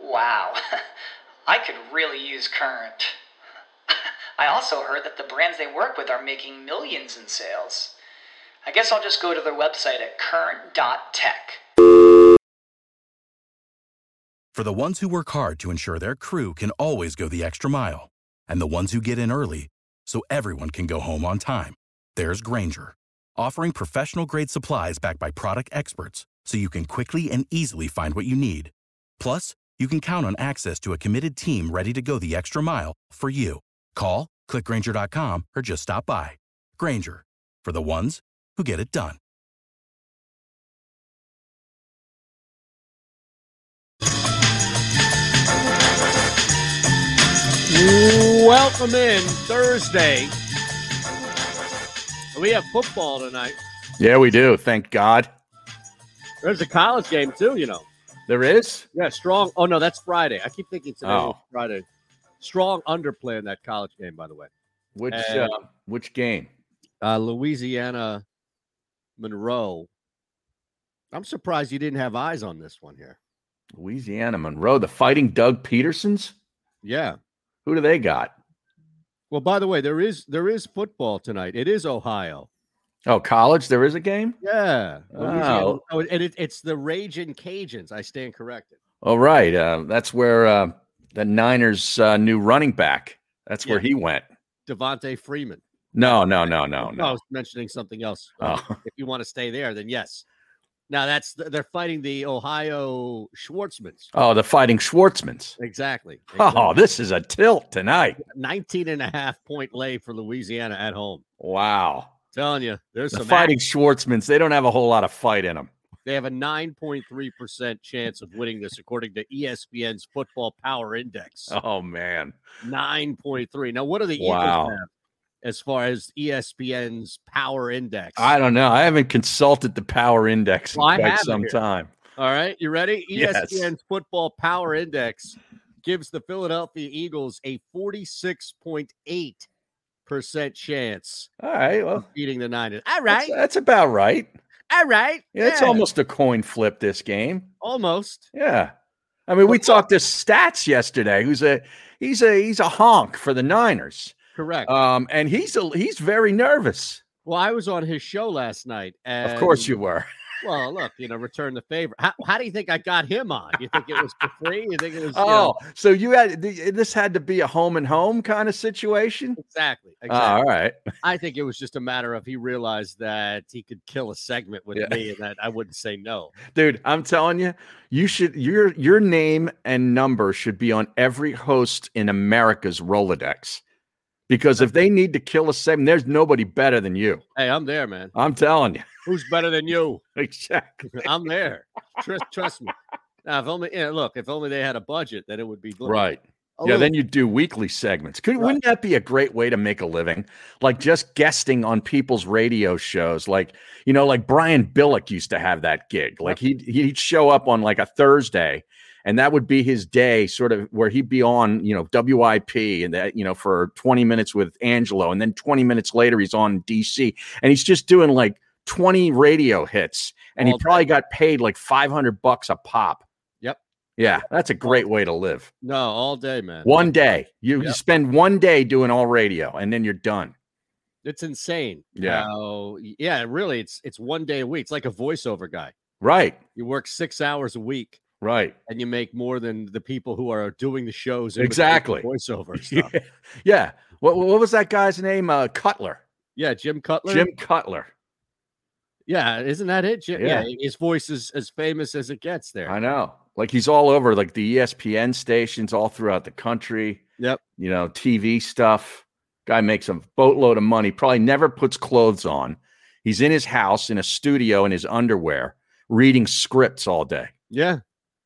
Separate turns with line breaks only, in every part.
Wow. I could really use Current. I also heard that the brands they work with are making millions in sales. I guess I'll just go to their website at current.tech.
For the ones who work hard to ensure their crew can always go the extra mile, and the ones who get in early so everyone can go home on time, there's Granger, offering professional grade supplies backed by product experts so you can quickly and easily find what you need. Plus, you can count on access to a committed team ready to go the extra mile for you. Call, clickgranger.com, or just stop by. Granger, for the ones who get it done.
Welcome in Thursday. We have football tonight.
Yeah, we do. Thank God.
There's a college game too, you know.
There is?
Yeah, strong. Oh no, that's Friday. I keep thinking today
Oh.
is Friday. Strong underplay in that college game, by the way.
Which
Uh,
uh, which game?
Uh, Louisiana Monroe. I'm surprised you didn't have eyes on this one here.
Louisiana Monroe, the fighting Doug Petersons?
Yeah.
Who do they got?
Well, by the way, there is there is football tonight. It is Ohio.
Oh, college, there is a game?
Yeah. Louisiana.
Oh.
Oh, and it, it's the Raging Cajuns. I stand corrected.
All right. Uh, that's where uh, the Niners uh, new running back. That's where
Yeah.
he went.
Devontae Freeman.
No, no, no, no,
Oh, I
Oh, no.
was mentioning something else. Uh,
Oh,
If you want to stay there, then yes. Now that's th- they're fighting the Ohio Schwartzmans.
oh the fighting Schwartzmans.
Exactly.
Oh,
exactly.
this is a tilt tonight.
19 and a half point lay for Louisiana at home.
Wow.
Telling you, there's
The
some
fighting Schwartzmans, they don't have a whole lot of fight in them.
act. They have a 9.3% chance of winning this, according to E ESPN's Football Power Index.
Oh, man.
9.3. Now, what are the
Wow.
Eagles have as far as E ESPN's Power Index?
I don't know. I haven't consulted the power index in
Well, I have
quite
it
some
here.
time.
All right, you ready? E
Yes.
ESPN's football power index gives the Philadelphia Eagles a 46.8% chance
All right. Well,
of beating the Niners.
That's-
All right.
That's, about right.
All right.
Yeah, It's almost a coin flip this game.
almost.
Yeah. I mean, we talked to Stats yesterday, who's a he's a he's a honk for the Niners.
Correct.
Um, and he's a he's very nervous.
well, I was on his show last night. And,
Of course you were.
Well, look, you know, return the favor. How, how do you think I got him on? You think it was for free? You think it was? you know-
Oh, so you had th- this had to be a home and home kind of situation?
exactly.
Oh,
Exactly.
all right.
I think it was just a matter of he realized that he could kill a segment with
Yeah.
me and that I wouldn't say no.
Dude, I'm telling you, you should your your name and number should be on every host in America's Rolodex. Because if they need to kill a segment, there's nobody better than you.
Hey, I'm there, man.
I'm telling you.
Who's better than you?
Exactly.
I'm there. Trust, trust me. Now, if only yeah, look, if only they had a budget, then it would be looking
Right.
a
yeah,
little-
then you do weekly segments. Could
Right.
wouldn't that be a great way to make a living? Like just guesting on people's radio shows. Like, you know, like Brian Billick used to have that gig. Like he'd he'd show up on like a Thursday and that would be his day, sort of where he'd be on, you know, WIP and that, you know, for 20 minutes with Angelo. And then 20 minutes later he's on DC and he's just doing like 20 radio hits. And
All
he probably got paid like 500 bucks a pop.
Yep.
Yeah, that's a great way to live.
no, all day, man.
One day. You, you
Yep.
spend one day doing all radio and then you're done.
It's insane.
Yeah.
how- yeah, really, it's it's one day a week. It's like a voiceover guy.
Right.
You work six hours a week
Right.
and you make more than the people who are doing the shows in between the
Exactly.
voiceover
Yeah.
stuff.
yeah. What, what was that guy's name? Uh, Cutler.
yeah, Jim Cutler.
Jim Cutler.
Yeah, isn't that it? Jim, yeah.
Yeah.
his voice is as famous as it gets there.
I know. Like he's all over like the E ESPN stations all throughout the country.
Yep.
You know, TV stuff. Guy makes a boatload of money, probably never puts clothes on. He's in his house in a studio in his underwear reading scripts all day.
yeah,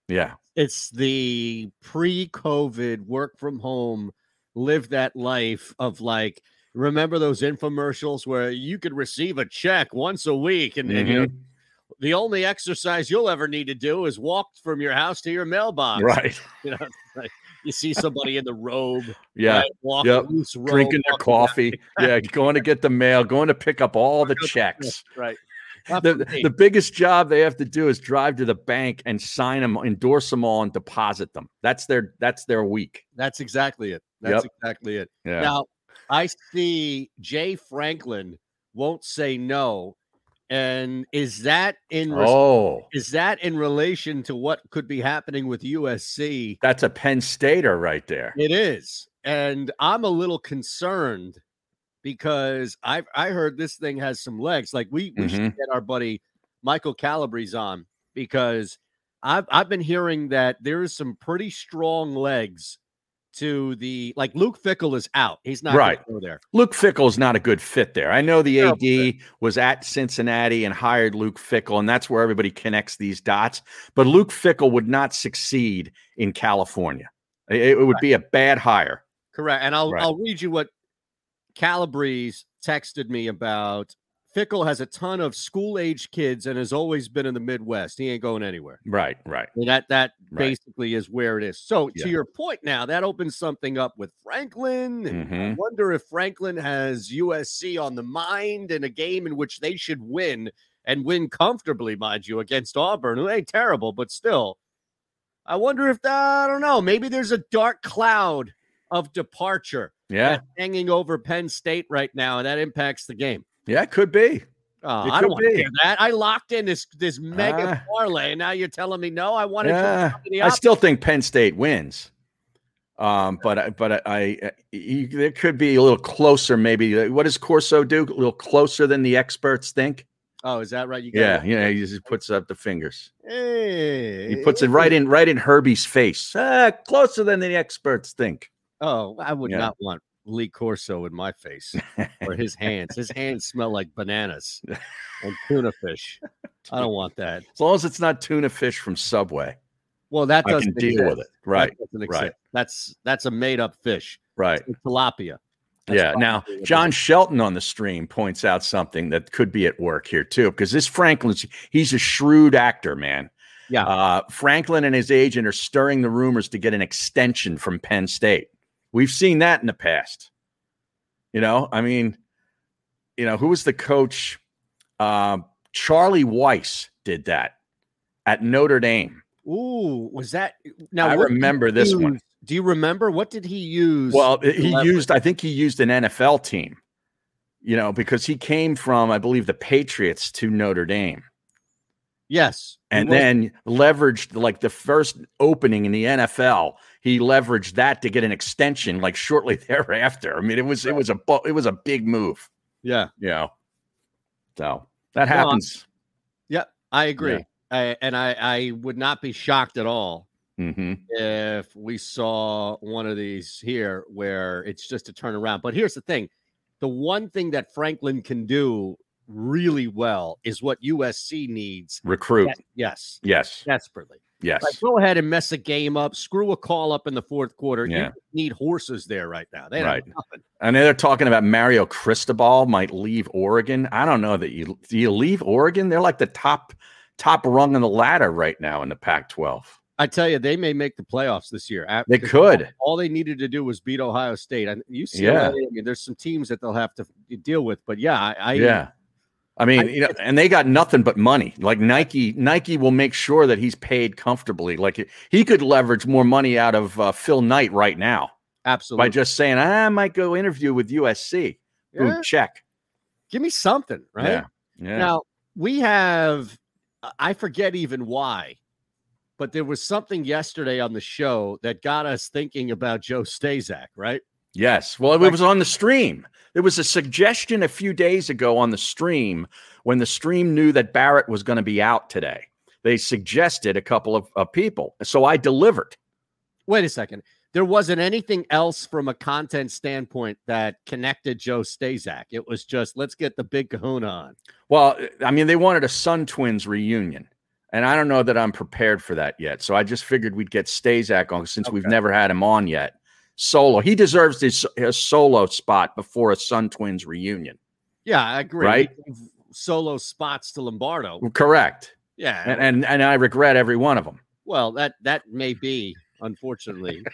Yeah.
It's the pre-COVID work from home, live that life of like. Remember those infomercials where you could receive a check once a week, and, and you know,
Mm-hmm.
the only exercise you'll ever need to do is walk from your house to your mailbox.
Right.
You know, like, you see somebody in the robe,
Yeah.
right, walk,
Yep.
loose robe,
Drinking their
walking down-
coffee. Yeah. Going to get the mail, going to pick up all the checks.
right.
The, the biggest job they have to do is drive to the bank and sign them, endorse them all, and deposit them. That's their that's their week.
That's exactly it. That's exactly it.
Yeah.
Now, I see Jay Franklin won't say no, and is that in res-
oh,
is that in relation to what could be happening with USC?
that's a Penn Stater right there.
It is, and I'm a little concerned because I I heard this thing has some legs. Like we we
Mm-hmm.
should get our buddy Michael Calabrese on because I've I've been hearing that there is some pretty strong legs to the like Luke Fickle is out. He's not gonna
Right.
go there.
Luke Fickle's not a good fit there. I know the
Terrible
AD was at Cincinnati and hired Luke Fickle, and that's where everybody connects these dots. But Luke Fickle would not succeed in California. It, it would be a bad hire.
Correct. And I'll
Right.
I'll read you what Calabrese texted me about. Fickle has a ton of school age kids and has always been in the Midwest. He ain't going anywhere.
Right, right.
And that that
Right.
basically is where it is. So
Yeah.
to your point now, that opens something up with Franklin. and I
Mhm.
wonder if Franklin has USC on the mind in a game in which they should win and win comfortably, mind you, against Auburn, who ain't terrible, but still. I wonder if uh, I don't know. Maybe there's a dark cloud of departure
Yeah,
that's hanging over Penn State right now, and that impacts the game.
yeah, it could be.
Uh,
It
I
could
don't want to
be.
hear that. I locked in this this mega
Ah.
parlay, and now you're telling me no. I wanted to
Yeah.
the
I
opposite.
still think Penn State wins. Um, but I, but I, I you, there could be a little closer. Maybe what does Corso do? A little closer than the experts think.
Oh, is that right? You
Yeah,
got it.
yeah. He just puts up the fingers.
Hey,
He puts it right in, right in Herbie's face. Ah, closer than the experts think.
Oh, I would
Yeah.
not want Lee Corso in my face or his hands. His hands smell like bananas and tuna fish. I don't want that.
As long as it's not tuna fish from Subway,
Well, that
I can
doesn't
deal with it.
exist. That
Right,
doesn't
right.
exist. That's that's a made up fish.
right.
It's tilapia. That's
Yeah.
probably
Now,
what it
John
is.
Shelton on the stream points out something that could be at work here too, because this Franklin's he's a shrewd actor, man.
Yeah.
Uh, Franklin and his agent are stirring the rumors to get an extension from Penn State. We've seen that in the past. You know, I mean, you know, who was the coach? Um, Charlie Weiss did that at Notre Dame.
Ooh, was that now?
I
what did he
remember this one.
use- Do you remember what did he use?
Well, he
leverage.
used, I think he used an NFL team, you know, because he came from, I believe, the Patriots to Notre Dame
yes, he
and
was-
then leveraged like the first opening in the NFL. He leveraged that to get an extension like shortly thereafter. I mean, it was, it was a, bu- it was a big move,
yeah.
you know. So that
No, I-
happens.
I agree. I, and I, I would not be shocked at all
hmm
if we saw one of these here where it's just a turnaround. But here's the thing the one thing that Franklin can do really well is what USC needs.
Recruit.
Yes,
Yes.
desperately.
Yes.
Like, go ahead and mess a game up, screw a call up in the fourth quarter.
Yeah.
You need horses there right now. They
Right.
don't have nothing.
I know they're talking about Mario Cristobal might leave Oregon. I don't know that you do you leave Oregon. They're like the top top rung on the ladder right now in the Pac-12.
I tell you, they may make the playoffs this year. I-
They
because
could.
all they needed to do was beat Ohio State. And UCLA,
Yeah.
I mean, there's some teams that they'll have to deal with. But yeah, I, I
yeah. I mean, you know, and they got nothing but money. Like Nike, Nike will make sure that he's paid comfortably. Like he could leverage more money out of uh, Phil Knight right now by
absolutely.
just saying, "I might go interview with USC." Ooh,
Yeah,
check.
give me something, right?
Yeah. Yeah.
Now we have, I- I forget even why, but there was something yesterday on the show that got us thinking about Joe Stazak, right?
Yes. Well, it
Like-
was on the stream. There was a suggestion a few days ago on the stream when the stream knew that Barrett was going to be out today. They suggested a couple of, of people. So I delivered.
Wait a second. There wasn't anything else from a content standpoint that connected Joe Stazak. It was just let's get the big kahuna on.
Well, I mean, they wanted a Sun Twins reunion. And I don't know that I'm prepared for that yet. So I just figured we'd get Stazak on since we've
Okay.
never had him on yet. Solo. He deserves his, his solo spot before a Sun Twins reunion.
Yeah, I agree.
Right?
We gave Solo spots to Lombardo.
Correct.
Yeah.
And, and and I regret every one of them.
well, that that may be unfortunately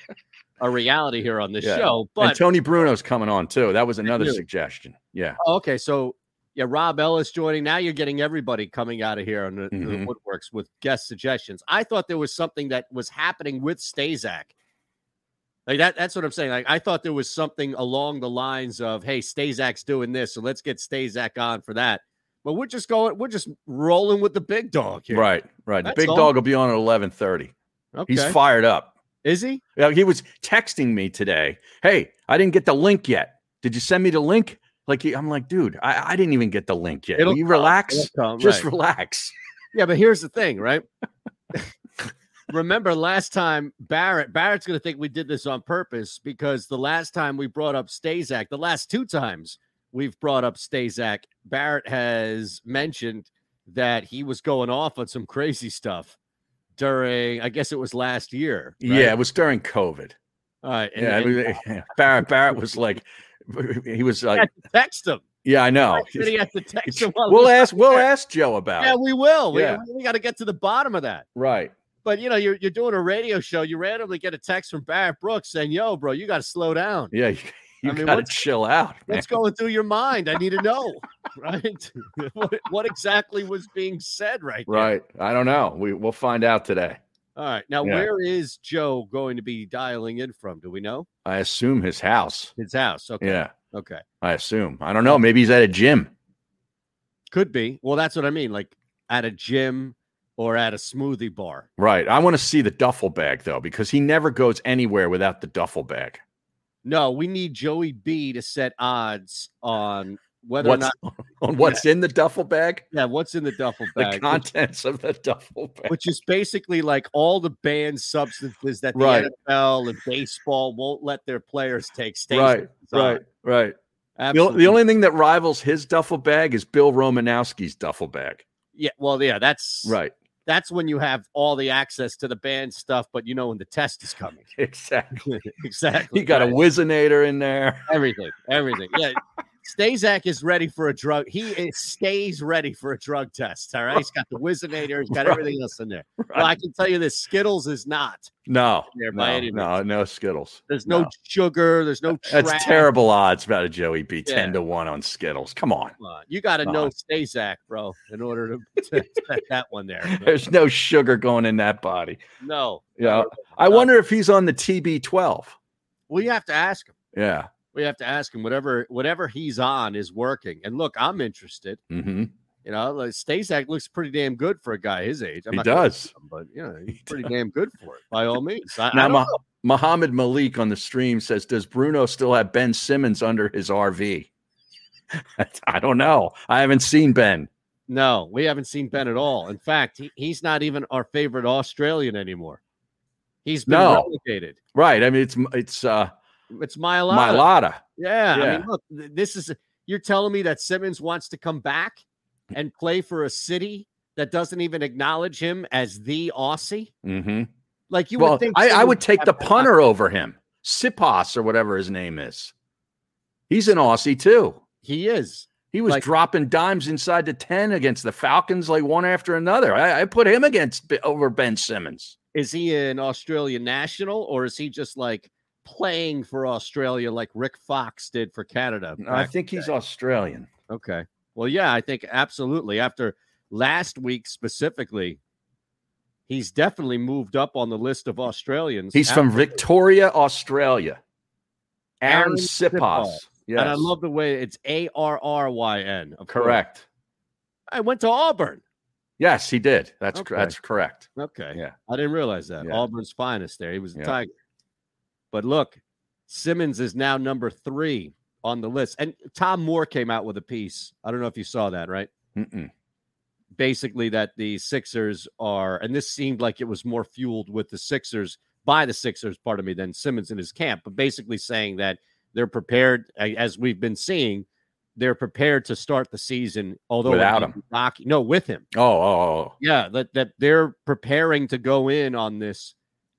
a reality here on this
Yeah.
show. But
and Tony Bruno's coming on too. That was another
Really?
suggestion. Yeah.
Oh, okay, so yeah, Rob Ellis joining. Now you're getting everybody coming out of here on the, the
Mhm.
woodworks with guest suggestions. I thought there was something that was happening with Stazak. Like that, that's what I'm saying. Like I thought there was something along the lines of, hey, Stazak's doing this, so let's get Stazak on for that. But we're just going, we're just rolling with the big dog here.
Right. Right. The
That's
big
all.
dog will be on at 11:30.
Okay.
He's fired up.
Is he?
Yeah, he was texting me today. Hey, I didn't get the link yet. Did you send me the link? Like he- I'm like, dude, I, I didn't even get the link yet. Will you
come,
relax?
it'll come,
Just
right.
relax.
Yeah, but here's the thing, right? Remember last time Barrett, Barrett's going to think we did this on purpose because the last time we brought up Stazak, the last two times we've brought up Stazak, Barrett has mentioned that he was going off on some crazy stuff during, I guess it was last year. right?
Yeah, it was during COVID.
All right. And,
Yeah, I
and
mean, Barrett Barrett was like, he was
he had
like,
to text him.
yeah, I know.
He said he had to text him. while he
We'll
was-
ask. We'll ask Joe about
yeah,
it.
we will. We-
Yeah.
we, we got to get to the bottom of that.
Right.
But you know, you're you're doing a radio show. You randomly get a text from Barrett Brooks saying, "Yo, bro, you got to slow down.
Yeah, you, you
mean,
gotta
what's-
chill out. man.
What's going through your mind? I need to know, right? what, what exactly was being said right there?
Right. I don't know. We we'll find out today.
All right. Now,
Yeah.
where is Joe going to be dialing in from? Do we know
I assume his house.
his house? Okay.
Yeah,
Okay.
I assume. I don't know. Maybe he's at a gym.
Could be. Well, that's what I mean. Like at a gym or at a smoothie bar.
Right. I want to see the duffel bag though, because he never goes anywhere without the duffel bag.
No, we need Joey B to set odds on whether
What's
or not
on what's in the duffel bag?
yeah, what's in the duffel
The
bag.
contents of the duffel bag.
which is basically like all the banned substances that the
Right.
NFL and baseball won't let their players take. Stays
Right. Right. Right. The, o- the only thing that rivals his duffel bag is Bill Romanowski's duffel bag.
yeah. Well, yeah. That's
Right.
That's when you have all the access to the banned stuff, but you know when the test is coming.
Exactly.
exactly.
You got a
right.
Wizinator in there.
everything. Everything. Yeah. Stazak is ready for a drug. He is, stays ready for a drug test. All right. He's got the Wizinator. He's got
Right.
everything else in there. Well, I can tell you this: Skittles is not.
No,
There by
no,
any
no, no Skittles.
There's no, sugar. There's no.
That's
trash.
terrible odds about a Joey B.
Yeah.
Ten to one on Skittles. Come on.
Come on. You got to
Come
know
on.
Stazak, bro, in order to, to set that one there. But
There's no sugar going in that body.
no.
Yeah. I wonder if he's on the TB12.
We have to ask him.
Yeah.
We have to ask him whatever whatever he's on is working. And look, I'm interested.
hmm
You know, like Stazak looks pretty damn good for a guy his age. I'm
He
not gonna
does.
knock him, but you know, he's pretty damn good for it by all means. I, I
Now,
don't
Ma-
know.
Muhammad Malik on the stream says, Does Bruno still have Ben Simmons under his RV? I don't know. I haven't seen Ben.
no, we haven't seen Ben at all. In fact, he, he's not even our favorite Australian anymore. He's been
No.
relegated.
Right. I mean, it's it's uh,
It's Milana.
Milata.
Yeah, I
Yeah.
mean, look, th- this is you're telling me that Simmons wants to come back and play for a city that doesn't even acknowledge him as the Aussie.
hmm
Like you
Well,
would think,
I, I
Simmons
would take
have
the
that-
punter over him, Sipos or whatever his name is. He's an Aussie too.
He is.
He was
Like-
dropping dimes inside the ten against the Falcons, like one after another. I, I put him against B- over Ben Simmons.
Is he an Australian national or is he just like playing for Australia like Rick Fox did for Canada?
I
back-
think he's Australian.
okay. Well, yeah, I think absolutely. After last week specifically, he's definitely moved up on the list of Australians.
He's
Ab-
from Victoria, Australia. Aaron
Aaron
Sipos.
Sipos.
Yes,
And I love the way it's A R R Y N. of course.
correct.
I went to Auburn.
Yes, he did. That's cor-
Okay.
that's correct.
Okay.
Yeah.
I didn't realize that.
Yeah.
Auburn's finest there. He was a
Yeah.
Tiger. But look, Simmons is now number three on the list. And Tom Moore came out with a piece. I don't know if you saw that, right?
Mm-mm.
Basically, that the Sixers are, and this seemed like it was more fueled with the Sixers by the Sixers, pardon me, than Simmons in his camp, but basically saying that they're prepared, a- as we've been seeing, they're prepared to start the season, although
Without him.
Doc, no, with him.
Oh, oh, oh.
Yeah, that that they're preparing to go in on this,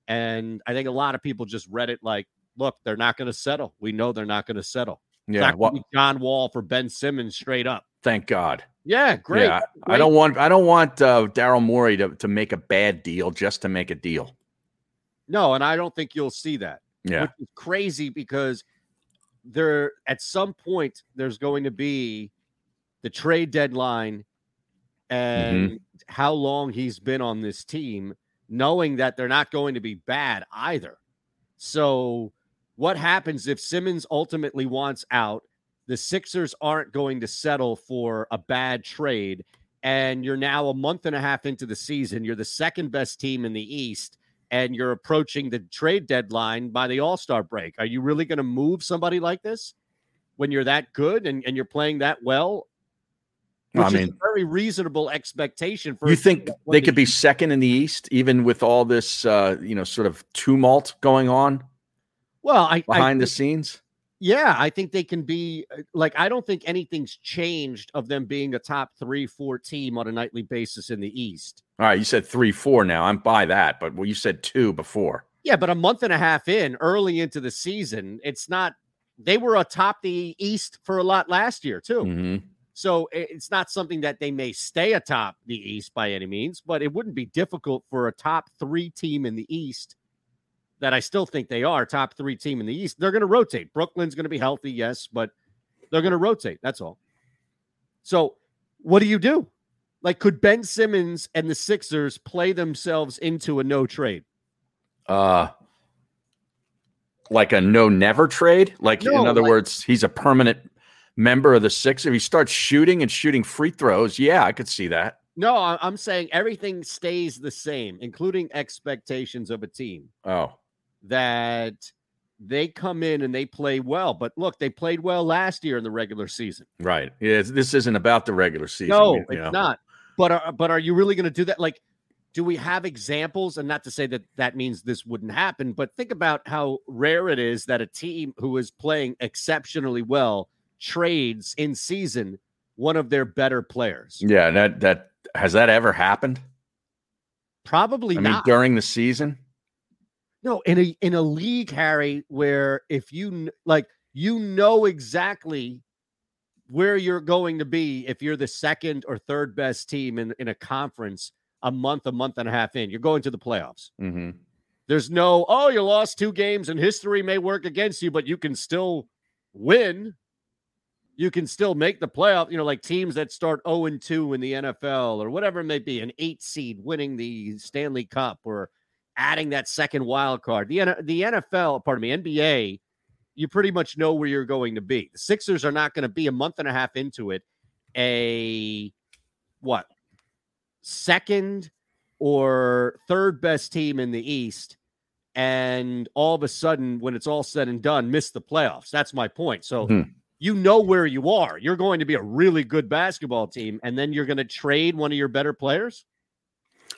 and I think a lot of people just read it like, look, they're not going to settle. We know they're not going to settle. It's
yeah.
not
Well,
gonna be John Wall for Ben Simmons straight up.
thank God.
Yeah, great.
Yeah, I don't want I don't want uh, Daryl Morey to, to make a bad deal just to make a deal.
No, and I don't think you'll see that.
Yeah,
which is crazy because there at some point there's going to be the trade deadline and how long he's been on this team, knowing that they're not going to be bad either. So, what happens if Simmons ultimately wants out? The Sixers aren't going to settle for a bad trade. And you're now a month and a half into the season. You're the second best team in the East, and you're approaching the trade deadline by the All Star break. Are you really going to move somebody like this when you're that good and, and you're playing that well?
Well, I
Which is
mean-
a very reasonable expectation for. a
you
team
think
that won
they
the-
could be second in the East, even with all this uh, you know sort of tumult going on
well I,
behind
I,
the scenes?
Yeah, I think they can be uh, like I don't think anything's changed of them being a top three, four team on a nightly basis in the East.
All right, you said three, four. Now I'm by that, but well, you said two before.
Yeah, but a month and a half in, early into the season, it's not. They were atop the East for a lot last year too,
Mhm.
so i- it's not something that they may stay atop the East by any means. But it wouldn't be difficult for a top three team in the East. That I still think they are top three team in the East. They're going to rotate. Brooklyn's going to be healthy, yes, but They're going to rotate. That's all. So, what do you do? Like, could Ben Simmons and the Sixers play themselves into a no trade?
Uh, like a no never trade. Like
No,
in other
like-
words, he's a permanent member of the six. If he starts shooting and shooting free throws, yeah, I could see that.
No, I- I'm saying everything stays the same, including expectations of a team
Oh,
that they come in and they play well. But look, they played well last year in the regular season.
Right. Yeah. it's- This isn't about the regular season.
No,
you
it's
know.
not. But are, but are you really going to do that? Like, do we have examples? And not to say that that means this wouldn't happen, but think about how rare it is that a team who is playing exceptionally well trades in season one of their better players.
Yeah. That that has that ever happened?
Probably
I mean,
not.
during the season.
No, in a in a league, Harry, where if you kn- like you know exactly where you're going to be if you're the second or third best team in, in a conference a month, a month and a half in, you're going to the playoffs.
hmm
There's no, oh, you lost two games and history may work against you, but you can still win. You can still make the playoff, you know, like teams that start 0 and 2 in the NFL or whatever it may be, an eight seed winning the Stanley Cup or adding that second wild card. The, N- the NFL, pardon me, NBA, you pretty much know where you're going to be. The Sixers are not going to be a month and a half into it, a what second or third best team in the East, and all of a sudden, when it's all said and done, miss the playoffs. That's my point. So
Hmm.
you know where you are. You're going to be a really good basketball team, and then you're going to trade one of your better players.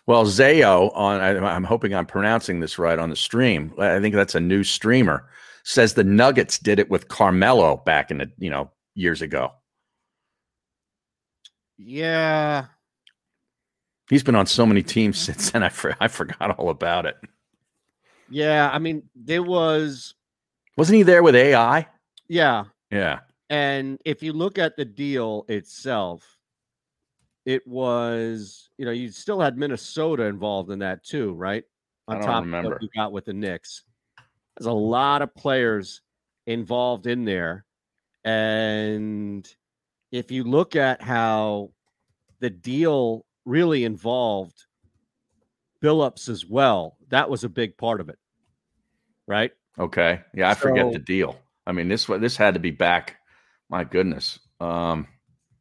Well, Zayo on. I, I'm hoping I'm pronouncing this right on the stream. I think that's a new streamer. Says the Nuggets did it with Carmelo back in the you know years ago.
Yeah,
He's been on so many teams since then. I for, I forgot all about it.
yeah. I mean, there was
Wasn't he there with AI?
yeah.
Yeah.
And if you look at the deal itself, it was, you know, you still had Minnesota involved in that too, right?
I don't
of
remember.
what you got with the Knicks. There's a lot of players involved in there. And if you look at how the deal really involved Billups as well, that was a big part of it. Right?
Okay. Yeah, I forget
So-
the deal. I mean, this wa- this had to be back. My goodness. Um,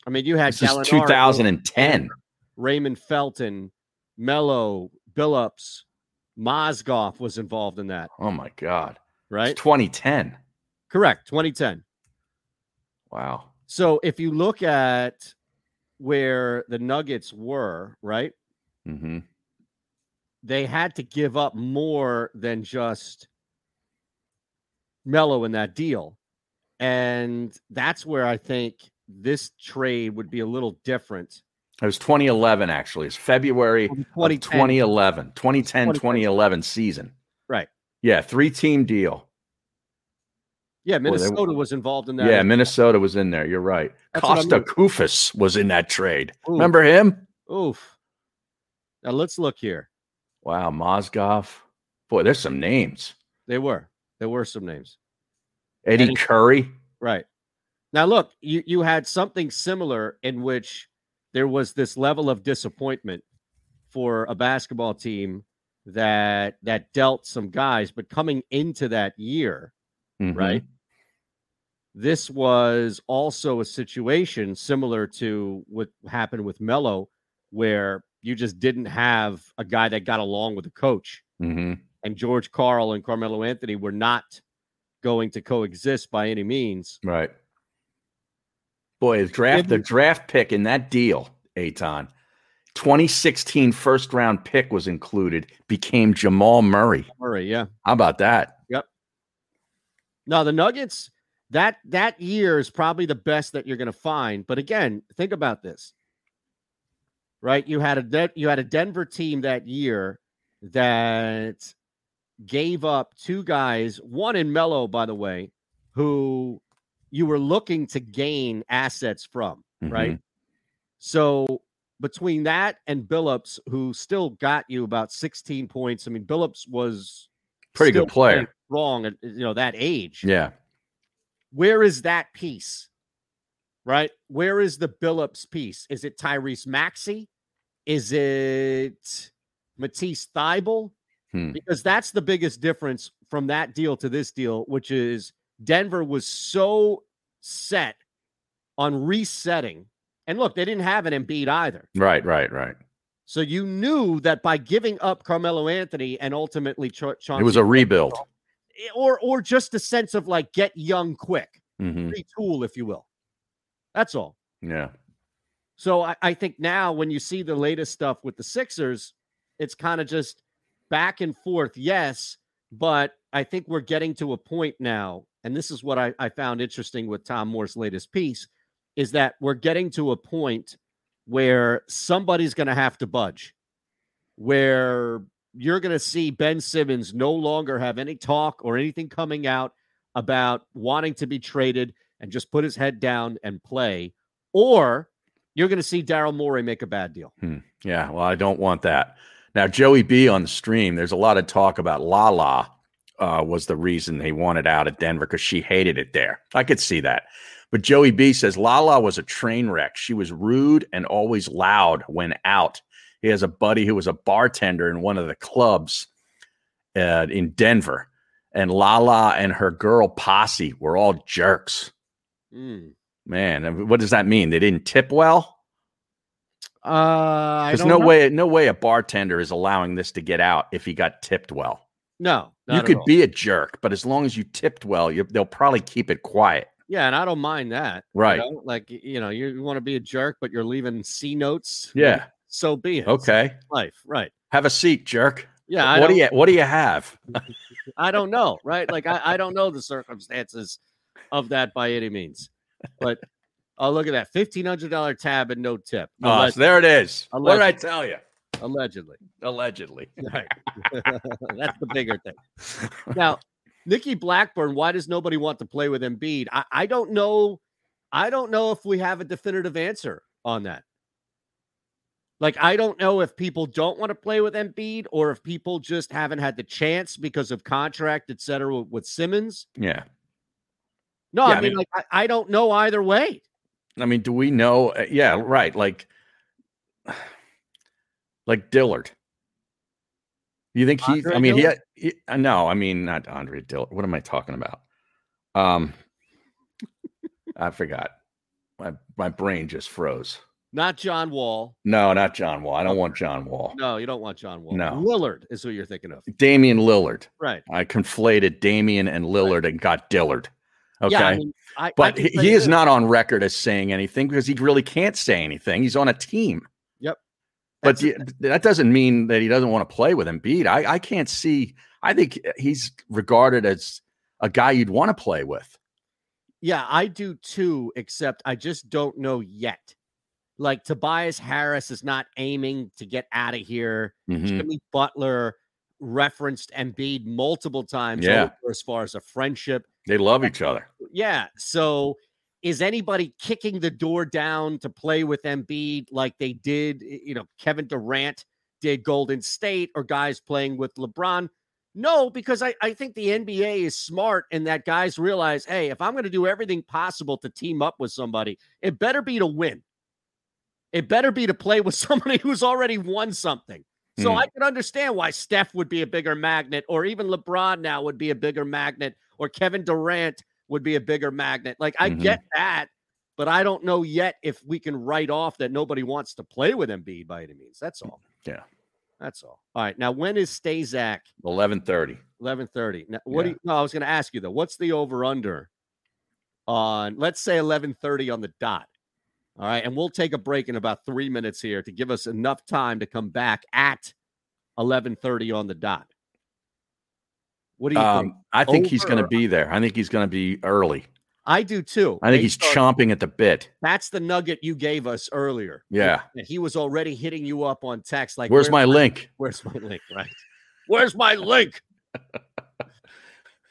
I mean, you had
this is
Gallinari,
2010.
Raymond Felton, Mello, Billups, Mozgov was involved in that,
Oh my God. It's
right?
2010.
Correct, 2010.
Wow.
So if you look at where the Nuggets were, right?
hmm
They had to give up more than just Mello in that deal. And that's where I think this trade would be a little different.
It was 2011, actually. It's February
From
of
2010.
2011, 2010,
2010.
2011 season.
Right.
Yeah, three team deal.
Yeah,
Boy, they-
Minnesota was involved in that.
yeah, Minnesota was in there. You're right.
That's what I
Costa
mean.
Kufis was in that trade.
Ooh.
Remember him?
Oof. Now let's look here.
Wow, Mozgov. Boy, there's some names.
They were. There were some names.
Eddie
Eddie-
Curry.
Right. Now look, you, you had something similar in which there was this level of disappointment for a basketball team that that dealt some guys, but coming into that year,
Mhm.
right? This was also a situation similar to what happened with Mello, where you just didn't have a guy that got along with the coach.
Mhm.
And George Carl and Carmelo Anthony were not going to coexist by any means.
Right. Boy, the draft the draft pick in that deal, Aton. 2016 first round pick was included, became Jamal Murray.
Murray, yeah.
How about that?
No, the Nuggets that that year is probably the best that you're going to find. But again, think about this. Right? You had a De- you had a Denver team that year that gave up two guys, one in Mello by the way, who you were looking to gain assets from, right? So between that and Billups, who still got you about 16 points. I mean, Billups was
Pretty
still
good player.
playing Wrong at you know that age
Yeah.
where is that piece? Right? Where is the Billups piece? Is it Tyrese Maxey? Is it Matisse Thibel?
Hmm.
Because that's the biggest difference from that deal to this deal, which is Denver was so set on resetting. And look, they didn't have an Embiid either.
Right, right, right.
So you knew that by giving up Carmelo Anthony and ultimately Cha- Chauncey, eh,
It was a rebuild.
or or just a sense of like get young quick
Mhm.
retool, if you will. That's all.
Yeah.
So I, I think now when you see the latest stuff with the Sixers, it's kind of just back and forth, yes, but I think we're getting to a point now, and this is what I, I found interesting with Tom Moore's latest piece, is that we're getting to a point where somebody's gonna have to budge, where you're gonna see Ben Simmons no longer have any talk or anything coming out about wanting to be traded and just put his head down and play, or you're going to see Daryl Morey make a bad deal.
Hmm. Yeah, well, I don't want that. Now, Joey B on the stream, there's a lot of talk about Lala uh, was the reason he wanted out of Denver because she hated it there. I could see that. But Joey B says Lala was a train wreck. She was rude and always loud when out. He has a buddy who was a bartender in one of the clubs uh, in Denver. And Lala and her girl posse were all jerks. Mm. Man, what does that mean? They didn't tip well?
Uh, I
There's
don't
no
know.
way, no way a bartender is allowing this to get out if he got tipped well.
No,
you
not at
could
all.
be a jerk, but as long as you tipped well, you, they'll probably keep it quiet.
Yeah, and I don't mind that. you
Right.
know? Like y- you know, you, want to be a jerk, but you're leaving C notes.
Yeah.
So be it. It's
Okay.
Life. Right.
Have a seat, jerk.
Yeah. I
what
don't,
do you What do you have?
I don't know. Right. Like I, I don't know the circumstances of that by any means. But oh, look at that fifteen hundred dollar tab and no tip.
Oh, so there it is. What did I
Alleged.
tell you?
Alleg- allegedly.
Allegedly.
Right. That's the bigger thing. Now, Nikki Blackburn, why does nobody want to play with Embiid? I, I don't know. I don't know if we have a definitive answer on that. Like, I don't know if people don't want to play with Embiid or if people just haven't had the chance because of contract, et cetera, with, with Simmons.
Yeah.
No,
Yeah,
I
I
mean,
mean-
like, I, I don't know either way.
I mean, do we know? uh, yeah, right. Like, like Dillard. You think he?
Andre
I mean, he,
Dillard?
he. uh, No, I mean not Andre Dillard. What am I talking about? Um, I forgot. My my brain just froze.
Not John Wall.
No, not John Wall. I don't want John Wall.
No, you don't want John Wall.
No.
Willard is who you're thinking of.
Damian Lillard.
Right.
I conflated Damian and Lillard and got Dillard. Okay.
Yeah, I mean, I, I
but
can
he,
say
he is
this.
not on record as saying anything because he really can't say anything. He's on a team.
Yep.
But
That's
the- that doesn't mean that he doesn't want to play with Embiid. I, I can't see. I think he's regarded as a guy you'd want to play with.
Yeah, I do too, except I just don't know yet. Like Tobias Harris is not aiming to get out of here.
Mhm.
Jimmy Butler referenced Embiid multiple times
Yeah.
over as far as a friendship.
They love each other.
Yeah. So is anybody kicking the door down to play with Embiid like they did, y- you know, Kevin Durant did Golden State or guys playing with LeBron? No, because I, I think the NBA is smart and that guys realize, hey, if I'm going to do everything possible to team up with somebody, it better be to win. It better be to play with somebody who's already won something. So
Hmm.
I can understand why Steph would be a bigger magnet, or even LeBron now would be a bigger magnet, or Kevin Durant would be a bigger magnet. Like I
Mhm.
get that, but I don't know yet if we can write off that nobody wants to play with Embiid by any means. That's all.
Yeah.
That's all. All right. Now when is Stazak?
Eleven thirty.
Eleven thirty. Now what do
Yeah.
you no, I was gonna ask you though, what's the over under on let's say eleven thirty on the dot? All right, and we'll take a break in about three minutes here to give us enough time to come back at eleven thirty on the dot. What do you think?
Um, I think he's
Over
going to
or
be there. I think he's going to be early.
I do too.
I think he's
Based on-
chomping at the bit.
That's the nugget you gave us earlier.
Yeah.
That he was already hitting you up on text. Like,
Where's
"Where-
my link?
Where's my link? Right. Where's my link?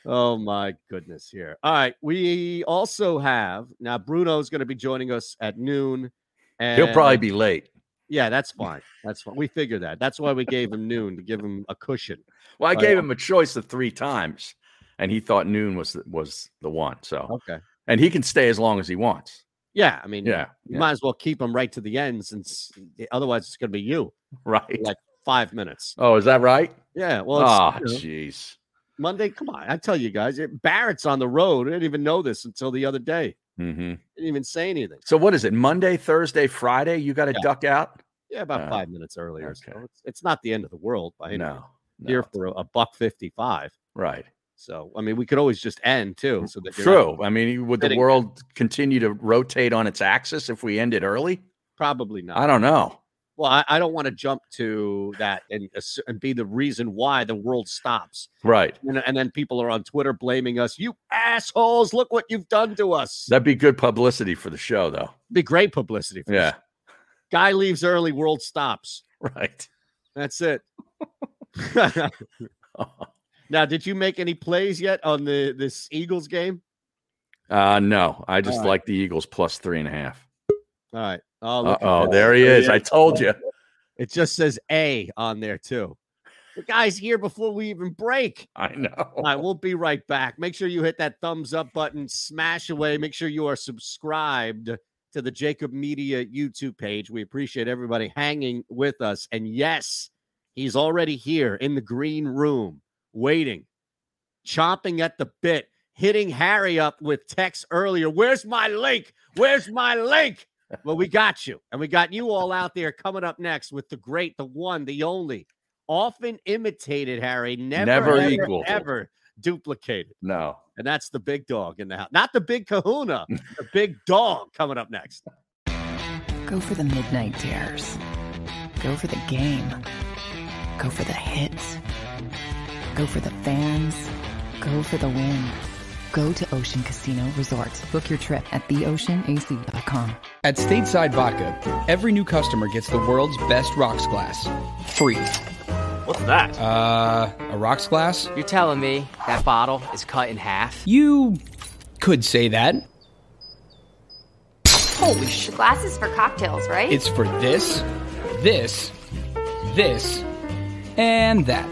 oh my goodness! Here. All right. We also have now. Bruno's going to be joining us at noon. And
He'll probably be late.
Yeah, that's fine. That's fine. We figured that. That's why we gave him noon to give him a cushion.
Well, I
Oh,
gave
yeah.
him a choice of three times, and he thought noon was the, was the one. So,
Okay.
and he can stay as long as he wants.
Yeah. I mean,
Yeah,
You
yeah,
might as well keep him right to the end, since otherwise it's going to be you.
right.
Like five minutes.
Oh, is that right?
Yeah. Well. It's,
Oh,
you know,
jeez.
Monday. Come on, I tell you guys, it, Barrett's on the road. I didn't even know this until the other day.
hmm
Didn't even say anything.
So, what is it? Monday, Thursday, Friday? You got to
Yeah.
duck out?
Yeah, about
Uh,
five minutes earlier.
okay.
So it's, it's not the end of the world by any means.
No,
Here
no.
for a, a buck fifty-five.
Right.
So I mean, we could always just end too. So that you're not-
True. I mean, would the
Fitting.
world continue to rotate on its axis if we ended early?
probably not.
I don't know.
well, I, I don't want to jump to that and assu- and be the reason why the world stops.
Right.
And, and then people are on Twitter blaming us. You assholes! Look what you've done to us.
That'd be good publicity for the show, though.
That'd be great publicity. For
Yeah.
This. Guy leaves early. World stops.
Right.
That's it. Now, did you make any plays yet on the this Eagles game?
Uh, no, I just
All right.
like the Eagles plus three and a half.
All right. Oh,
Uh
look at
oh,
that.
there he is. I told you.
It just says A on there too. The guy's here before we even break.
I
All
know.
right, we'll be right back. Make sure you hit that thumbs up button, smash away. Make sure you are subscribed to the Jacob Media YouTube page. We appreciate everybody hanging with us. And yes, he's already here in the green room, waiting, chomping at the bit, hitting Harry up with text earlier. Where's my link? Where's my link? Well, we got you. And we got you all out there coming up next with the great, the one, the only, often imitated Harry, never,
Never
ever,
equaled.
ever duplicated.
No.
And that's the big dog in the house. Not the big kahuna, the big dog coming up next.
Go for the midnight dares. Go for the game. Go for the hits. Go for the fans. Go for the win. Go to Ocean Casino Resort. Book your trip at theoceanac.com.
At Stateside Vodka, every new customer gets the world's best rocks glass. Free.
What's that?
Uh, a rocks glass?
You're telling me that bottle is cut in half?
You could say that. Holy
The
shit.
glasses for cocktails, right?
It's for this, this, this, and that.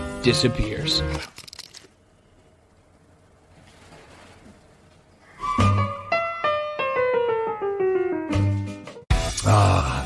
disappears.
Ah,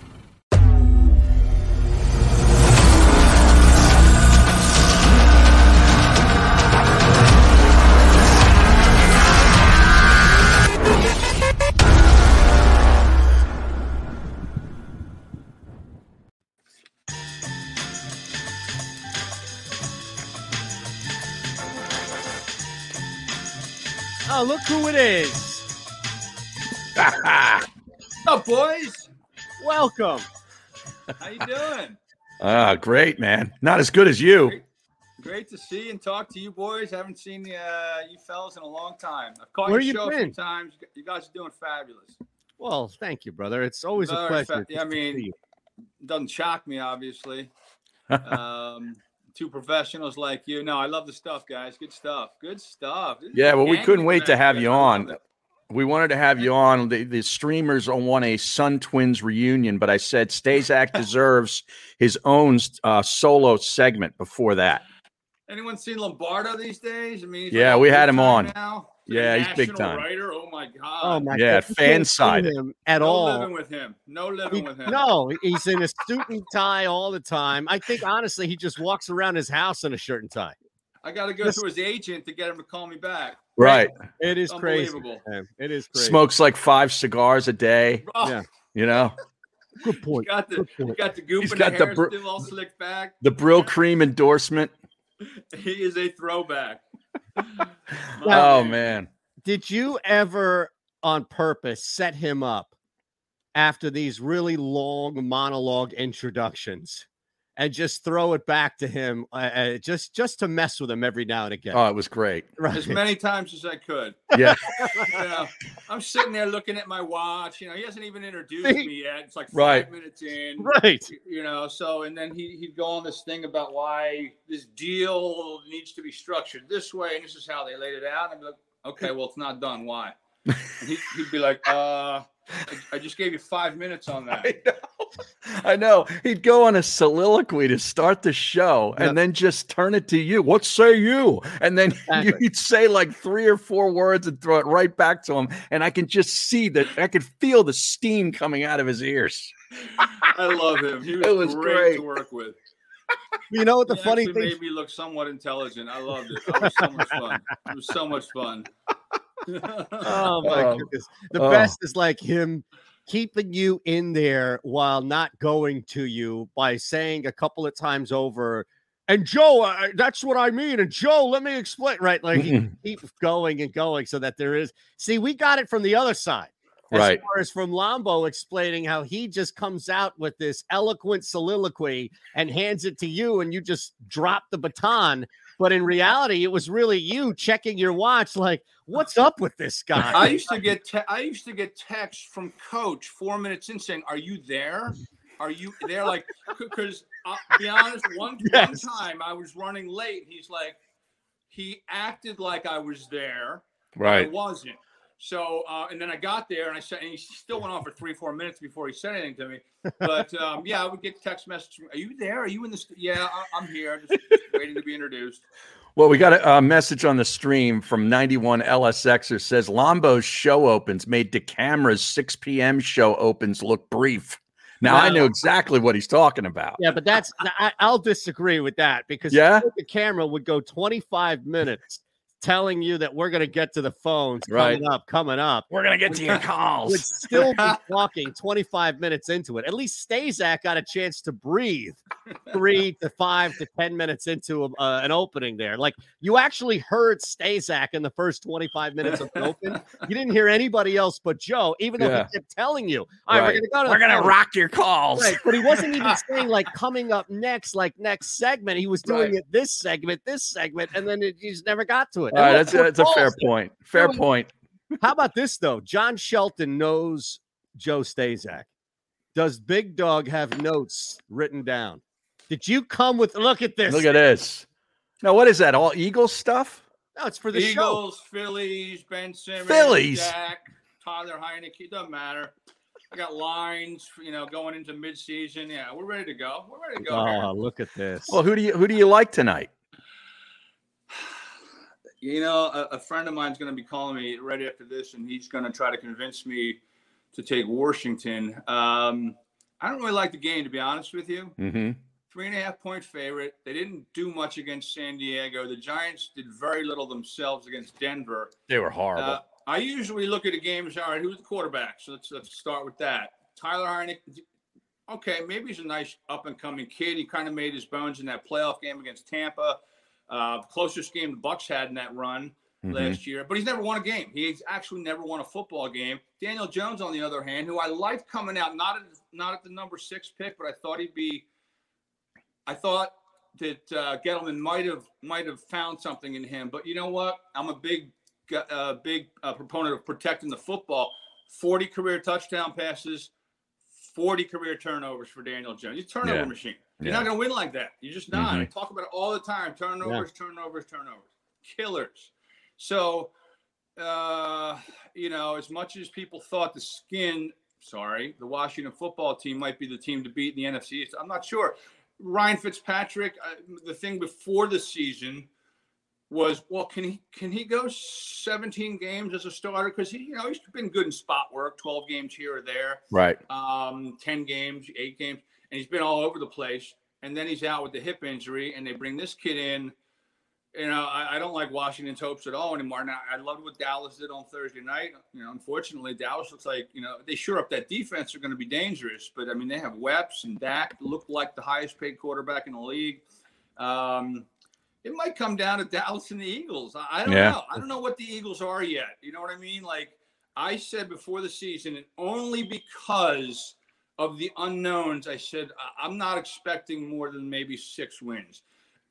Oh, look who it is. Up, boys. Welcome.
How you doing?
Ah, great, man. Not as good as you.
Great to see and talk to you boys. Haven't seen uh, you fellas in a long time. I've caught
Where
your
you
show a few
been?
times. You guys are doing fabulous.
Well, thank you, brother. It's always a
Very
pleasure.
fa- yeah, I mean, doesn't shock me, obviously. um, two professionals like you. No, I love the stuff, guys. Good stuff. Good stuff. This is
Yeah,
a
well, we
gang
couldn't wait to
back
have
there.
you on. We wanted to have you on. The, the streamers on want a Sun Twins reunion, but I said Stazak deserves his own uh, solo segment before that.
Anyone seen Lombardo these days? I mean, he's
Yeah,
like
we
big
had him
time
on.
now.
Yeah, he's big
National
time.
Writer. Oh my god.
Oh my
Yeah,
God, you
fan
can't see
side.
him at
no
all.
living with him. No living with him.
No, he's in a suit and tie all the time. I think honestly, he just walks around his house in a shirt and tie.
I got to go
This-
through his agent to get him to call me back.
Right.
It is crazy.
Unbelievable.
man. It is crazy.
Smokes like five cigars a day.
Oh. Yeah.
You know,
Good point.
Got the he got the goop
He's
and
got
the
the
hair
br-
still all slicked back.
the Brill Cream endorsement.
He is a throwback.
oh, man.
Did you ever on purpose set him up after these really long monologue introductions and just throw it back to him uh, uh, just just to mess with him every now and again?
Oh, it was great.
As many times as I could.
Yeah.
You know, I'm sitting there looking at my watch. You know, he hasn't even introduced
See?
me yet. It's like five
Right.
minutes in.
Right.
You know, so and then he he'd go on this thing about why this deal needs to be structured this way, and this is how they laid it out. And I'm like, okay, well, it's not done. Why? And he'd, he'd be like, uh, I, I just gave you five minutes on that.
I know. He'd go on a soliloquy to start the show and then just turn it to you. What say you? And then
Exactly.
you'd say like three or four words and throw it right back to him. And I can just see that I could feel the steam coming out of his ears.
I love him. He was,
It was
great,
great.
to work with.
You know what the
He
funny
actually
thing
made me look somewhat intelligent. I loved it. It was so much fun. It was so much fun.
Oh my
Oh.
goodness. The
Oh.
best is like him keeping you in there while not going to you by saying a couple of times over, and Joe, I, I- that's what I mean. And Joe, let me explain. Right. Like he
Mhm.
keeps going and going so that there is. See, we got it from the other side. As
Right.
far as from Lombo explaining how he just comes out with this eloquent soliloquy and hands it to you, and you just drop the baton. But in reality, it was really you checking your watch, like, what's up with this guy?
I used to get te- I used to get texts from coach four minutes in saying, "Are you there? Are you there?" Like because I'll be honest, one,
Yes.
one time I was running late. He's like, he acted like I was there. I
Right.
wasn't. So, uh, and then I got there and I said, and he still went on for three, four minutes before he said anything to me. But um, yeah, I would get text messages. Are you there? Are you in the? St-? Yeah, I- I'm here. Just waiting to be introduced.
Well, we got a, a message on the stream from 91 LSXer says Lombo's show opens made DeCamera's 6 p.m. show opens look brief. Now I know exactly what he's talking about.
Yeah, but that's I, I'll disagree with that because
Yeah?
the camera would go 25 minutes telling you that we're gonna get to the phones
Right.
coming up, coming up.
We're gonna get to your calls.
Would still be talking 25 minutes into it. At least Stazak got a chance to breathe three to five to 10 minutes into a, uh, an opening there. Like you actually heard Stazak in the first 25 minutes of the open. You didn't hear anybody else but Joe, even though
Yeah.
he kept telling you, all right,
Right.
we're gonna go to
We're
the
gonna
phones."
rock your calls.
Right, but he wasn't even saying like coming up next, like next segment. He was doing
Right.
it this segment, this segment, and then it, he just never got to it.
All right,
And
that's
look,
a,
we're
that's a fair
balls.
point. Fair
Dude,
point.
How about this though? John Shelton knows Joe Stazak. Does Big Dog have notes written down? Did you come with? Look at this.
Look at this. Now, what is that? All Eagles stuff?
No, it's for the show.
Eagles, Phillies, Ben Simmons,
Phillies?
Dak, Tyler Heineke. It doesn't matter. I got lines, you know, going into midseason. Yeah, we're ready to go. We're ready to go. here.
Oh, look at this.
Well, who do you who do you like tonight?
You know, a, a friend of mine's going to be calling me right after this, and he's going to try to convince me to take Washington. Um, I don't really like the game, to be honest with you.
Mm-hmm.
Three and a half point favorite. They didn't do much against San Diego. The Giants did very little themselves against Denver.
They were horrible.
Uh, I usually look at a game as all right, who's the quarterback? So let's let's start with that. Tyler Heineke. Okay, maybe he's a nice up and coming kid. He kind of made his bones in that playoff game against Tampa. Uh, closest game the Bucks had in that run
Mhm.
last year, but he's never won a game. He's actually never won a football game. Daniel Jones, on the other hand, who I liked coming out, not at, not at the number six pick, but I thought he'd be. I thought that uh, Gettleman might have might have found something in him, but you know what? I'm a big gu- uh, big uh, proponent of protecting the football. 40 career touchdown passes, 40 career turnovers for Daniel Jones. He's a turnover
Yeah.
machine. You're
Yeah.
not going to win like that. You're just not. I
Mhm.
talk about it all the time. Turnovers, turnovers, turnovers. Killers. So, uh, you know, as much as people thought the skin, sorry, the Washington football team might be the team to beat in the NFC, East, I'm not sure. Ryan Fitzpatrick, uh, the thing before the season was, well, can he can he go 17 games as a starter? Because he, you know, he's been good in spot work, 12 games here or there
Right.
um, 10 games, eight games, and he's been all over the place. And then he's out with the hip injury, and they bring this kid in. You know, I, I don't like Washington's hopes at all anymore. Now, I loved what Dallas did on Thursday night. You know, unfortunately, Dallas looks like, you know, they sure up that defense are going to be dangerous, but I mean, they have Weps and Dak looked like the highest paid quarterback in the league. Um, it might come down to Dallas and the Eagles. I, I don't
Yeah.
know. I don't know what the Eagles are yet. You know what I mean? Like, I said before the season, and only because of the unknowns, I said I- I'm not expecting more than maybe six wins.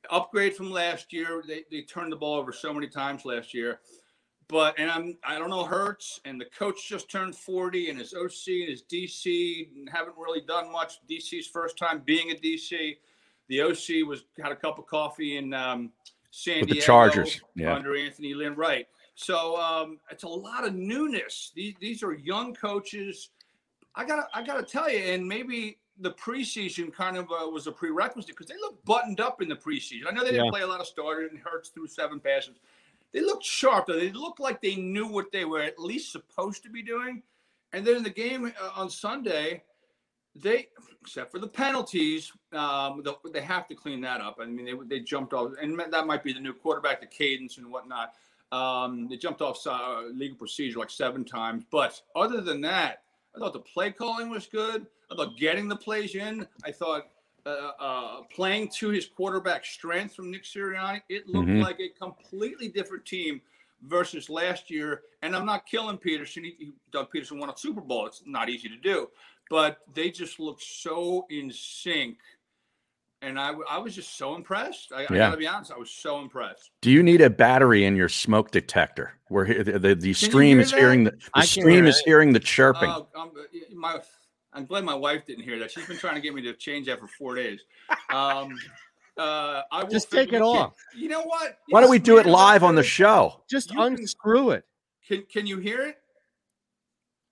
Upgrade from last year, they, they turned the ball over so many times last year. But and I'm I don't know Hurts and the coach just turned 40 and his OC and his DC haven't really done much. DC's first time being a DC. The OC was had a cup of coffee in um, San
With the
Diego
Chargers, yeah.
under Anthony Lynn, right? So um, it's a lot of newness. These these are young coaches. I gotta I gotta tell you, and maybe the preseason kind of uh, was a prerequisite because they looked buttoned up in the preseason. I know they didn't
Yeah.
play a lot of starters and Hurts threw seven passes. They looked sharp though. They looked like they knew what they were at least supposed to be doing. And then in the game uh, on Sunday, they except for the penalties, um, the, they have to clean that up. I mean, they they jumped off, and that might be the new quarterback, the cadence and whatnot. Um, they jumped off uh, legal procedure like seven times, but other than that, I thought the play calling was good. I thought getting the plays in. I thought uh, uh, playing to his quarterback strength from Nick Sirianni. It looked
Mhm.
like a completely different team versus last year. And I'm not killing Peterson. He, he, Doug Peterson won a Super Bowl. It's not easy to do, but they just looked so in sync. And I, w- I was just so impressed. I, I
Yeah.
gotta be honest, I was so impressed.
Do you need a battery in your smoke detector? We're here. The, the, the
you
stream
hear
is
that?
hearing the,
I
the
can
stream
hear
is
it.
hearing the chirping.
Oh, um, uh, my, I'm glad my wife didn't hear that. She's been trying to get me to change that for four days. Um, uh, I will
Just
figure
take it
this-
off.
You know what?
Why don't we do it
You know what,
live on the
dude?
show?
Just
You can-
unscrew it.
Can Can you hear it?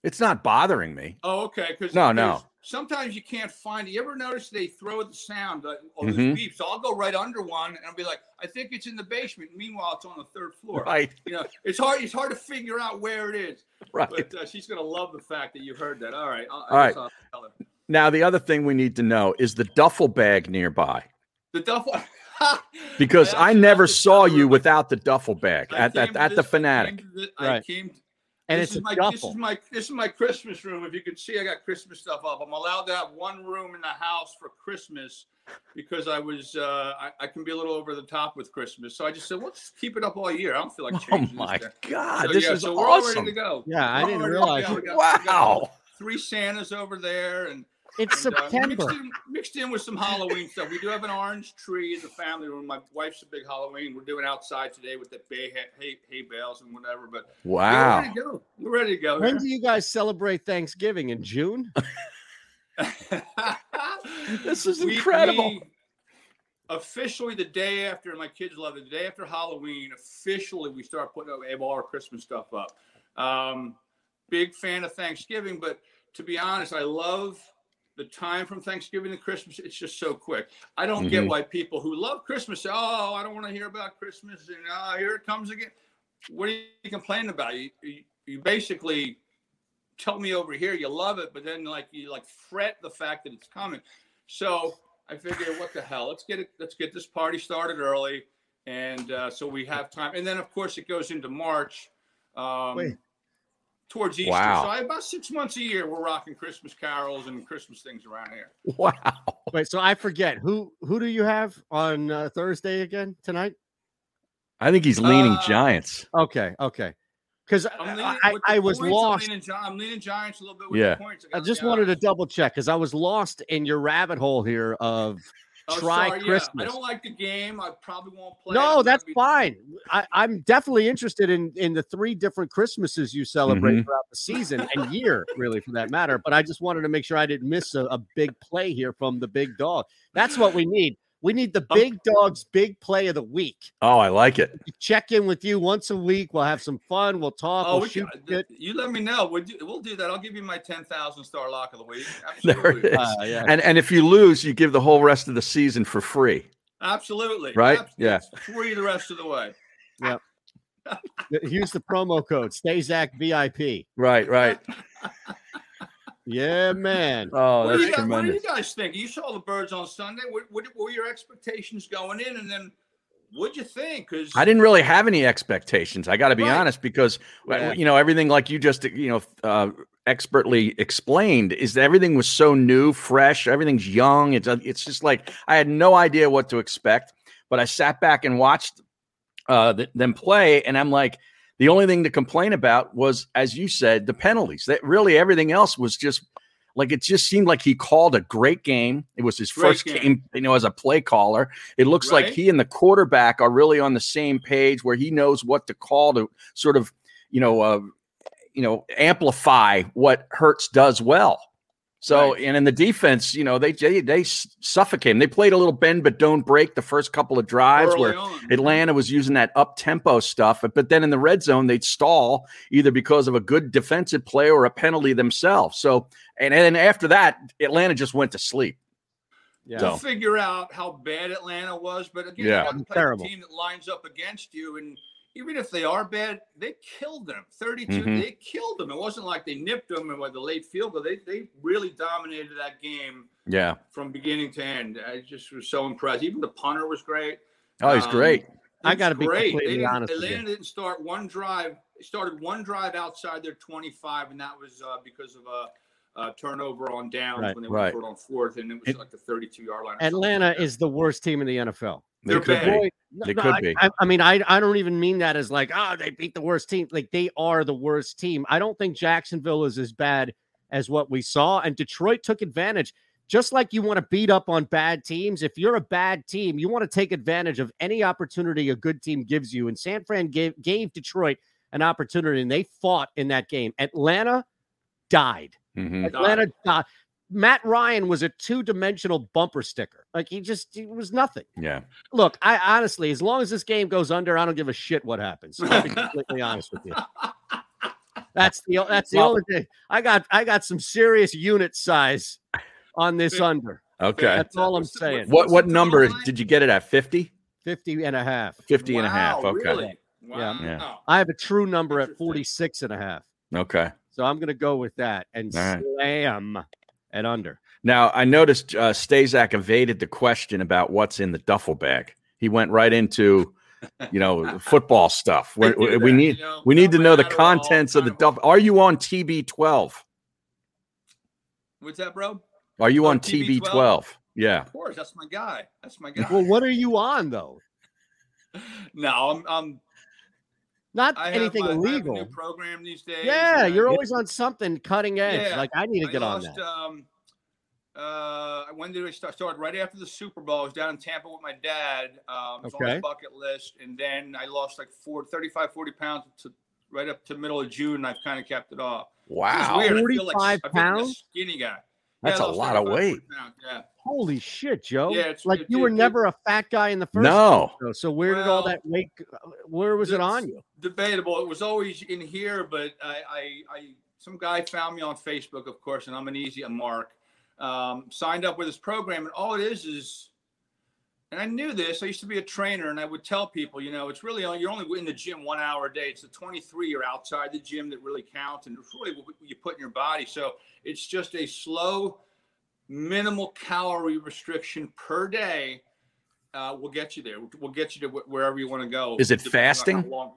It's not bothering me.
Oh, okay. Because
No, no.
sometimes you can't find it. You ever notice they throw the sound like, oh, this
Mhm.
beeps? So I'll go right under one and I'll be like, I think it's in the basement. Meanwhile, it's on the third floor.
Right.
You know, it's hard. It's hard to figure out where it is.
Right.
But uh, she's gonna love the fact that you heard that. All right. I'll,
All
I guess
right.
I'll tell her.
Now, the other thing we need to know is the duffel bag nearby
The duffel.
because I never saw you without the duffel bag at that at the fanatic.
I
Right.
came.
And
this is
it's a
my this
duffel.
is my this is my Christmas room. If you can see, I got Christmas stuff up. I'm allowed to have one room in the house for Christmas because I was uh, I, I can be a little over the top with Christmas. So I just said, let's keep it up all year. I don't feel like
Oh
changing.
my
this thing."
God,
So,
this
yeah,
is
so we're all
awesome.
ready to go.
Yeah, I
We're all
didn't
ready to go.
realize
We
it.
got- we got
Wow.
Three Santas over there, and
It's
and, uh,
September.
mixed, in, mixed in with some Halloween stuff. We do have an orange tree in the family room. My wife's a big Halloween. We're doing outside today with the bay hay, hay, hay bales and whatever. But yeah, we're
Wow.
ready to go. Oh, We're ready to go.
When
here.
do you guys celebrate Thanksgiving? In June? this is
We-
incredible.
we- officially, the day after, my kids love it. The day after Halloween, officially, we start putting up all our Christmas stuff up. Um, big fan of Thanksgiving, but to be honest, I love the time from Thanksgiving to Christmas. It's just so quick. I don't get
Mhm.
Mm-hmm.
why people who love Christmas say, "Oh, I don't want to hear about Christmas," and "Ah, here it comes again." What are you complaining about? You, you, you basically tell me over here you love it, but then like you like fret the fact that it's coming. So I figure, what the hell? Let's get it. Let's get this party started early, and uh, so we have time. And then of course it goes into March. Um,
Wait.
Towards Easter,
Wow.
so I, about six months a year, we're rocking Christmas carols and Christmas things around here.
Wow.
Wait, so I forget who who do you have on uh, Thursday again tonight?
I think he's leaning
Uh,
Giants.
Okay, okay. Because I,
I'm leaning
I,
with the
I was
points,
lost.
I'm leaning, Gi- I'm leaning Giants a little bit with
Yeah.
the points.
I just wanted to double check because I was lost in your rabbit hole here of
Oh,
try
sorry, yeah,
Christmas.
I don't like the game. I probably won't play.
no,
it.
that's fine. I, I'm definitely interested in in the three different Christmases you celebrate
Mhm.
throughout the season and year, really, for that matter. But I just wanted to make sure I didn't miss a, a big play here from the big dog. That's what we need. We need the big dog's big play of the week.
Oh, I like it.
Check in with you once a week. We'll have some fun. We'll talk.
Oh,
we'll
we
shoot
got-
shit.
you let me know. We'll do, we'll do that. I'll give you my ten thousand star lock of the week.
There
Absolutely.
it is. And and if you lose, you give the whole rest of the season for free.
Absolutely.
Right?
Abs-
Yeah.
Free the rest of the way.
Yeah. Use the promo code Stayzac VIP.
Right, right.
Yeah, man.
Oh,
what, do you guys, what do you guys think? You saw the birds on Sunday. What, what were your expectations going in? And then what'd you think? Because
I didn't really have any expectations. I got to be honest because well,
Yeah.
you know everything like you just you know uh, expertly explained is that everything was so new, fresh. Everything's young. It's uh, it's just like I had no idea what to expect. But I sat back and watched uh, th- them play, and I'm like, the only thing to complain about was, as you said, the penalties. That really everything else was just like it just seemed like he called a great game. It was his
Great
first
game.
game. you know, as a play caller. It looks
Right.
like he and the quarterback are really on the same page, where he knows what to call to sort of, you know, uh, you know, amplify what Hertz does well. So and in the defense, you know, they they, they suffocate him. They played a little bend but don't break the first couple of drives
Early
where Atlanta was using that up tempo stuff, but then in the red zone they'd stall either because of a good defensive play or a penalty themselves. So and and after that, Atlanta just went to sleep.
Yeah.
we'll
So,
figure out how bad Atlanta was. But again,
Yeah.
you got to play
Terrible.
a team that lines up against you. And even if they are bad, they killed them. 32,
Mhm.
they killed them. It wasn't like they nipped them and with the late field goal. They, they really dominated that game
yeah.
from beginning to end. I just was so impressed. Even the punter was great.
Oh, he's
Um,
great.
I
It was
gotta be
great. They
completely
didn't-
honest with you.
Atlanta didn't start one drive. they Started one drive outside their 25, and that was uh, because of a, a turnover on downs
Right,
when they went
right.
for it on fourth, and it was like the 32 yard line. or something like
Atlanta
that.
is the worst team in the NFL.
They They're could bad. be.
No,
They
no,
could
I,
be.
I, I mean, I, I don't even mean that as like, oh, they beat the worst team. Like they are the worst team. I don't think Jacksonville is as bad as what we saw. And Detroit took advantage. Just like you want to beat up on bad teams, if you're a bad team, you want to take advantage of any opportunity a good team gives you. And San Fran gave, gave Detroit an opportunity, and they fought in that game. Atlanta died. Atlanta died. Uh, Matt Ryan was a two-dimensional bumper sticker. Like he just he was nothing.
Yeah.
Look, I honestly, as long as this game goes under, I don't give a shit what happens. I'll be completely honest with you. That's the that's the
Well-
only thing. I got I got some serious unit size on this under.
Okay.
That's all I'm saying.
What what number did you get it at? 50?
50 and a half.
50 and a half. Oh,
Wow,
Okay.
really? Yeah.
Yeah.
I have a true number at 46 and a half.
Okay.
So I'm going to go with that and
All right.
slam at under.
Now, I noticed uh, Stazak evaded the question about what's in the duffel bag. He went right into, you know, football stuff. we we, we need we need to know the contents of the duffel. Are you on TB12?
What's that, bro?
Are you
Oh,
on
TB12?
TB12? Yeah.
Of course, that's my guy. That's my guy.
Well, what are you on though?
No, I'm, I'm
Not
I have
anything
my- I have a new
illegal.
program these days.
Yeah,
and
you're
I-
always on something cutting edge.
Yeah,
Like I need to get on
lost,
that.
Um, uh, when did I start? Started right after the Super Bowl. I was down in Tampa with my dad. Um, it was on
Okay.
his bucket list, and then I lost like four, 35, 40 pounds to right up to middle of June. and I've kind of kept it off.
Wow.
it's weird. I feel like, I
45
feel like a
pounds?
skinny guy.
That's
I
a
lost
lot of
35, 40
weight.
pounds, Yeah.
Holy shit, Joe!
Yeah, it's-
like
it-
you
it-
were
it-
never a fat guy in the first.
No.
place, though. So where did all that weight? uh, Where was it
It's
on you?
Debatable. It was always in here, but I, I, I some guy found me on Facebook, of course, and I'm an easy a mark. Um, signed up with his program, and all it is is, and I knew this. I used to be a trainer, and I would tell people, you know, it's really only you're only in the gym one hour a day. It's the 23 you're outside the gym that really counts, and it's really what you put in your body. So it's just a slow, minimal calorie restriction per day. Uh, we'll get you there. We'll get you to wh- wherever you want to go.
Is it
depending on how
fasting?
long-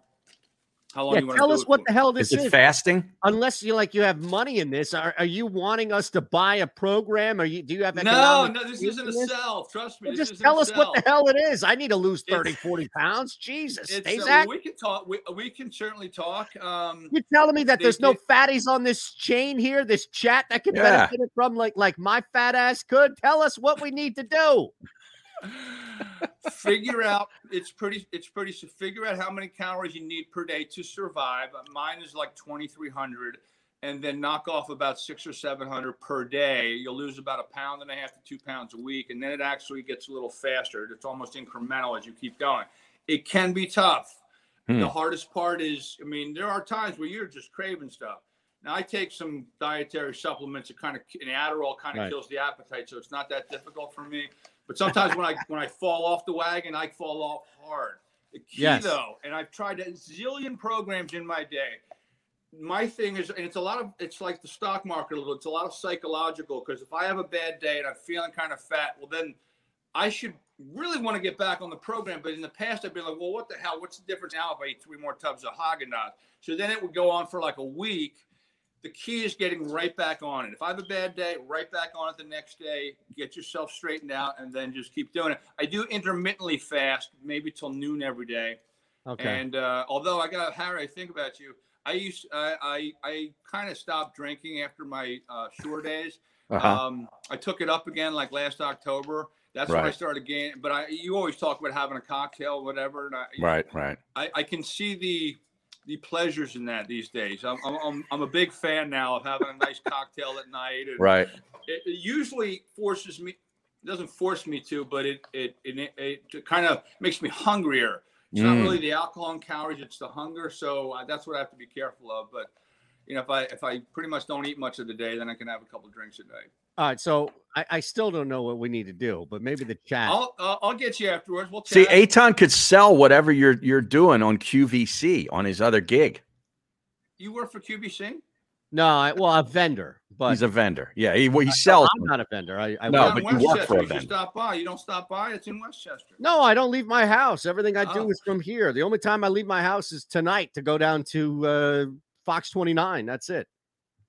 How long
Yeah,
you want to
tell us what the hell this
Is
is.
it fasting?
Unless you like you have money in this, are, are you wanting us to buy a program? Or you do you have
No,
economic
no, this
stake
isn't
in
a
this?
sell. Trust me.
Well,
this
just
isn't
tell
a
us what the
sell.
hell it is. I need to lose 30, 40 pounds. Jesus,
It's,
Stazak.
uh, we can talk. We, we can certainly talk. Um,
You're telling me that
they-
there's no
they-
fatties on this chain here, this chat that could
Yeah.
benefit it from like like my fat ass could. Tell us what we need to do.
figure out it's pretty it's pretty so figure out how many calories you need per day to survive Uh, mine is like 2300 and then knock off about six or seven hundred per day you'll lose about a pound and a half to two pounds a week and then it actually gets a little faster it's almost incremental as you keep going it can be tough
Hmm.
the hardest part is i mean there are times where you're just craving stuff now i take some dietary supplements it kind of an adderall kind of
Right.
kills the appetite so it's not that difficult for me but sometimes when I when I fall off the wagon, I fall off hard. The key
Yes.
though, and I've tried a zillion programs in my day. My thing is, and it's a lot of it's like the stock market a little. It's a lot of psychological because if I have a bad day and I'm feeling kind of fat, well then I should really want to get back on the program. But in the past, I've been like, well, what the hell? What's the difference now if I eat three more tubs of Haagen-Dazs? So then it would go on for like a week. The key is getting right back on it. If I have a bad day, right back on it the next day. Get yourself straightened out, and then just keep doing it. I do intermittently fast, maybe till noon every day.
Okay.
And uh, although I got Harry, I think about you. I used I I, I kind of stopped drinking after my uh, shore days.
Uh-huh.
Um, I took it up again like last October. That's when I
Right.
started gaining. But I, you always talk about having a cocktail, whatever. And I,
Right, right.
I, I can see the the pleasures in that these days. I'm, I'm, I'm, I'm a big fan now of having a nice cocktail at night. And
Right.
It, it usually forces me, it doesn't force me to, but it it it, it, kind of makes me hungrier. It's not
Mm.
really the alcohol and calories; it's the hunger. So uh, that's what I have to be careful of. But you know, if I if I pretty much don't eat much of the day, then I can have a couple drinks a day.
All right, so I, I still don't know what we need to do, but maybe the chat.
I'll I'll I'll get you afterwards. We'll
See,
chat.
Aton could sell whatever you're you're doing on QVC on his other gig.
You work for QBC?
no, I, well, a vendor, but
He's a vendor. Yeah, he, well, he
I-
sells.
I'm not a vendor. I, I
No,
You're in
but you work
Westchester.
for a
You should
vendor.
stop by. You don't stop by. It's in Westchester.
No, I don't leave my house. Everything I do
Oh.
is from here. The only time I leave my house is tonight to go down to uh, Fox 29. That's it.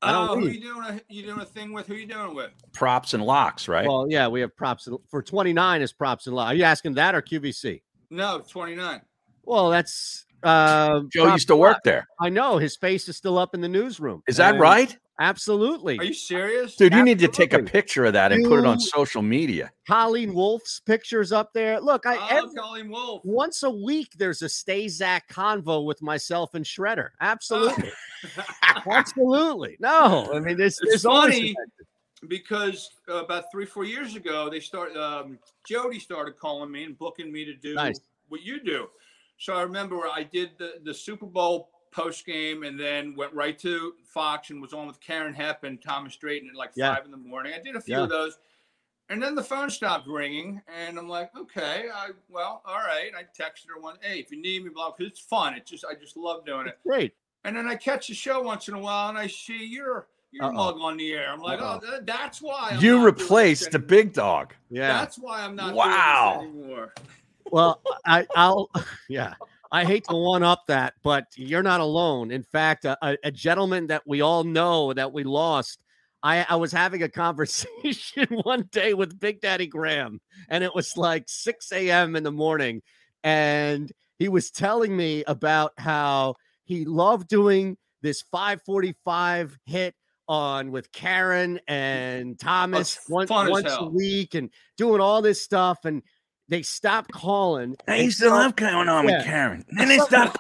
I don't
oh, who
leave.
you doing a you doing a thing with? Who you doing with?
Props and locks, right?
Well, yeah, we have props and- for 29 is props and love. Are you asking that or QVC?
No, twenty nine.
Well, that's uh,
Joe
props
used to
and
work
Locks.
there.
I know his face is still up in the newsroom.
Is that
And-
right?
Absolutely.
Are you serious?
Dude, you need to take a
Absolutely.
picture of that and put it on
You-
social media.
Colleen Wolf's pictures up there. Look, I
Oh,
every-
Colleen Wolf.
once a week there's a Stazak convo with myself and Shredder.
Ah.
Absolutely. Absolutely. No, I mean this
It's
this always
funny because uh, about three four years ago they start um, Jody started calling me and booking me to do
Nice.
what you do. So I remember I did the the Super Bowl post game and then went right to Fox and was on with Karen Hepp and Thomas Drayton at like
Yeah.
five in the morning. I did a few
Yeah.
of those. And then the phone stopped ringing, and I'm like, okay, I well, all right. I texted her one, hey, if you need me, blah, because it's fun. It's just I just love doing it.
Great.
And then I catch a show once in a while, and I see your your
Uh-oh.
mug on the air. I'm like,
Uh-oh.
oh, th- that's why. I'm
You
not doing this
replaced the
anymore.
big dog.
That's why I'm not.
Wow.
Doing this anymore.
Well, I, I'll, yeah, I hate to one up that, but you're not alone. In fact, a, a- a gentleman that we all know that we lost, I, I was having a conversation one day with Big Daddy Graham, and it was like 6 a.m. in the morning. And he was telling me about how he loved doing this 545 hit on with Karen and Thomas
it's
once,
fun as
once a
hell.
week and doing all this stuff. And they stopped calling.
I
and
used to love
some-
going on with
Yeah.
Karen. Then they stopped.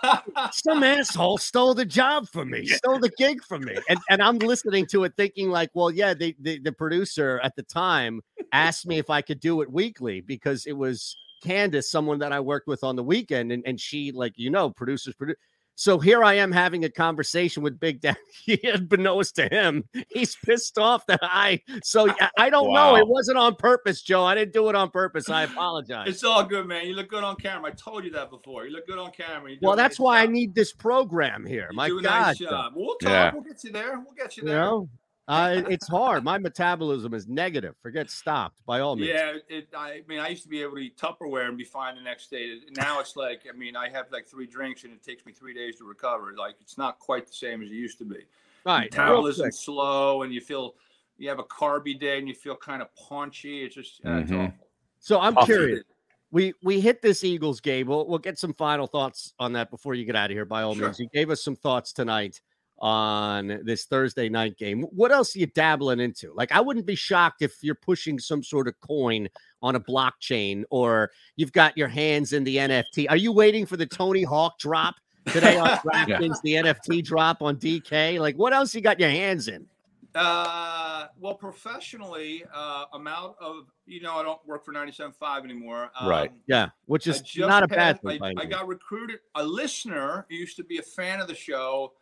Some asshole stole the job from me, stole the gig from me. And, and I'm listening to it thinking, like, well, yeah, they, the, the producer at the time asked me if I could do it weekly because it was Candace, someone that I worked with on the weekend. And, and she, like, you know, producers, produ- so here I am having a conversation with Big Daddy. Unbeknownst to him, he's pissed off that I. So I- I don't know. It
Wow.
wasn't on purpose, Joe. I didn't do it on purpose. I apologize.
It's all good, man. You look good on camera. I told you that before. You look good on camera. You do
Well,
a
that's
nice-
why I need this program here. My
do a
God,
nice job. We'll talk.
Yeah.
We'll get you there. We'll get you
you
there.
know, I, it's hard. My metabolism is negative. Forget stopped by all means.
Yeah, it, I mean, I used to be able to eat Tupperware and be fine the next day. Now it's like, I mean, I have like three drinks and it takes me three days to recover. Like, it's not quite the same as it used to be.
Right, real quick.
Metabolism's slow, and you feel you have a carby day, and you feel kind of paunchy. It's just uh, it's
Mhm.
awful.
So I'm
Tough.
curious. We we hit this Eagles game. We'll, we'll get some final thoughts on that before you get out of here. By all
Sure.
means, you gave us some thoughts tonight on this Thursday night game. What else are you dabbling into? Like, I wouldn't be shocked if you're pushing some sort of coin on a blockchain, or you've got your hands in the NFT. Are you waiting for the Tony Hawk drop today on DraftKings? The NFT drop on DK. Like, what else you got your hands in?
Uh, well, professionally, uh, I'm out of you know I don't work for 97.5 anymore. Um,
Yeah. Which
I
is
just
not a bad
passed-
thing. by
I,
any
I
means.
got recruited. A listener who used to be a fan of the show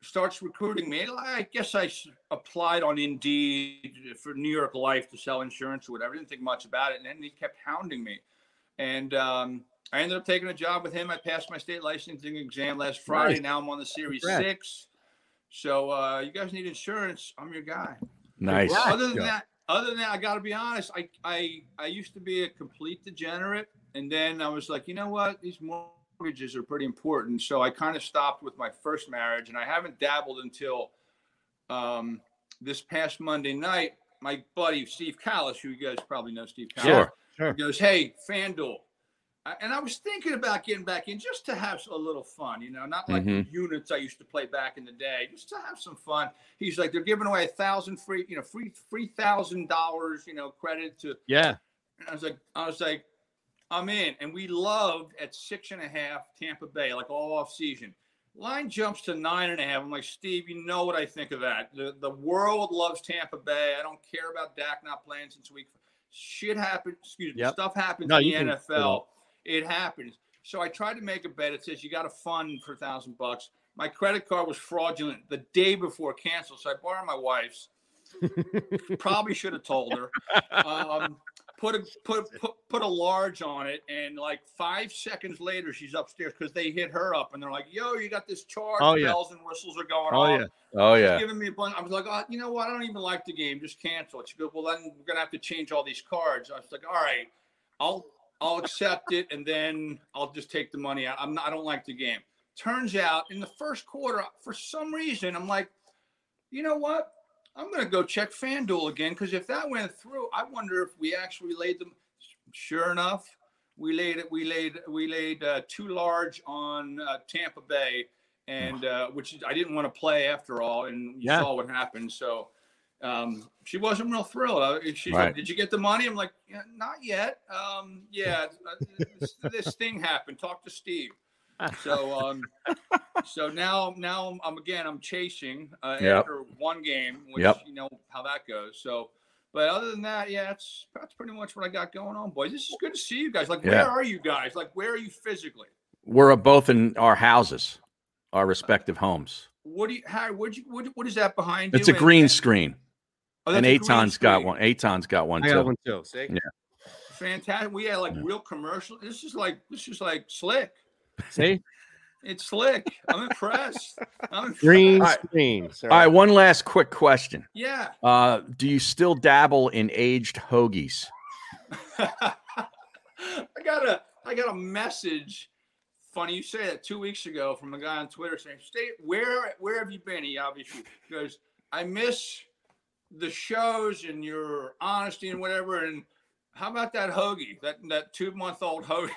starts recruiting me. I guess I s- applied on Indeed for New York Life to sell insurance or whatever. I didn't think much about it, and then he kept hounding me, and um, I ended up taking a job with him. I passed my state licensing exam last Friday.
Nice.
Now I'm on the Series
Congrats.
Six. So uh, you guys need insurance. I'm your guy.
Nice.
Other than
Yeah.
that, other than that, I got to be honest. I, I I used to be a complete degenerate, and then I was like, you know what? These mortgages are pretty important, so I kind of stopped with my first marriage, and I haven't dabbled until um, this past Monday night. My buddy Steve Callis, who you guys probably know, Steve Callis,
Sure, sure.
goes, "Hey, FanDuel." I- And I was thinking about getting back in just to have a little fun, you know, not like
Mhm.
units I used to play back in the day, just to have some fun. He's like, they're giving away a thousand free, you know, free three thousand dollars, you know, credit to.
Yeah.
And I was like, I was like, I'm in. And we loved at six and a half Tampa Bay, like all off season. Line jumps to nine and a half. I'm like, Steve, you know what I think of that. The the world loves Tampa Bay. I don't care about Dak not playing since week. Shit happens. Excuse me.
Yep.
Stuff happens
No,
in
you
the
can-
NFL. It happens. So I tried to make a bet. It says you got to fund for a thousand bucks. My credit card was fraudulent the day before canceled. So I borrowed my wife's. Probably should have told her. Um, put a put, put put a large on it, and like five seconds later, she's upstairs because they hit her up, and they're like, "Yo, you got this charge?
Oh, yeah.
Bells and whistles are going
Oh,
off."
yeah. Oh,
She's
yeah.
giving me a bunch. I was like, oh, you know what? I don't even like the game. Just cancel it. She goes, well, then we're gonna have to change all these cards. I was like, all right, I'll I'll accept it, and then I'll just take the money out. I'm not. I don't like the game. Turns out, in the first quarter, for some reason, I'm like, you know what? I'm gonna go check FanDuel again because if that went through, I wonder if we actually laid them. Sure enough, we laid it. We laid we laid uh, too large on uh, Tampa Bay, and uh, which is- I didn't want to play after all. And you
Yeah.
saw what happened. So um, she wasn't real thrilled. I, she said,
Right.
"Did you get the money?" I'm like, yeah, "Not yet. Um, yeah, uh, this, this thing happened. Talk to Steve." So um, so now now I'm, I'm again I'm chasing uh,
Yep.
after one game, which
Yep.
you know how that goes. So. But other than that, yeah, that's that's pretty much what I got going on, boys. This is good to see you guys. Like,
Yeah.
where are you guys? Like, where are you physically?
We're both in our houses. our respective homes.
What do you, Harry? What, you, what, what is that behind
It's a
you? And-
green screen.
Oh,
and
that's a green
Aton's got one. Aton's got one
I
too.
got one too. See?
Yeah.
Fantastic. We had like real commercial. This is like this is like slick.
See?
It's slick. I'm impressed. I'm impressed.
Green screen.
All right, one last quick question.
Yeah.
Uh, do you still dabble in aged hoagies?
I got a I got a message. Funny you say that two weeks ago from a guy on Twitter saying, "Stay where where have you been?" He obviously goes, "I miss the shows and your honesty and whatever." And how about that hoagie? That that two month old hoagie.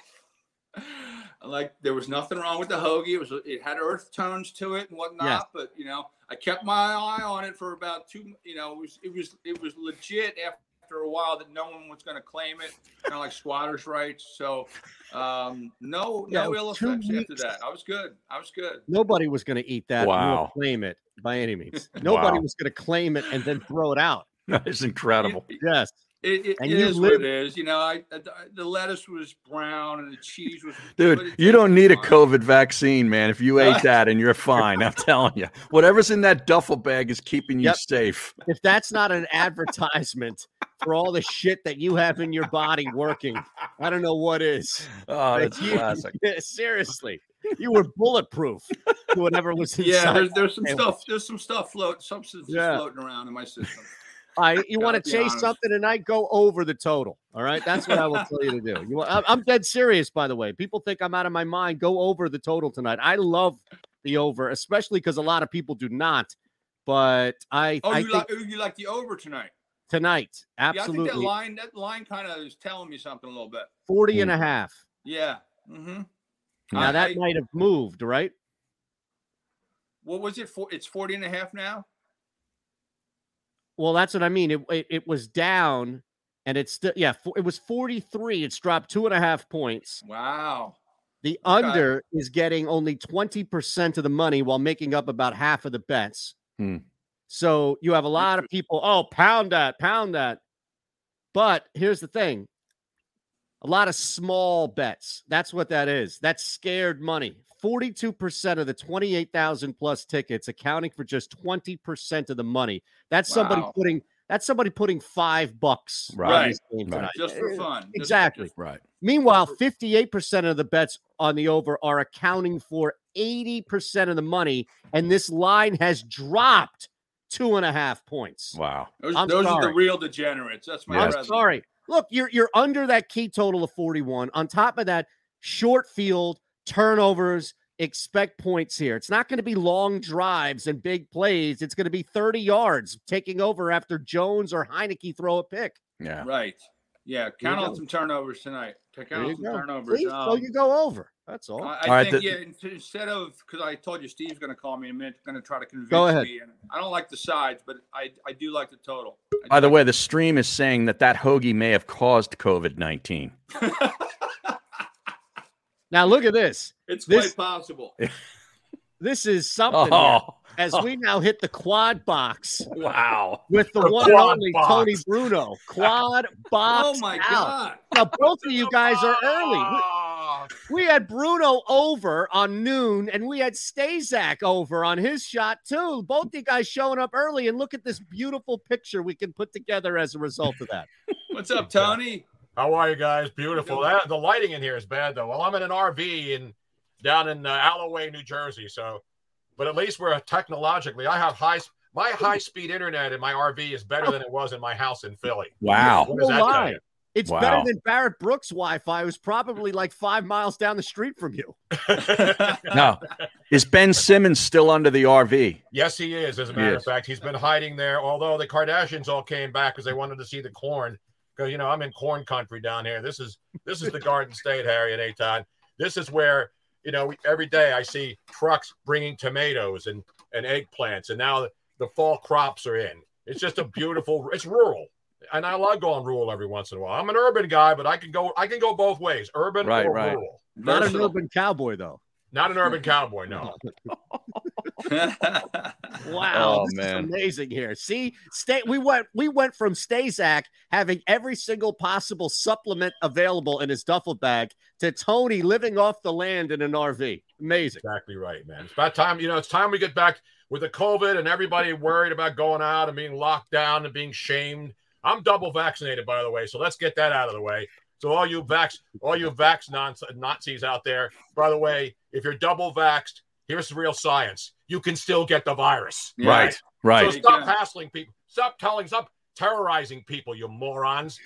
like there was nothing wrong with the hoagie. It was it had earth tones to it and whatnot.
Yes.
But you know, I kept my eye on it for about two. You know, it was it was it was legit after a while that no one was going to claim it, kind of like squatters' rights. So, um, no, no
Yeah,
ill
two
effects after that. I was good. I was good.
Nobody was going to eat that. and
Wow.
claim it by any means. Nobody
Wow.
was going to claim it and then throw it out.
That is incredible.
Yes.
It, it,
And
it
you
is what
live-
it is. You know, I, I the lettuce was brown and the cheese was. but
Dude,
it
you don't
tasted
need a
fine.
COVID vaccine, man. If you ate that and you're fine, I'm telling you. Whatever's in that duffel bag is keeping you
Yep.
safe.
If that's not an advertisement for all the shit that you have in your body working, I don't know what is.
Oh,
Like,
that's
you-
classic.
yeah, seriously, you were bulletproof to whatever was inside.
Yeah, there's, there's
that
some
sandwich.
stuff. There's some stuff float substances
Yeah.
floating around in my system.
All right, you want
Gotta
to
be
chase
honest.
something tonight? Go over the total. All right, that's what I will tell you to do. You, want- I'm- I'm dead serious, by the way. People think I'm out of my mind. Go over the total tonight. I love the over, especially because a lot of people do not. But I,
Oh,
I
you
think
like oh, you like the over tonight?
tonight,
Yeah, I think
absolutely,
that line that line kind of is telling me something a little bit.
40
Hmm.
Hmm.
and a half.
Yeah. Mm-hmm.
Now that might have moved, right?
What was it for? It's 40 and a half now.
Well, that's what I mean. It it, it was down, and it's still yeah. fo- It was forty three. It's dropped two and a half points.
Wow.
The
Okay.
under is getting only twenty percent of the money while making up about half of the bets.
Hmm.
So you have a lot of people. Oh, pound that, pound that. But here's the thing. A lot of small bets. That's what that is. That's scared money. 42% of the 28,000 plus tickets accounting for just 20% of the money. That's somebody
Wow.
putting that's somebody putting 5 bucks on
Right.
this game
Right.
tonight.
Just for fun. Just-
Exactly.
Right.
Meanwhile, 58% of the bets on the over are accounting for 80% of the money, and this line has dropped two and a half points.
Wow.
Those,
I'm
those are
sorry.
the real degenerates. That's my.
I'm
brother.
sorry. Look, you're you're under that key total of 41. On top of that, short field, turnovers, expect points here. It's not going to be long drives and big plays. It's going to be 30 yards taking over after Jones or Heineke throw a pick.
Yeah.
Right. Yeah.
you
Count on
go.
some turnovers tonight. Count
There
on
you
some
go.
turnovers.
See? so
Um,
you go over. That's all.
I, I
All right,
think
the-
yeah. in- Instead of because I told you Steve's going to call me in a minute, going to try to convince
ahead.
me. And I don't like the sides, but I I do like the total. I
By
do
the
like-
way, the stream is saying that that hoagie may have caused COVID 19.
now look at this.
it's
this-
quite possible.
This is something. here.
Oh,
As we now hit the quad box
wow.
with the,
The
one and
quad
only
box.
Tony Bruno. Quad box.
Oh my
out.
god!
Now both of you guys are early. We- We, had Bruno over on noon, and we had Stazak over on his shot too. Both you guys showing up early, and look at this beautiful picture we can put together as a result of that.
What's up, Tony?
How are you guys? Beautiful.
Good.
That, the lighting in here is bad though. Well, I'm in an RV in down in uh, Alloway, New Jersey. So, but at least we're technologically. I have high sp- my high speed internet in my RV is better than it was in my house in Philly.
Wow.
What does that tell you?
It's
Wow.
better than Barrett Brooks' Wi-Fi, who's probably like five miles down the street from you.
No. Is Ben Simmons still under the RV?
Yes, he is. As a matter
He
of
is.
fact, he's been hiding there. Although the Kardashians all came back because they wanted to see the corn. Because you know I'm in corn country down here. This is this is the Garden State, Harry and Aton. This is where you know we- every day I see trucks bringing tomatoes and and eggplants, and now the fall crops are in. It's just a beautiful. It's rural, and I like going rural every once in a while. I'm an urban guy, but I can go I can go both ways, urban
Right,
or
right.
rural.
Not an
Versatile.
urban cowboy though.
Not an urban cowboy, no.
Wow,
Oh,
this is
man.
amazing here. See, stay. We went. We went from Stazak having every single possible supplement available in his duffel bag to Tony living off the land in an RV. Amazing.
Exactly right, man. It's about time, you know, it's time we get back with the COVID and everybody worried about going out and being locked down and being shamed. I'm double vaccinated, by the way, so let's get that out of the way. So all you vax, all you vax non- Nazis out there, by the way, if you're double vaxxed, here's the real science: you can still get the virus.
Right, right.
So stop hassling people. Stop telling, stop terrorizing people, you morons.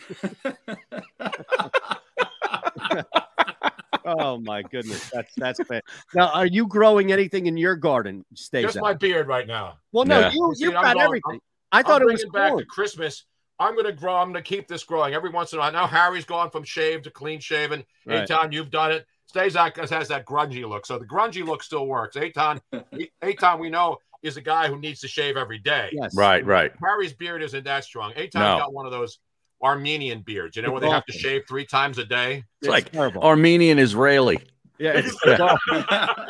Oh my goodness, that's that's bad. Now, are you growing anything in your garden, Stazak?
Just my beard right now.
Well, no, you
See,
you
I'm
got
going-
everything.
I'm-
I thought
I'm
it was
bringing back
corn.
to Christmas. I'm going to grow. I'm going to keep this growing every once in a while. Now Harry's gone from shaved to clean shaven.
Right.
Aton, you've done it. Stazak has- has that grungy look, so the grungy look still works. Aton, Aton, we know is a guy who needs to shave every day.
Yes. Right, right.
Harry's beard isn't that strong. Aton
No.
has got one of those Armenian beards, you know, where they have to shave three times a day.
It's like Armenian Israeli.
Yeah, it's,
Yeah.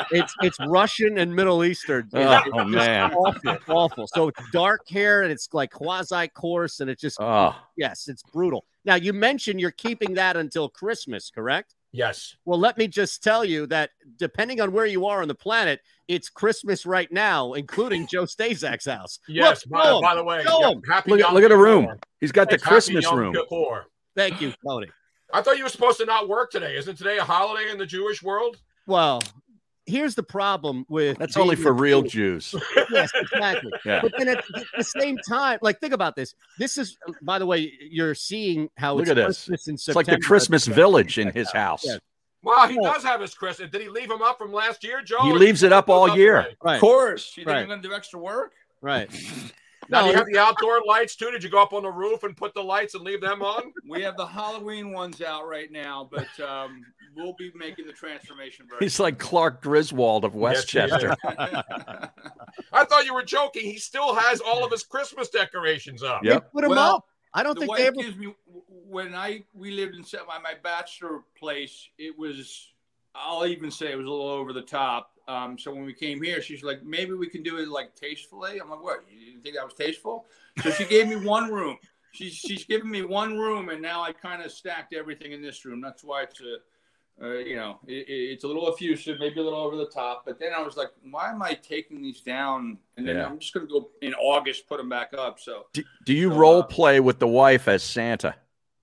it's it's Russian and Middle Eastern. dude.
Oh,
It's just
man.
awful, awful. So it's dark hair and it's like quasi coarse and it's just
Oh.
yes, it's brutal. Now you mentioned you're keeping that until Christmas, correct?
Yes.
Well, let me just tell you that depending on where you are on the planet, it's Christmas right now, including Joe Stazak's house.
Yes.
Look,
By,
show
Oh, by
'em,
the way,
show
yeah,
'em.
happy
Look, at-
Yom
look at the
Kippur.
room. He's got the
It's happy
Christmas
Yom
room.
Kippur.
Thank you, Tony.
I thought you were supposed to not work today. Isn't today a holiday in the Jewish world?
Well, here's the problem with
That's only
being
for
a
real
Jew.
Jews.
yes, exactly.
Yeah.
But then at the- the same time, like think about this. This is, by the way, you're seeing how
Look
it's
at this.
Christmas in
It's like the
September.
Christmas village in his house.
Yeah.
Wow, he does have his Christmas. Did he leave him up from last year, Joe?
He leaves it up all year.
Of course. You think
Right.
I'm going to do extra work?
Right.
Now, do you
No,
have the outdoor lights too? Did you go up on the roof and put the lights and leave them on?
We have the Halloween ones out right now, but um, we'll be making the transformation version.
He's like Clark Griswold of
Yes, he is.
Westchester.
I thought you were joking. He still has all of his Christmas decorations up.
Yep.
put him
Well,
up. I don't
the
think
wife
they ever.
gives me when I we lived in Sa- my my bachelor place. It was I'll even say it was a little over the top. Um, so when we came here, she's like, maybe we can do it like tastefully. I'm like, what? You didn't think that was tasteful? So she gave me one room. She's she's given me one room, and now I kind of stacked everything in this room. That's why it's a uh, you know, it, it- it's a little effusive, maybe a little over the top. But then I was like, why am I taking these down? And then
Yeah.
I'm just going to go in August, put them back up. So,
Do, do you role play with the wife as Santa?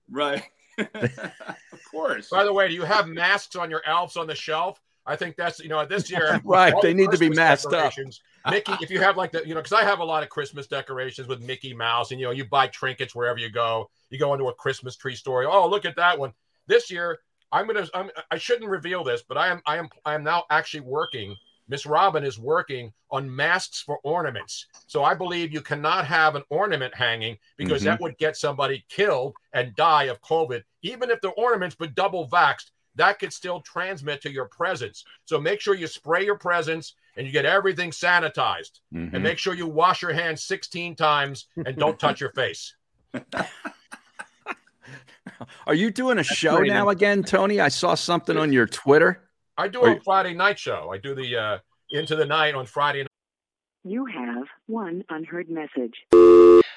right. of course.
By the way, do you have masks on your elves on the shelf? I think that's you know this year.
Right,
all
they
the
need to be
Christmas
masked up.
decorations- Mickey, if you have like the you know, because I have a lot of Christmas decorations with Mickey Mouse, and you know, you buy trinkets wherever you go. You go into a Christmas tree store. Oh, look at that one! This year, I'm gonna. I'm, I shouldn't reveal this, but I am. I am. I am now actually working. Miss Robin is working on masks for ornaments. So I believe you cannot have an ornament hanging because
Mhm.
that would get somebody killed and die of COVID, even if the ornaments but double vaxxed. That could still transmit to your presence. So make sure you spray your presence and you get everything sanitized.
Mhm.
And make sure you wash your hands 16 times and don't touch your face.
Are you doing a show
great
now again, Tony? I saw something on your Twitter.
I do
Are
a
you-
Friday night show. I do the uh, Into the Night on Friday
You have one unheard message.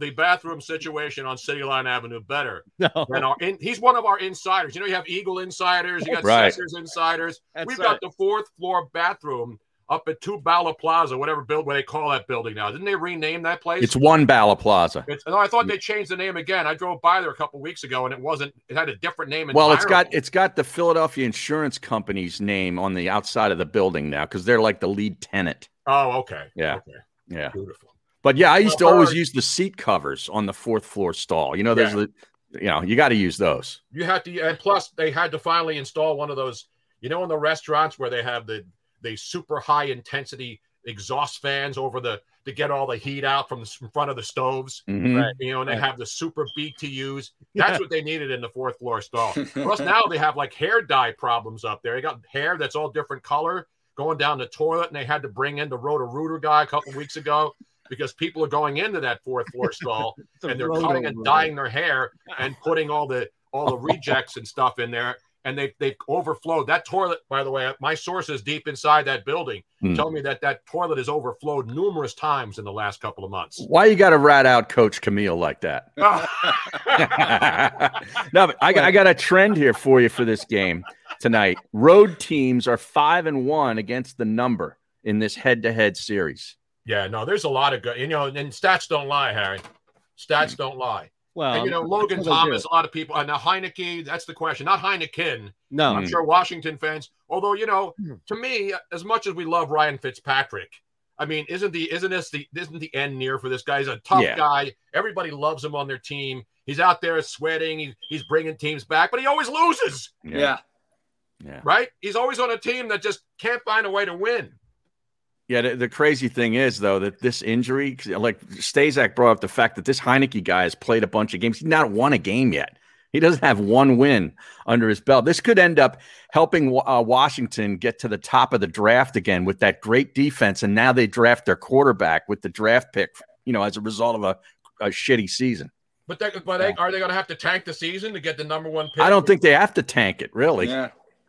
the bathroom situation on City Line Avenue better
No.
than our. In, he's one of our insiders. You know, you have Eagle insiders, you got
Right.
Sixers insiders.
That's
We've got
right.
the fourth floor bathroom up at Two Bala Plaza, whatever build what they call that building now. Didn't they rename that place?
It's one Bala Plaza.
It's- no, I thought they changed the name again. I drove by there a couple weeks ago, and it wasn't. It had a different name.
Well, it's
entirely.
got it's got the Philadelphia Insurance Company's name on the outside of the building now because they're like the lead tenant.
Oh, okay.
Yeah.
Okay.
Yeah.
Beautiful.
But yeah, I used to
Well,
always
Bird-
use the seat covers on the fourth floor stall. You know, there's
Yeah.
the, you know, you got to use those.
You had to, and plus they had to finally install one of those. You know, in the restaurants where they have the the super high intensity exhaust fans over the to get all the heat out from the s- front of the stoves.
Mhm. Right.
You know, and they
Right.
have the super BTUs.
Yeah.
That's what they needed in the fourth floor stall. plus now they have like hair dye problems up there. They got hair that's all different color going down the toilet, and they had to bring in the rotor rooter guy a couple weeks ago. Because people are going into that fourth floor stall
The
and they're cutting and
Roto-Rooter.
dyeing their hair and putting all the all the rejects and stuff in there and they they've overflowed that toilet by the way my sources deep inside that building
Hmm.
tell me that that toilet has overflowed numerous times in the last couple of months
Why you got to rat out Coach Camille like that? no, but I, got- I got a trend here for you for this game tonight. Road teams are five and one against the number in this head-to-head series.
yeah no there's a lot of good you know and, and stats don't lie harry stats don't lie
Well,
and, you know
I'm-
Logan
I'm gonna do
Thomas,
it.
a lot of people, and now Heineke. That's the question, not Heineken.
No.
I'm sure Washington fans. Although you know, to me, as much as we love Ryan Fitzpatrick, I mean, isn't the isn't this the isn't the end near for this guy? He's a tough
Yeah.
guy. Everybody loves him on their team. He's out there sweating. He, he's bringing teams back, but he always loses.
Yeah.
Right? He's always on a team that just can't find a way to win.
Yeah, the, the crazy thing is though that this injury, like Stazak brought up the fact that this Heineke guy has played a bunch of games. He's not won a game yet. He doesn't have one win under his belt. This could end up helping uh, Washington get to the top of the draft again with that great defense, and now they draft their quarterback with the draft pick. You know, as a result of a, a shitty season.
But they, but they, are they going to have to tank the season to get the number one pick?
I don't think they have to tank it really.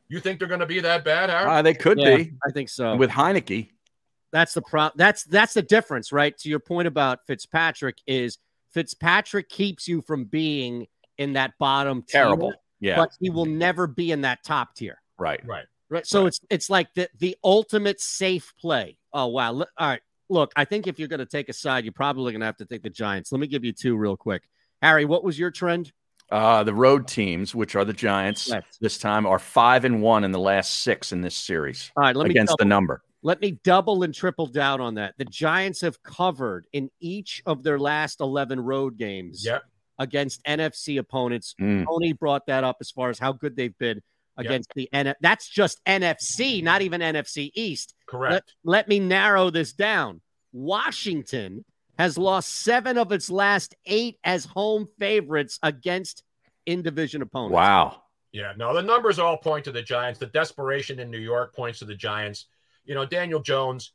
You think they're going to be that bad, Harry?
Uh, they could
Yeah,
be.
I think so.
With Heineke,
That's the pro. That's that's the difference, right? To your point about Fitzpatrick is Fitzpatrick keeps you from being in that bottom
Terrible.
tier,
Yeah.
but he will never be in that top tier,
right?
Right.
right? So it's it's like the the ultimate safe play. Oh wow! Look- All right, look, I think if you're going to take a side, you're probably going to have to take the Giants. Let me give you two real quick. Harry, what was your trend?
Uh, the road teams, which are the Giants this time, are five and one in the last six in this series.
All right, let me
against the
double-
number.
Let me double and triple down on that. The Giants have covered in each of their last 11 road games.
Yep.
against NFC opponents.
Mm.
Tony brought that up as far as how good they've been against the N. That's just NFC, not even NFC East.
Correct.
Let, let me narrow this down. Washington has lost seven of its last eight as home favorites against in division opponents.
Yeah, no, the numbers all point to the Giants. The desperation in New York points to the Giants. You know, Daniel Jones,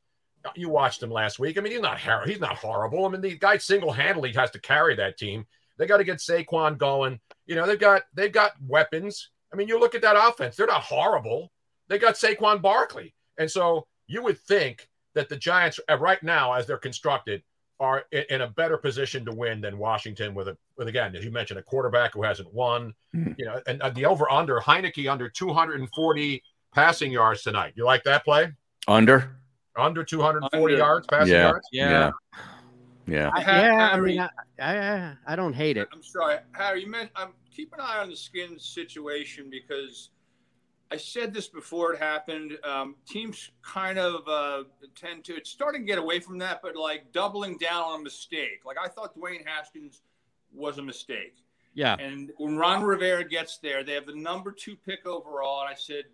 you watched him last week. I mean, he's not har- he's not horrible. I mean, the guy single handedly has to carry that team. They got to get Saquon going. You know, they've got they've got weapons. I mean, you look at that offense; they're not horrible. They got Saquon Barkley, and so you would think that the Giants, uh, right now, as they're constructed, are i- in a better position to win than Washington with a with again, as you mentioned, a quarterback who hasn't won. You know, and uh, the over under Heineke under 240 passing yards tonight. You like that play?
Under.
Under 240
Under.
yards passing
yeah.
yards.
Yeah. Yeah.
I-
Ha-
yeah, I
Harry.
mean, I, I, I don't hate it.
I'm sorry, Harry. You meant I'm keep an eye on the skin situation because I said this before it happened. Um, teams kind of uh, tend to it's starting to get away from that, but like doubling down on a mistake. Like I thought Dwayne Haskins was a mistake.
Yeah.
And when Ron Rivera gets there, they have the number two pick overall, and I said,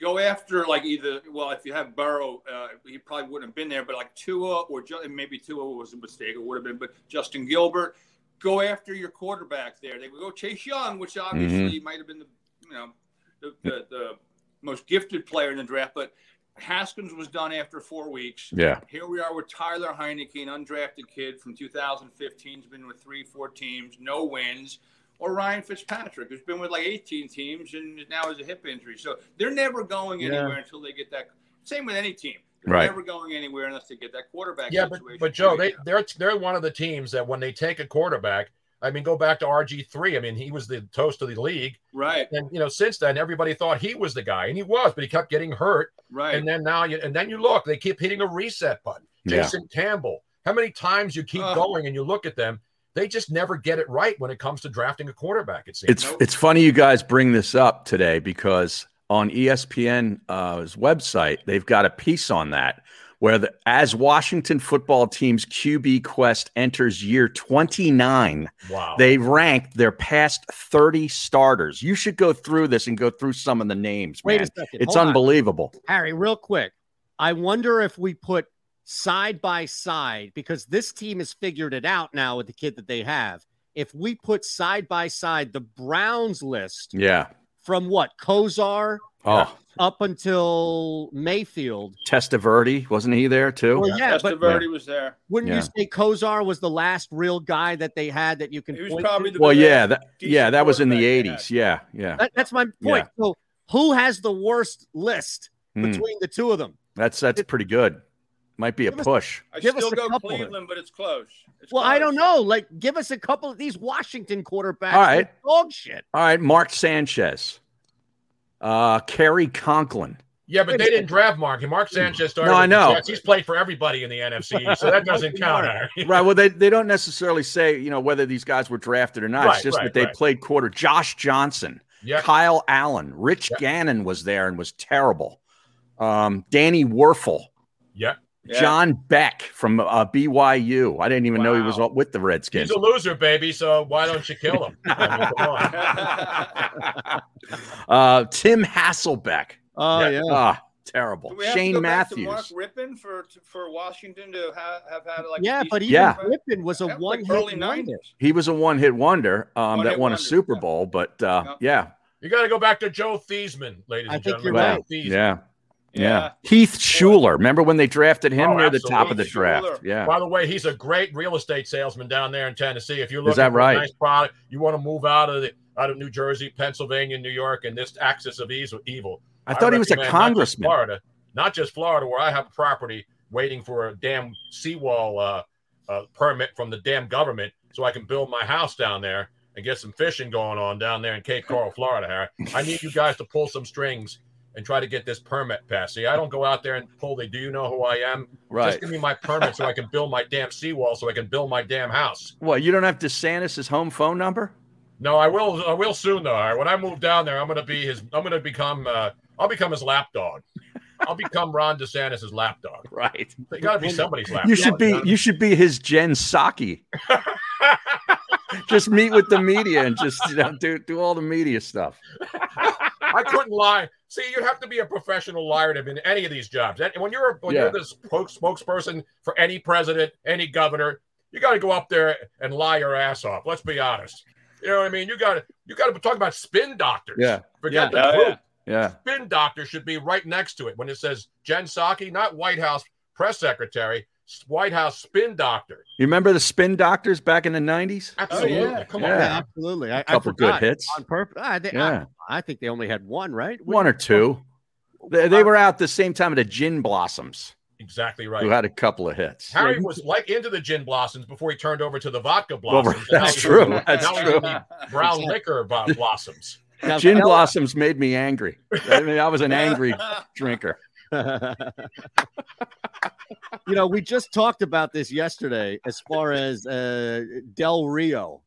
go after like either well, if you have Burrow, uh, he probably wouldn't have been there, but like Tua or Ju- maybe Tua was a mistake, it would have been, but Justin Gilbert, go after your quarterback there. They would go Chase Young, which
Mm-hmm.
obviously might have been the you know the, the, the most gifted player in the draft, but Haskins was done after four weeks.
Yeah.
Here we are with Tyler Heineke, an undrafted kid from 2015, has been with three, four teams, no wins. Or Ryan Fitzpatrick, who's been with like 18 teams and now has a hip injury. So they're never going
Yeah.
anywhere until they get that. Same with any team. They're
Right.
never going anywhere unless they get that quarterback
Yeah, but,
situation.
but Joe, they they're they're one of the teams that when they take a quarterback, I mean, go back to RG three. I mean, he was the toast of the league,
right?
And you know, since then, everybody thought he was the guy, and he was, but he kept getting hurt,
right?
And then now, you, and then you look, they keep hitting a reset button.
Yeah.
Jason Campbell, how many times you keep going and you look at them, they just never get it right when it comes to drafting a quarterback. It seems
It's it's funny you guys bring this up today because on E ESPN's uh, website they've got a piece on that where the as Washington football team's QB quest enters year 29
wow.
they ranked their past 30 starters you should go through this and go through some of the names
Wait a
man.
second,
it's
hold on.
unbelievable
Harry, real quick, I wonder if we put side by side because this team has figured it out now with the kid that they have. If we put side by side the Browns list
yeah
from what Kozar
oh
up until Mayfield,
Testaverde wasn't he there too
Well, yeah, but-
Testaverde was there.
wouldn't
Yeah.
you say Kozar was the last real guy that they had that you can?
He was
point
probably
to?
well yeah that, yeah that was in the 80s yeah yeah
That- that's my point. So who has the worst list
Hmm.
between the two of them?
that's that's pretty good might be a push
I
Give us
still
a
go
couple.
Cleveland, but it's close. It's
Well,
close.
I don't know. Like, give us a couple of these Washington quarterbacks.
All right.
They're Dog shit.
All right, Mark Sanchez, uh, Kerry Conklin.
Yeah, but they didn't draft Mark. And Mark Sanchez started.
No, I
with the
know.
Jets. He's played for everybody in the NFC, so that doesn't count. Harry.
right. Well, they, they don't necessarily say you know whether these guys were drafted or not.
Right,
it's just
right,
that they
right.
played quarter. Josh Johnson,
Yeah.
Kyle Allen, Rich Gannon was there and was terrible. Um, Danny Werfel,
Yeah.
John Beck from uh, BYU. I didn't even know he was all- with the Redskins.
He's a loser, baby. So why don't you kill him? I mean, come on.
Uh, Tim Hasselbeck.
Oh
Yeah. yeah.
Ah, terrible.
Do we have to
Shane
go back to
Matthews.
Mark Rippon for to- for Washington to have, have had like
Yeah,
these-
but even
Yeah.
Griffin was a
That was
one
like
hit
early
wonder.
He was a one-hit wonder um,
One-hit
that won a
wonder,
Super Bowl, but uh, yeah,
you got to go back to Joe Theismann, ladies
I
and
think
gentlemen.
you're
Wow.
Joe Theismann.
Yeah. Yeah. Heath Schuler. Remember when they drafted him
Oh,
near the top of the
absolutely.
draft? Yeah.
By the way, he's a great real estate salesman down there in Tennessee. If you're looking
that
for
right?
a nice product, you want to move out of the out of New Jersey, Pennsylvania, New York, and this axis of ease evil.
I thought he was a
recommend not just
congressman.
Florida, not just Florida, where I have a property waiting for a damn seawall uh, uh, permit from the damn government, so I can build my house down there and get some fishing going on down there in Cape Coral, Florida. Harry, I need you guys to pull some strings and try to get this permit passed. See, I don't go out there and pull the do you know who I am?
Right.
Just give me my permit so I can build my damn seawall so I can build my damn house.
Well, you don't have DeSantis' home phone number?
No, I will I will soon though. All right? When I move down there, I'm gonna be his I'm gonna become uh I'll become his lapdog. I'll become Ron DeSantis' lapdog.
Right.
You gotta be somebody's lapdog.
You should be
know?
you should be his Jen Saki. just meet with the media and just you know, do do all the media stuff.
I couldn't lie. See, you have to be a professional liar to be in any of these jobs. And when you're when
Yeah.
you're the spoke, spokesperson for any president, any governor, you got to go up there and lie your ass off. Let's be honest. You know what I mean? You got to you got to talk about spin doctors.
Yeah.
forget
Yeah.
the
Oh,
truth.
yeah. Yeah.
Spin doctor should be right next to it when it says Jen Psaki, not White House press secretary, s- White House spin doctor.
You remember the spin doctors back in the nineties?
Absolutely. Come on.
Yeah.
absolutely. I, I
Couple good
forgot
hits.
on purpose. I, think,
Yeah.
I, I think they only had one, right?
One or two. They, they were out the same time at the Gin Blossoms,
Exactly right.
who had a couple of hits.
Harry was like into the gin blossoms before he turned over to the vodka
Well,
blossoms.
that's
And now he's-
true. That's
now he's
true.
in the Brown liquor bo- blossoms.
Gin Blossoms made me angry. I mean, I was an angry drinker.
you know, we just talked about this yesterday as far as uh, Del Rio.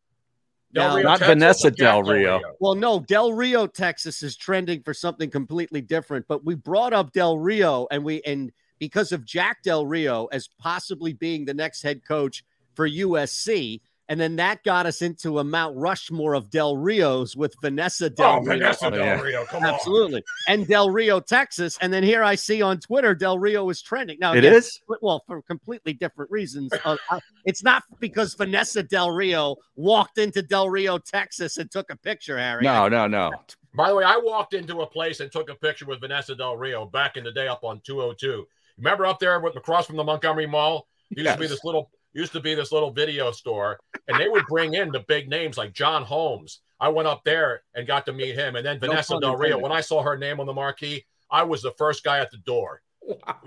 Del Rio, Not Texas, Vanessa but Del Jack Del Rio. Rio.
Well, no, Del Rio, Texas is trending for something completely different. But we brought up Del Rio and we and because of Jack Del Rio as possibly being the next head coach for USC. And then that got us into a Mount Rushmore of Del Rio's with Vanessa Del
Oh,
Rio.
Vanessa Del Yeah. Rio, come on.
Absolutely. And Del Rio, Texas. And then here I see on Twitter, Del Rio is trending. Now,
It
again,
is?
Well, for completely different reasons. Uh, uh, it's not because Vanessa Del Rio walked into Del Rio, Texas and took a picture, Harry.
No, no, no.
By the way, I walked into a place and took a picture with Vanessa Del Rio back in the day up on 202. Remember up there with across from the Montgomery Mall? Used to be
Yes.
this little used to be this little video store, and they would bring in the big names like John Holmes. I went up there and got to meet him, and then
No
Vanessa
pun
Del Rio.
intended.
When I saw her name on the marquee, I was the first guy at the door.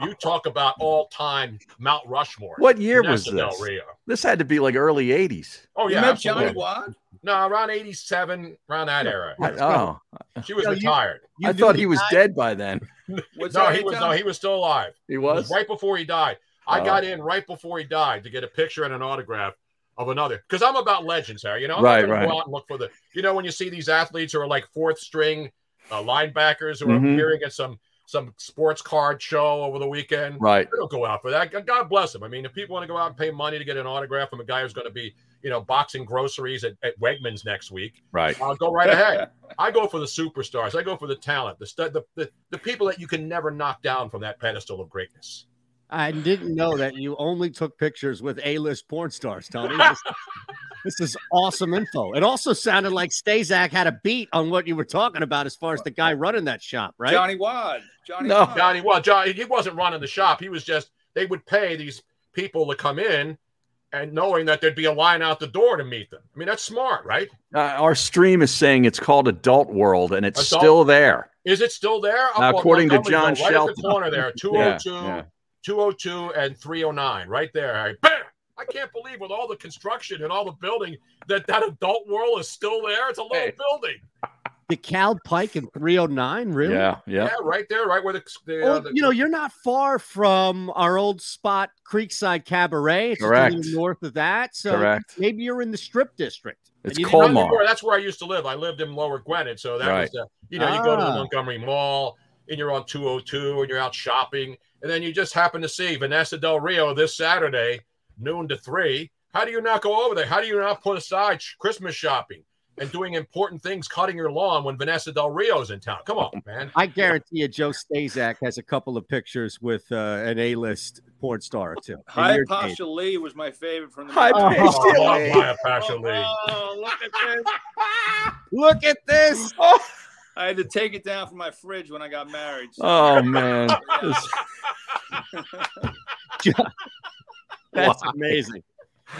You talk about all time Mount Rushmore.
What year
Vanessa
was this?
Del Rio.
This had to be like early 80s.
Oh yeah,
met
absolutely.
Johnny Watt?
No, around '87, around that era.
Oh,
she was
No, you-
retired.
I thought he was dead by then.
no,
that,
he was
Eitan?
no, he was still alive.
He
It
was?
right before he died. I
Oh.
got in right before he died to get a picture and an autograph of another because I'm about legends, Harry. You know, I'm
Right,
not gonna
right.
go out and look for the. You know, when you see these athletes who are like fourth string uh, linebackers who are
Mhm.
appearing at some some sports card show over the weekend,
Right.
They don't go out for that. God- God bless them. I mean, if people want to go out and pay money to get an autograph from a guy who's going to be, you know, boxing groceries at, at Wegmans next week,
Right.
I'll go right ahead. I go for the superstars. I go for the talent, the, stu- the the the people that you can never knock down from that pedestal of greatness.
I didn't know that you only took pictures with A-list porn stars, Tony. This, this is awesome info. It also sounded like Stazak had a beat on what you were talking about as far as the guy running that shop, right?
Johnny Wad. Johnny Wad.
Johnny. Well, Johnny, he wasn't running the shop. He was just they would pay these people to come in, and knowing that there'd be a line out the door to meet them. I mean, that's smart, right?
Uh, our stream is saying it's called Adult World and it's
Adult-
still there.
Is it still there? Up
Now,
on
according to
Montgomery,
John
right at
Shelton.
the corner there,
Yeah,
202,
yeah.
202 and 309, right there. Harry. Bam! I can't believe with all the construction and all the building that that adult world is still there. It's a little building.
The Cal Pike in 309, really?
Yeah,
Yeah, right there, right where the, the, uh,
Well,
the-
you know, you're not far from our old spot, Creekside Cabaret. It's just a little
Correct.
north of that. So
Correct.
maybe you're in the strip district.
It's
And you didn't-
Not
Colmar.
anymore. That's where I used to live. I lived in Lower Gwinnett, so that
Right.
was the, you know you go to the
Ah.
Montgomery Mall and you're on 202 and you're out shopping, and then you just happen to see Vanessa Del Rio this Saturday noon to three. How do you not go over there? How do you not put aside sh- Christmas shopping and doing important things, cutting your lawn when Vanessa Del Rio's in town? Come on, man.
I guarantee you, Joe Stazak has a couple of pictures with uh, an A-list porn star or two. in
High
your day.
Pasha Lee was my favorite from the
High Pasha
Oh, I love
Lee.
Maya Pasha Lee.
Oh, look at this.
Look at this.
Oh.
I had to take it down from my fridge when I got married. so-
Oh man.
Yeah.
This-
That's
Wow.
amazing.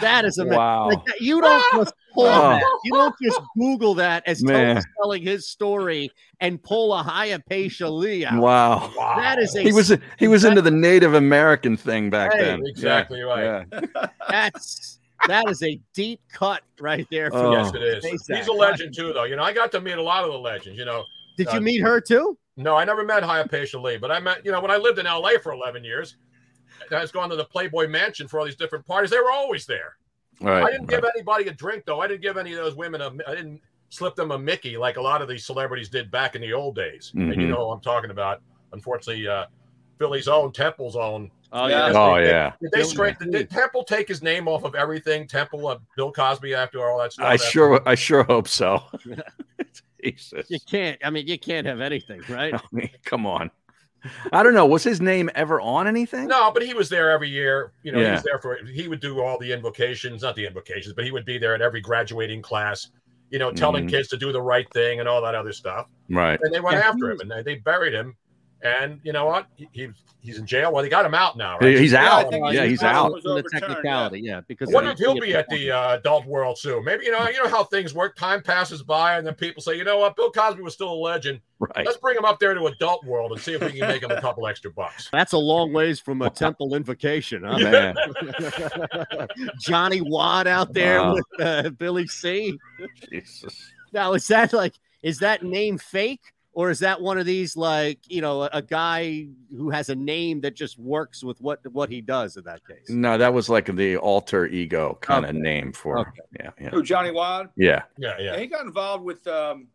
That is amazing.
Wow.
Like that- you don't just pull
Wow.
that. You don't just Google that as
Man.
Tony's telling his story and pull a Hayapesha Lee out.
Wow.
That is a
He was he was into the Native American thing back
Hey,
then.
exactly right.
yeah.
That's that is a deep cut right there. from
Oh.
Yes, it is.
Stazak.
He's a legend too, though. You know, I got to meet a lot of the legends. You know,
Did
Uh,
you meet her too?
No, I never met Hypatia Lee, but I met, you know, when I lived in LA for 11 years, I was going to the Playboy Mansion for all these different parties. They were always there.
Right.
I didn't give anybody a drink, though. I didn't give any of those women a, I didn't slip them a Mickey like a lot of these celebrities did back in the old days. And you
Mhm.
know who I'm talking about. Unfortunately, uh, Philly's own, Temple's own,
Oh
yeah. Oh, yeah.
Did they scrape? Did, did Temple take his name off of everything? Temple, uh, Bill Cosby, after all that stuff.
I
after-
sure, I sure hope so. Jesus.
You can't. I mean, you can't have anything, right?
I mean, come on. I don't know. Was his name ever on anything?
No, but he was there every year. You know, he
Yeah.
was there for. He would do all the invocations, not the invocations, but he would be there at every graduating class. You know, telling
Mhm.
kids to do the right thing and all that other stuff.
Right.
And they went
Yeah.
after him, and they, they buried him. And you know what? He, he he's in jail. Well, they got him out now. Right?
He- he's
I
out.
think
Yeah, he's out.
was
From the
overturned,
technicality, yeah, because
I wonder if
they-
he'll be at the uh, adult world soon. Maybe you know, you know how things work. Time passes by, and then people say, you know what, Bill Cosby was still a legend.
Right.
Let's bring him up there to adult world and see if we can make him a couple extra bucks.
That's a long ways from a temple invocation, huh?
Yeah.
Johnny Watt out there
Wow.
with uh, Billy C.
Jesus.
Now, is that like, is that name fake? Or is that one of these like you know a, a guy who has a name that just works with what what he does in that case?
No, that was like the alter ego kind of name for. Yeah, yeah.
Who, Johnny Wad?
Yeah.
Yeah,
he got involved with um,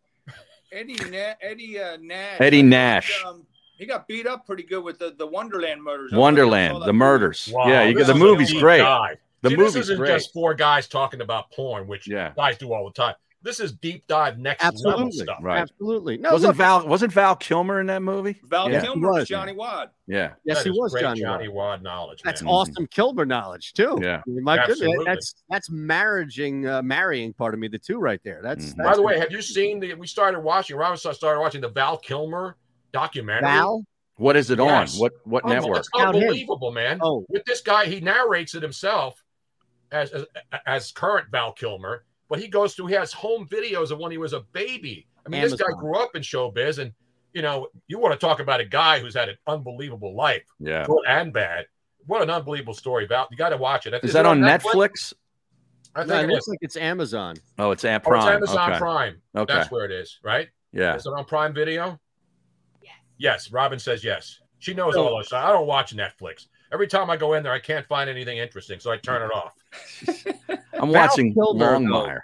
Eddie Na- Eddie uh, Nash.
Eddie Nash.
Um, he got beat up pretty good with the, the Wonderland murders.
Wonderland, the murders. yeah, you,
this
the
is a
movie's
deep
great.
dive.
The
See,
movie's
this isn't
great.
just four guys talking about porn, which
Yeah.
guys do all the time. This is deep dive next level
Absolutely.
stuff.
Right.
Absolutely.
No,
wasn't
look-
Val wasn't Val Kilmer in that movie?
Val
Yeah.
Kilmer was Johnny Wad.
Yeah.
Yes,
That
he
is
was
great
Johnny
Johnny Wad knowledge.
That's
man.
awesome Kilmer knowledge too.
Mm-hmm. Yeah.
I mean, my
Absolutely.
goodness, that's that's marrying uh, marrying part of me the two right there. That's,
Mm-hmm.
By the way, have you seen the? We started watching. Robert and I started watching the Val Kilmer documentary.
Val?
What is it
Yes.
on? What what
Oh,
network?
It's unbelievable, man.
Oh.
With this guy, he narrates it himself as, as as current Val Kilmer, but he goes through. He has home videos of when he was a baby. I mean, this guy
Amazon.
grew up in showbiz, and you know, you want to talk about a guy who's had an unbelievable life,
Yeah.
good and bad. What an unbelievable story, Val. You got to watch it.
Is that
it
on Netflix?
I think
No, it
it
looks
is.
like it's Amazon.
Oh, it's at
Oh,
Prime.
it's Amazon
okay.
Prime.
Okay.
That's where it is, right?
Yeah.
Is it on Prime Video? Yes. Yes. Robin says yes. She knows
Oh.
all this. I don't watch Netflix. Every time I go in there, I can't find anything interesting, so I turn
Mm-hmm.
it off.
I'm
Val
watching
Kilmer, though.
Longmire.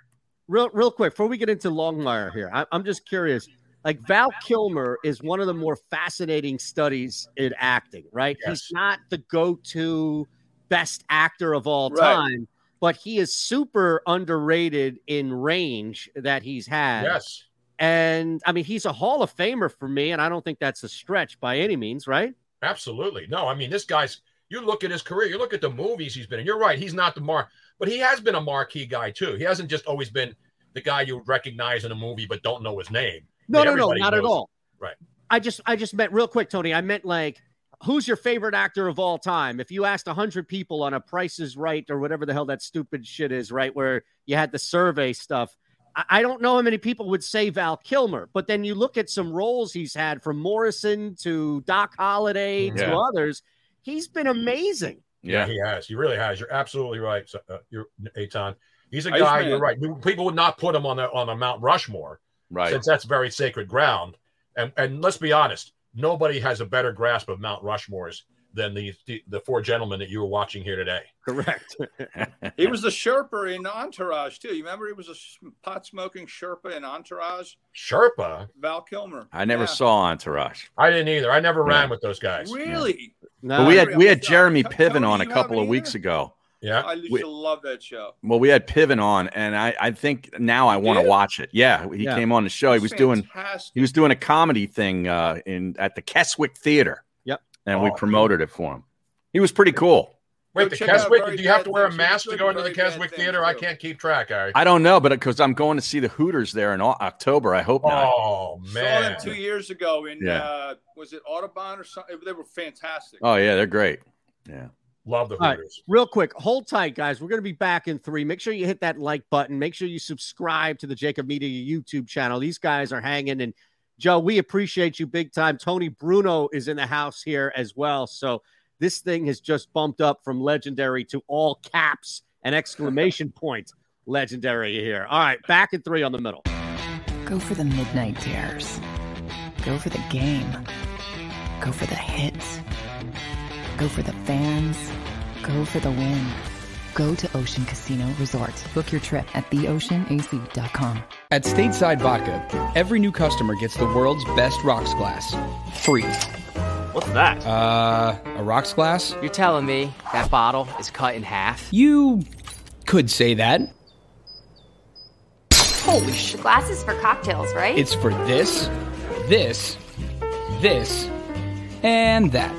Real, real quick, before we get into Longmire here, I, I'm just curious. Like Val Kilmer is one of the more fascinating studies in acting, right? He's not the go-to best actor of all
Right.
time, but he is super underrated in range that he's had.
Yes.
And I mean, he's a Hall of Famer for me, and I don't think that's a stretch by any means, right?
Absolutely. No, I mean, this guy's, you look at his career, you look at the movies he's been in. You're right. He's not the mark, but he has been a marquee guy, too. He hasn't just always been the guy you recognize in a movie but don't know his name.
No,
I mean,
no, no,
everybody
not at
knows-
all.
Right.
I just I just meant real quick, Tony. I meant like who's your favorite actor of all time? If you asked hundred people on a Price is Right or whatever the hell that stupid shit is, right, where you had the survey stuff. I, I don't know how many people would say Val Kilmer, but then you look at some roles he's had from Morrison to Doc Holliday
Yeah.
to others. He's been amazing.
Yeah. he has. He really has. You're absolutely right. So, uh, you're Aton. He's a
Iceman.
guy. You're right. We- People would not put him on the on a Mount Rushmore,
Right.
Since that's very sacred ground. And and let's be honest, nobody has a better grasp of Mount Rushmores than the the, the four gentlemen that you were watching here today.
Correct.
He was the Sherpa in Entourage too. You remember he was a pot smoking Sherpa in Entourage.
Sherpa.
Val Kilmer.
I never
Yeah.
saw Entourage.
I didn't either. I never ran
Yeah.
with those guys.
Really?
but we had we had Jeremy Piven on a couple of weeks ago.
Yeah.
I used
We-
to love that show.
well, we had Piven on, and I, I think now I want to watch it. Yeah, he
Yeah.
came on the show. He was doing
Fantastic.
he was doing a comedy thing uh, in at the Keswick Theater.
Yep,
and we promoted it for him. He was pretty cool.
Wait,
Go
the
check out
Keswick.
Very
Do you have
Bad
to wear a
Things.
mask
He's
to
doing
go into
Very
the
Bad
Keswick
Things,
Theater? I
too.
can't keep track, Ari.
I don't know, but because I'm going to see the Hooters there in Au- October, I hope not.
Oh
Saw them two years ago in
Yeah.
uh, was it Audubon or something? They were fantastic.
Oh yeah, they're great. Yeah,
love the
All right, real quick, hold tight, guys. We're going to be back in three. Make sure you hit that like button. Make sure you subscribe to the Jacob Media YouTube channel. These guys are hanging. And Joe, we appreciate you big time. Tony Bruno is in the house here as well. So this thing has just bumped up from legendary to all caps and exclamation point legendary here. All right, back in three on the middle.
Go for the midnight dares. Go for the game. Go for the hits. Go for the fans. Go for the win. Go to Ocean Casino Resort. Book your trip at theoceanac.com.
At Stateside Vodka, every new customer gets the world's best rocks glass, free.
What's that?
Uh, a rocks glass?
You're telling me that bottle is cut in half?
You could say that.
Holy shit. Glasses for cocktails, right?
It's for this, this, this, and that.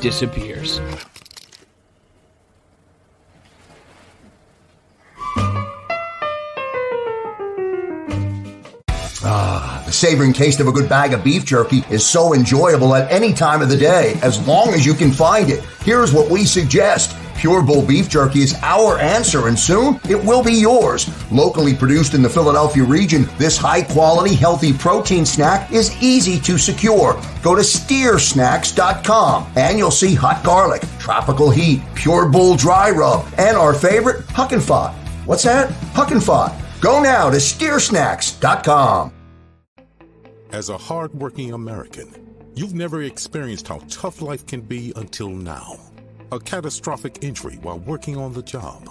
disappears.
Ah, the savoring taste of a good bag of beef jerky is so enjoyable at any time of the day, as long as you can find it. Here's what we suggest. Pure Bull Beef Jerky is our answer, and soon it will be yours. Locally produced in the Philadelphia region, this high quality, healthy protein snack is easy to secure. Go to steersnacks.com and you'll see hot garlic, tropical heat, pure bull dry rub, and our favorite, Huck and Fod. What's that? Huck and Fod. Go now to steersnacks.com.
As a hardworking American, you've never experienced how tough life can be until now. A catastrophic injury while working on the job,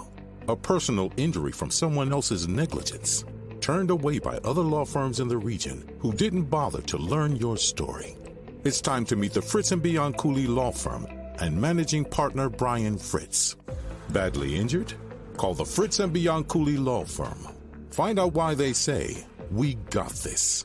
a personal injury from someone else's negligence, turned away by other law firms in the region who didn't bother to learn your story. It's time to meet the Fritz and Bianculli law firm and managing partner Brian Fritz. Badly injured? Call the Fritz and Bianculli law firm. Find out why they say, "We got this."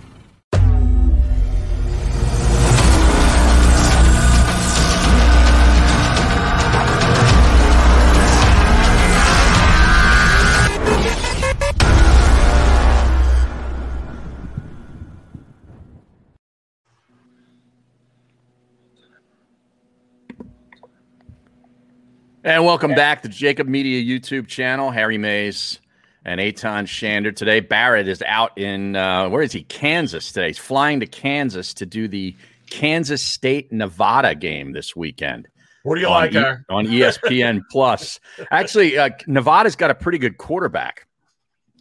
And welcome back to Jacob Media YouTube channel. Harry Mays and Aton Shander today. Barrett is out in uh, where is he? Kansas today. He's flying to Kansas to do the Kansas State Nevada game this weekend.
What do you
on E
like, Aaron?
on ESPN Plus? Actually, uh, Nevada's got a pretty good quarterback.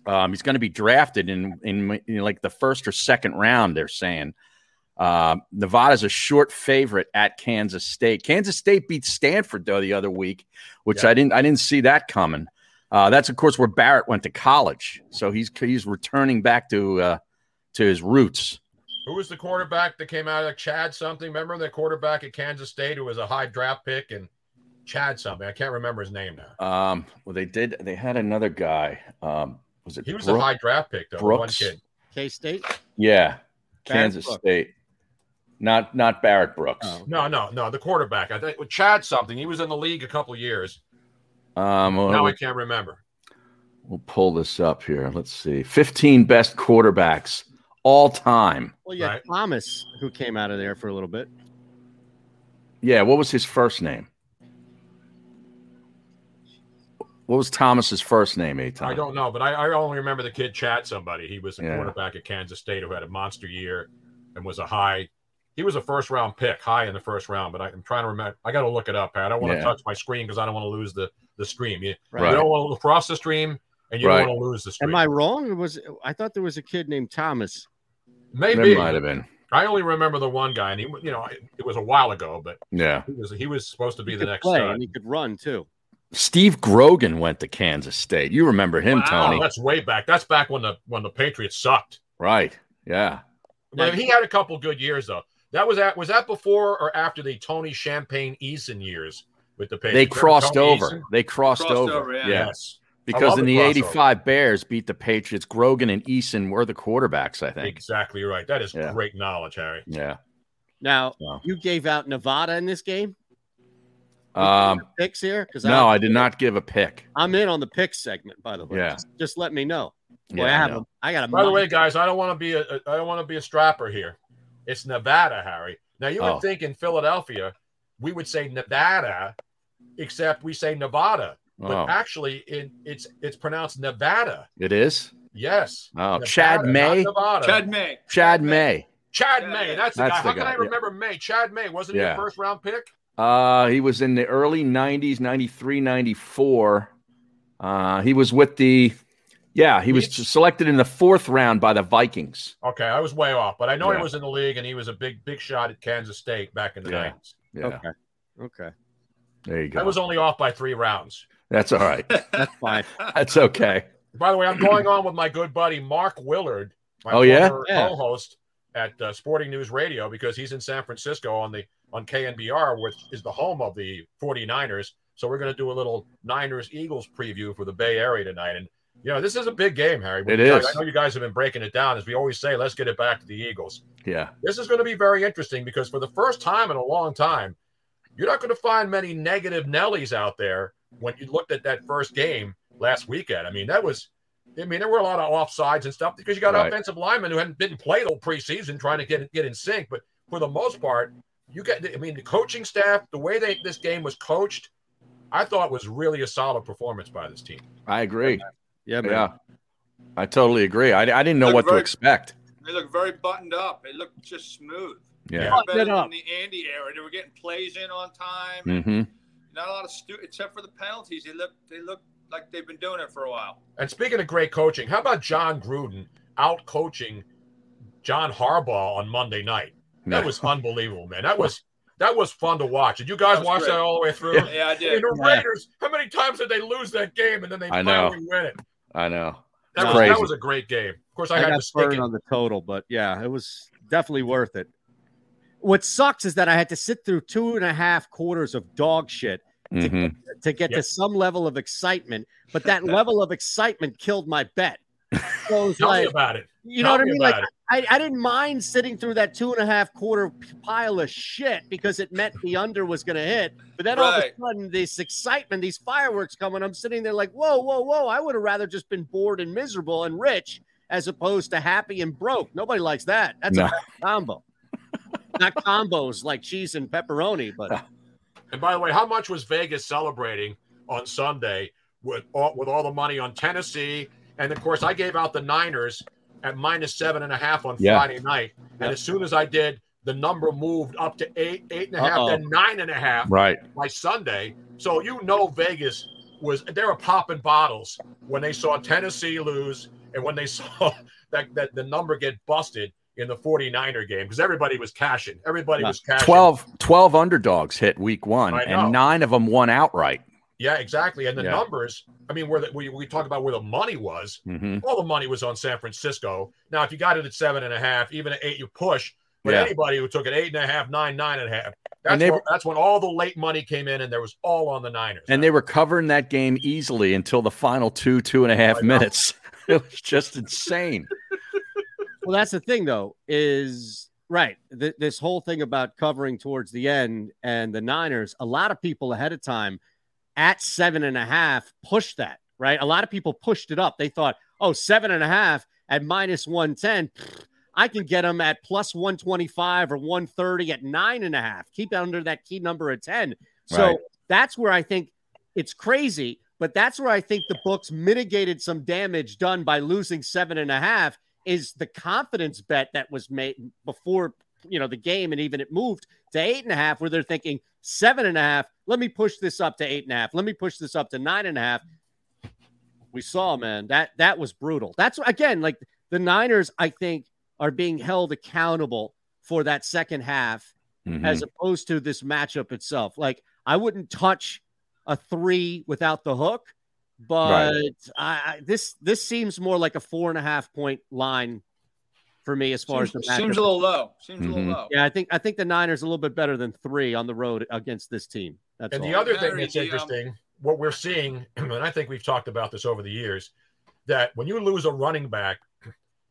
Um, he's going to be drafted in, in in like the first or second round. They're saying uh, Nevada's a short favorite at Kansas State. Kansas State beat Stanford though the other week, which I didn't I didn't see that coming. Uh, that's of course where Barrett went to college, so he's he's returning back to uh, to his roots.
Who was the quarterback that came out of Chad something? Remember the quarterback at Kansas State who was a high draft pick and Chad something? I can't remember his name now.
Um, well, they did they had another guy. Um, was it
He was
Brook-
a high draft pick though. One
Brooks?
kid.
K State.
Yeah,
Barrett
Kansas
Brooks.
State. Not not Barrett Brooks.
No, no, no. The quarterback. I think with Chad something. He was in the league a couple years. Oh.
Um, well,
now I can't remember.
We'll pull this up here. Let's see. 15 best quarterbacks all time.
Well, yeah, Thomas, who came out of there for a little bit.
Yeah, what was his first name? What was Thomas's first name,
I
Aton?
don't know, but I, I only remember the kid Chad somebody. He was a
Yeah.
quarterback at Kansas State who had a monster year and was a high. He was a first round pick, high in the first round. But I, am trying to remember. I got to look it up. Pat. I don't want to
Yeah.
touch my screen because I don't want to lose the the stream. You,
Right.
you don't want to cross the stream, and you
Right.
don't want to lose the stream.
Am I wrong? Or was I thought there was a kid named Thomas?
Maybe.
There might have been.
I only remember the one guy, and he, you know, it was a while ago, but
Yeah.
he was he was supposed to be the
could
next.
play
uh,
and he could run too.
Steve Grogan went to Kansas State. You remember him,
wow,
Tony.
that's way back. That's back when the when the Patriots sucked.
Right. Yeah.
But he had a couple good years though. That was at was that before or after the Tony Champagne Eason years with the Patriots?
They
Remember
crossed
Tony
over.
Eason?
They crossed,
Crossed
over.
over, yeah.
Yeah.
Yes. I
Because
love
in
the
the
crossover.
85 Bears beat the Patriots, Grogan and Eason were the quarterbacks, I think.
Exactly right. That is
Yeah.
great knowledge, Harry.
Yeah.
Now
Wow.
you gave out Nevada in this game.
Um,
picks here? 'Cause
no,
I-
I did not give a pick.
I'm in on the pick segment, by the way.
Yeah.
Just, just let me know.
Yeah,
Boy, I
I
have
know.
a, I got a
By the
mind-
way, guys, I don't want to be a a- I don't want to be a strapper here. It's Nevada, Harry. Now you would
Oh.
think in Philadelphia we would say Nevada, except we say Nevada, but
Oh.
actually in, it's it's pronounced Nevada.
It is.
Yes.
Oh,
Nevada,
Chad
not
May.
Nevada. Chad May.
Chad May.
Chad May, that's the
That's
guy.
the
How can
guy,
I
yeah.
remember May? Chad May wasn't he
Yeah.
a first round pick?
Uh, he was in the early 90s, 93, 94. Uh, he was with the, yeah, he was selected in the fourth round by the Vikings.
Okay, I was way off, but I know
Yeah.
he was in the league and he was a big big shot at Kansas State back in the
Yeah.
nineties.
Yeah. Okay.
Okay.
There you go.
I was only off by three rounds.
That's all right.
That's fine.
That's okay.
By the way, I'm going on with my good buddy Mark Willard, my
Oh, yeah?
former
Yeah.
co-host at uh, Sporting News Radio, because he's in San Francisco on the on KNBR, which is the home of the 49ers. So we're going to do a little Niners Eagles preview for the Bay Area tonight, and you know this is a big game, Harry.
It
You guys-
is.
I know you guys have been breaking it down, as we always say. Let's get it back to the Eagles.
Yeah.
This is going to be very interesting because for the first time in a long time, you're not going to find many negative Nellies out there when you looked at that first game last weekend. I mean, that was, I mean, there were a lot of offsides and stuff because you got
Right.
offensive linemen who hadn't didn't play the whole preseason trying to get get in sync. But for the most part, you get, I mean, the coaching staff, the way they this game was coached, I thought was really a solid performance by this team.
I agree.
Yeah,
man. I totally agree. I, I didn't know
Look,
what to
very-
expect.
They look very buttoned up. They look just smooth.
Yeah.
They were
Buttoned
Better than
up.
the Andy era. They were getting plays in on time.
Mm-hmm.
Not a lot of stu- except for the penalties. They look they look like they've been doing it for a while.
And speaking of great coaching, how about John Gruden out coaching John Harbaugh on Monday night? That
Yeah.
was unbelievable, man. That was that was fun to watch. Did you guys
was
watch
great.
that all the way through?
Yeah. Yeah, I did.
mean, the
Yeah.
Raiders. How many times did they lose that game and then they
I know.
finally win it?
I know.
That was,
Crazy.
that was a great game. Of course, I,
I
had
got
to stick
burned
it.
on the total, but yeah, it was definitely worth it. What sucks is that I had to sit through two and a half quarters of dog shit
Mhm.
to get to some level of excitement, but that level of excitement killed my bet. So it was
Tell
like-
me about it.
You
Tell
know what I
me
mean?
about
Like,
it.
I, I didn't mind sitting through that two and a half quarter pile of shit because it meant the under was going to hit. But then all of a
Right.
sudden, this excitement, these fireworks coming, I'm sitting there like, whoa, whoa, whoa. I would have rather just been bored and miserable and rich as opposed to happy and broke. Nobody likes that. That's
No.
a bad combo. Not combos like cheese and pepperoni, but
And by the way, how much was Vegas celebrating on Sunday with all, with all the money on Tennessee? And of course, I gave out the Niners at minus seven and a half on
Yeah.
Friday night. And as soon as I did, the number moved up to eight, eight and a half,
Uh-oh.
then nine and a half
Right.
by Sunday. So you know Vegas was they were popping bottles when they saw Tennessee lose and when they saw that, that the number get busted in the 49er game because everybody was cashing. Everybody was cashing.
12, 12 underdogs hit week one,
I know.
and nine of them won outright.
Yeah, exactly. And the
Yeah.
numbers, I mean, where the, we, we talk about where the money was,
Mhm.
all the money was on San Francisco. Now, if you got it at seven and a half, even at eight, you push. But
Yeah.
anybody who took it eight and a half, nine, nine and a half, that's,
And they
where-
were-
that's when all the late money came in and there was all on the Niners.
And they were covering that game easily until the final two, two and a half minutes. It was just insane.
well, that's the thing though, is right. Th- this whole thing about covering towards the end and the Niners, a lot of people ahead of time at seven and a half pushed that, right? A lot of people pushed it up. They thought, oh, seven and a half at minus 110. pfft, I can get them at plus 125 or 130 at nine and a half. Keep it under that key number of 10. So
Right.
that's where I think it's crazy, but that's where I think the books mitigated some damage done by losing seven and a half is the confidence bet that was made before you know the game and even it moved to eight and a half, where they're thinking seven and a half, let me push this up to eight and a half, let me push this up to nine and a half. We saw, man, that that was brutal. That's again like the Niners, I think, are being held accountable for that second half
Mhm.
as opposed to this matchup itself. Like I wouldn't touch a three without the hook, but
Right.
I, I this this seems more like a four and a half point line for me as far as
Seems-
the matchup.
seems a little low. Seems a
Mm-hmm.
little low.
Yeah, I think I think the Niners a little bit better than three on the road against this team. That's
and
all.
the other thing
Very
that's
damn-
interesting, what we're seeing, and I think we've talked about this over the years, that when you lose a running back,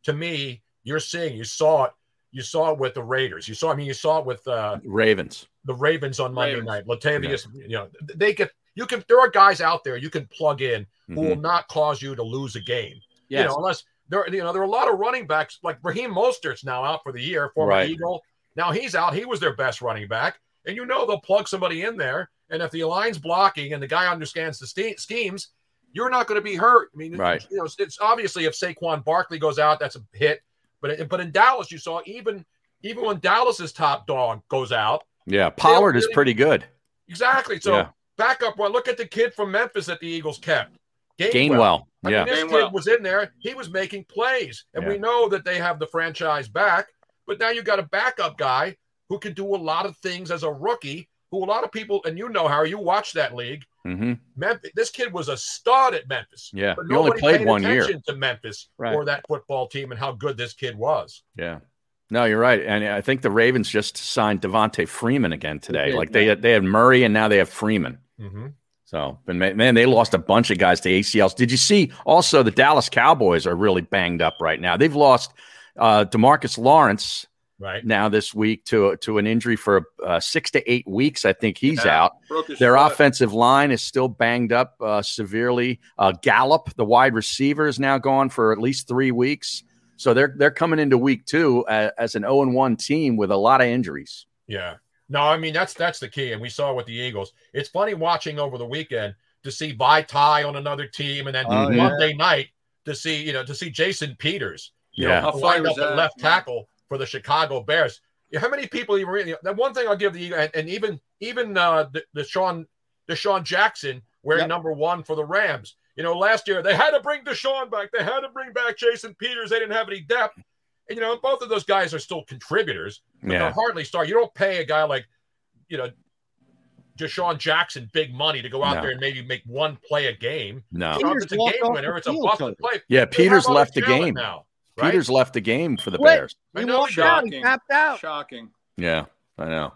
to me, you're seeing, you saw it You saw it with the Raiders. You saw, I mean, you saw it with uh,
Ravens.
the Ravens on Monday
Ravens.
night. Latavius, you know, they get you can. There are guys out there you can plug in who will
Mhm.
not cause you to lose a game. You
Yes.
know, unless there, you know, there are a lot of running backs like Raheem Mostert's now out for the year, former
Right.
Eagle. Now he's out. He was their best running back, and you know they'll plug somebody in there. And if the line's blocking and the guy understands the ste- schemes, you're not going to be hurt. I mean,
Right.
you know, it's, it's obviously if Saquon Barkley goes out, that's a hit. But it, but in Dallas, you saw even even when Dallas's top dog goes out,
Yeah, Pollard is
really-
pretty good.
Exactly. So
Yeah.
backup one. Look at the kid from Memphis that the Eagles kept.
Gainwell.
I
Yeah.
mean, this
Gainwell.
kid was in there. He was making plays, and we
Yeah.
know that they have the franchise back. But now you got a backup guy who can do a lot of things as a rookie. Who a lot of people and you know, Harry, you watch that league.
Mm-hmm.
Memphis, this kid was a stud at Memphis.
Yeah,
but
he only
nobody
played
paid
one year.
attention to Memphis
Right.
or that football team and how good this kid was.
Yeah. No, you're right. And I think the Ravens just signed Devontae Freeman again today.
did,
Like they had, they had Murray and now they have Freeman.
Mhm.
So, but man, man, they lost a bunch of guys to ACLs. Did you see also the Dallas Cowboys are really banged up right now? They've lost uh, Demarcus Lawrence
Right.
now this week to to an injury for uh, six to eight weeks. I think he's
Yeah,
out.
broke his
Their
foot.
offensive line is still banged up uh, severely. Uh, Gallup, the wide receiver, is now gone for at least three weeks. So they're they're coming into week two as, as an zero and one team with a lot of injuries.
Yeah. No, I mean that's that's the key, and we saw with the Eagles. It's funny watching over the weekend to see Vitae on another team, and then
Oh, yeah.
Monday night to see you know to see Jason Peters, you
Yeah.
know,
How
who
funny
lined
was
up at
that?
left tackle for the Chicago Bears. Yeah, How many people even really? That one thing I'll give the Eagles, and, and even even uh, the, the Sean Deshaun Jackson wearing number one for the Rams. You know, last year they had to bring Deshaun back. They had to bring back Jason Peters. They didn't have any depth. And you know, both of those guys are still contributors. But
Yeah.
they're hardly start. You don't pay a guy like, you know, Deshaun Jackson big money to go out
No.
there and maybe make one play a game.
No.
You know, if
Peters
it's a
walked
game
off
winner.
the
It's a
field,
busted
Cody.
play.
Yeah,
They have
Peters
other
left the
talent
game.
now, right?
Peters left the game for the
Wait,
Bears.
He
I know
walked
they
out. He
did.
tapped out.
Shocking.
Yeah, I know.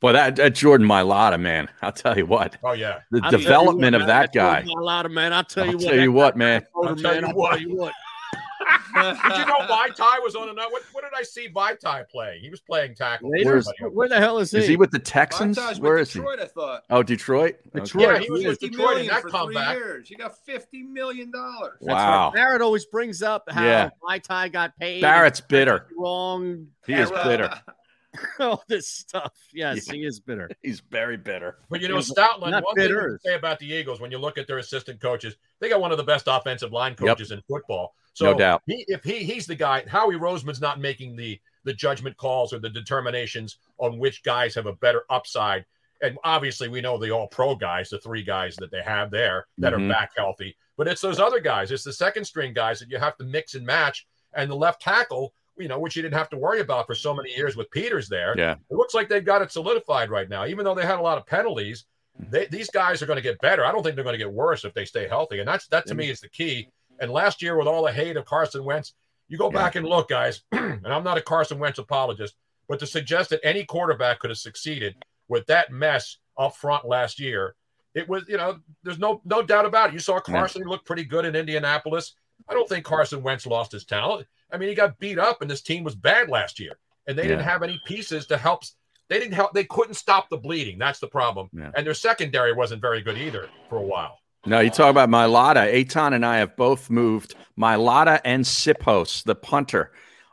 But that, that Jordan Mailata, man, I'll tell you what.
Oh yeah,
The development of that guy.
A lot of man. I'll tell
I'll
you what.
tell you what, man.
I'll
tell you what.
tell you what.
did you know Vitae was on another? What, what did I see Vitae playing? He was playing tackle.
Where's-
where the hell is he?
Is he with the Texans?
Montage with
Where is
Detroit,
he?
I thought.
Oh, Detroit. Okay.
Yeah, he was with
50
Detroit in
million
that
for
comeback.
Three years. He got fifty million dollars.
That's right. Wow.
Barrett always brings up how
Yeah.
my tie got paid.
Barrett's bitter.
wrong.
He is bitter.
All this stuff. Yes, he is bitter.
He's very bitter.
But you know,
He's
Stoutland,
not
one thing
bitter.
to say about the Eagles when you look at their assistant coaches, they got one of the best offensive line
Yep.
coaches in football. So
No doubt.
He, if he he's the guy, Howie Roseman's not making the the judgment calls or the determinations on which guys have a better upside. And obviously, we know the All Pro guys, the three guys that they have there that
Mhm.
are back healthy. But it's those other guys, it's the second string guys that you have to mix and match. And the left tackle, you know, which you didn't have to worry about for so many years with Peters there.
Yeah.
It looks like they've got it solidified right now. Even though they had a lot of penalties, they, these guys are going to get better. I don't think they're going to get worse if they stay healthy. And that's that to me is the key. And last year, with all the hate of Carson Wentz, you go back and look, guys. and I'm not a Carson Wentz apologist, but to suggest that any quarterback could have succeeded with that mess up front last year, it was you know there's no no doubt about it. You saw Carson look pretty good in Indianapolis. I don't think Carson Wentz lost his talent. I mean, he got beat up, and this team was bad last year, and they didn't
Yeah.
have any pieces to help. They didn't help. They couldn't stop the bleeding. That's the problem.
Yeah.
And their secondary wasn't very good either for a while.
No, you talk about Mylata. Aton and I have both moved Mylata and Sipos, the punter,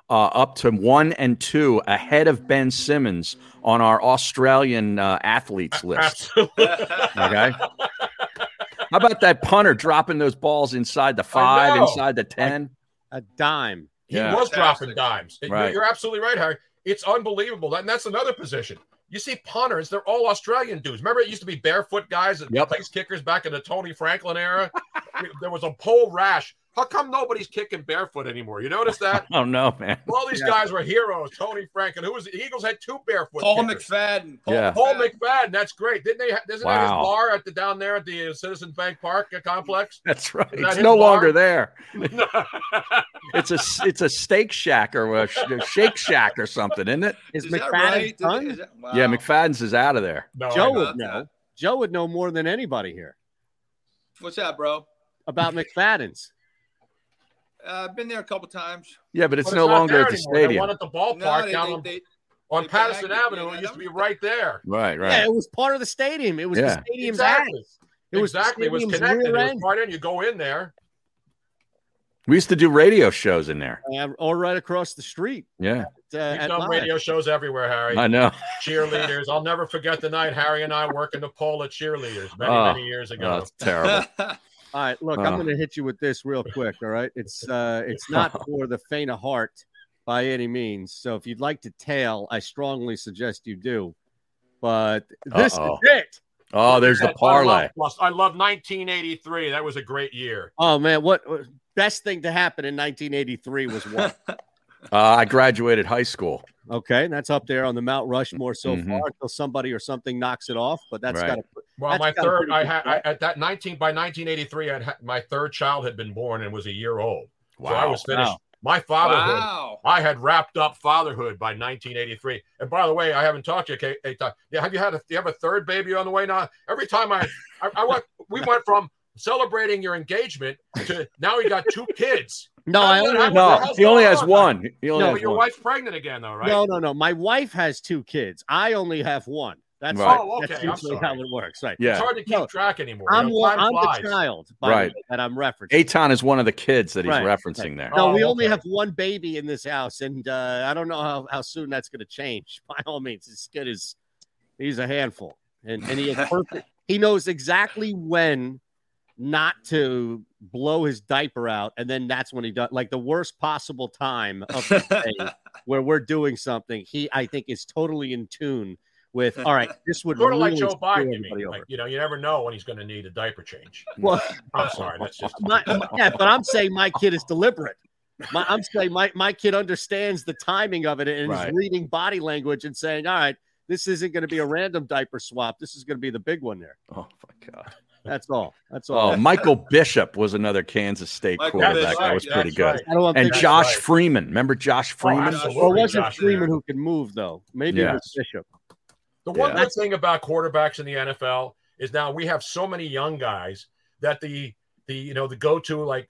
uh, up to one and two ahead of Ben Simmons on our Australian uh, athletes list. Okay. How about that punter dropping those balls inside the five,
know.
inside the 10?
A dime.
He
Yeah.
was dropping dimes. You're-
Right.
You're absolutely right, Harry. It's unbelievable. That- And that's another position. You see punters, they're all Australian dudes. Remember, it used to be barefoot guys that
Yep.
place kickers back in the Tony Franklin era? We- there was a pole rash. How come nobody's kicking barefoot anymore? You notice that?
I don't know, man.
All these guys were heroes. Tony Franklin, who was the Eagles had two barefoot.
Paul
kickers.
McFadden. Paul
Yeah.
Paul McFadden, that's great. Didn't they? ha- Isn't that his
Wow.
bar at the down there at the uh, Citizen Bank Park uh, complex?
That's right.
Is that
It's
his
no
bar?
longer there. it's a it's a steak shack or a, sh- a shake shack or something, isn't it?
Is,
Is that
McFadden
right? Did they-
done?
is that- wow.
Yeah, McFadden's is out of there.
No,
Joe
I know.
would know. Joe would know more than anybody here
What's that, bro?
about McFadden's.
Uh, I've been there a couple times.
Yeah, but it's no longer at the
They
stadium.
one at the ballpark
they-
down
they-
on,
they-
on
they
Patterson
bagged it.
Avenue. It used to be right there.
Right, right.
Yeah, it was part of the stadium. It was
Yeah.
the stadium's
Exactly.
ass. It was the
exactly. It was
stadium's
connected. It
rear
was
end.
right in. You go in there.
We used to do radio shows in there.
Yeah, all right across the street.
Yeah.
at, uh,
We've
at
done
mine.
radio shows everywhere, Harry.
I know.
Cheerleaders. I'll never forget the night Harry and I worked in the poll at cheerleaders many,
Oh,
many years
oh,
ago.
that's terrible.
all right, look,
Oh.
I'm going to hit you with this real quick. All right, it's uh, it's not for the faint of heart by any means. So if you'd like to tail, I strongly suggest you do. But this
Uh-oh.
is it.
Oh, there's the
I love-
parlay.
I love 1983. That was a great year.
Um,
Oh man, what what- best thing to happen in 1983 was what?
Uh, I graduated high school.
okay, and that's up there on the Mount Rushmore so
Mhm.
far until somebody or something knocks it off. But that's
Right.
got to.
Well, my third, I had I, at that 19 by 1983, I'd ha- my third child had been born and was a year old. So I
Wow.
was finished.
Wow.
My fatherhood,
Wow.
I had wrapped up fatherhood by 1983. And by the way, I haven't talked to you. Kate, Kate, yeah, have you had a, do you have a third baby on the way now? Every time I, I, I went, we went from celebrating your engagement to now you got two kids.
No,
How-
I only
how-
have-
what the
No,
hell's
he only
going
has
on?
one. He only
no,
has
but your
one.
wife's pregnant again, though, right?
No, no, no. My wife has two kids. I only have one. That's
Right.
oh,
Oh,
okay.
okay,
That's
I'm
usually
sorry.
how it works, right?
Yeah.
It's hard to keep track anymore.
I'm,
You know,
one,
time
I'm the
flies.
child, by
Right.
the way, that I'm referencing.
Aton is one of the kids that he's
Right,
referencing there.
No,
Oh,
we only
okay.
have one baby in this house, and uh, I don't know how, how soon that's going to change. By all means, this kid is he's a handful, and and he is perfect. he knows exactly when not to blow his diaper out, and then that's when he does like the worst possible time of the day where we're doing something. He, I think, is totally in tune with. All right, this would
Sort of like
really
Joe
screw
Biden, you
everybody
mean?
over."
Like, you know, you never know when he's going to need a diaper change.
Well,
I'm sorry, that's just
Oh, my, yeah, but I'm saying my kid is deliberate. My, I'm saying my, my kid understands the timing of it and
Right.
is reading body language and saying, all right, this isn't going to be a random diaper swap. This is going to be the big one there.
Oh my god.
That's all. That's all.
Oh, Michael Bishop was another Kansas State
Michael
quarterback.
Bishop,
That was
yeah,
pretty
that's
good.
right. I don't
And
think-
Josh
That's right.
Freeman. Remember Josh
Oh,
Freeman?
absolutely.
Or was it
Josh
Freeman
Freeman.
who could move though? Maybe it was
Yes.
Bishop.
The one
Yeah.
good thing about quarterbacks in the NFL is now we have so many young guys that the the you know the go to like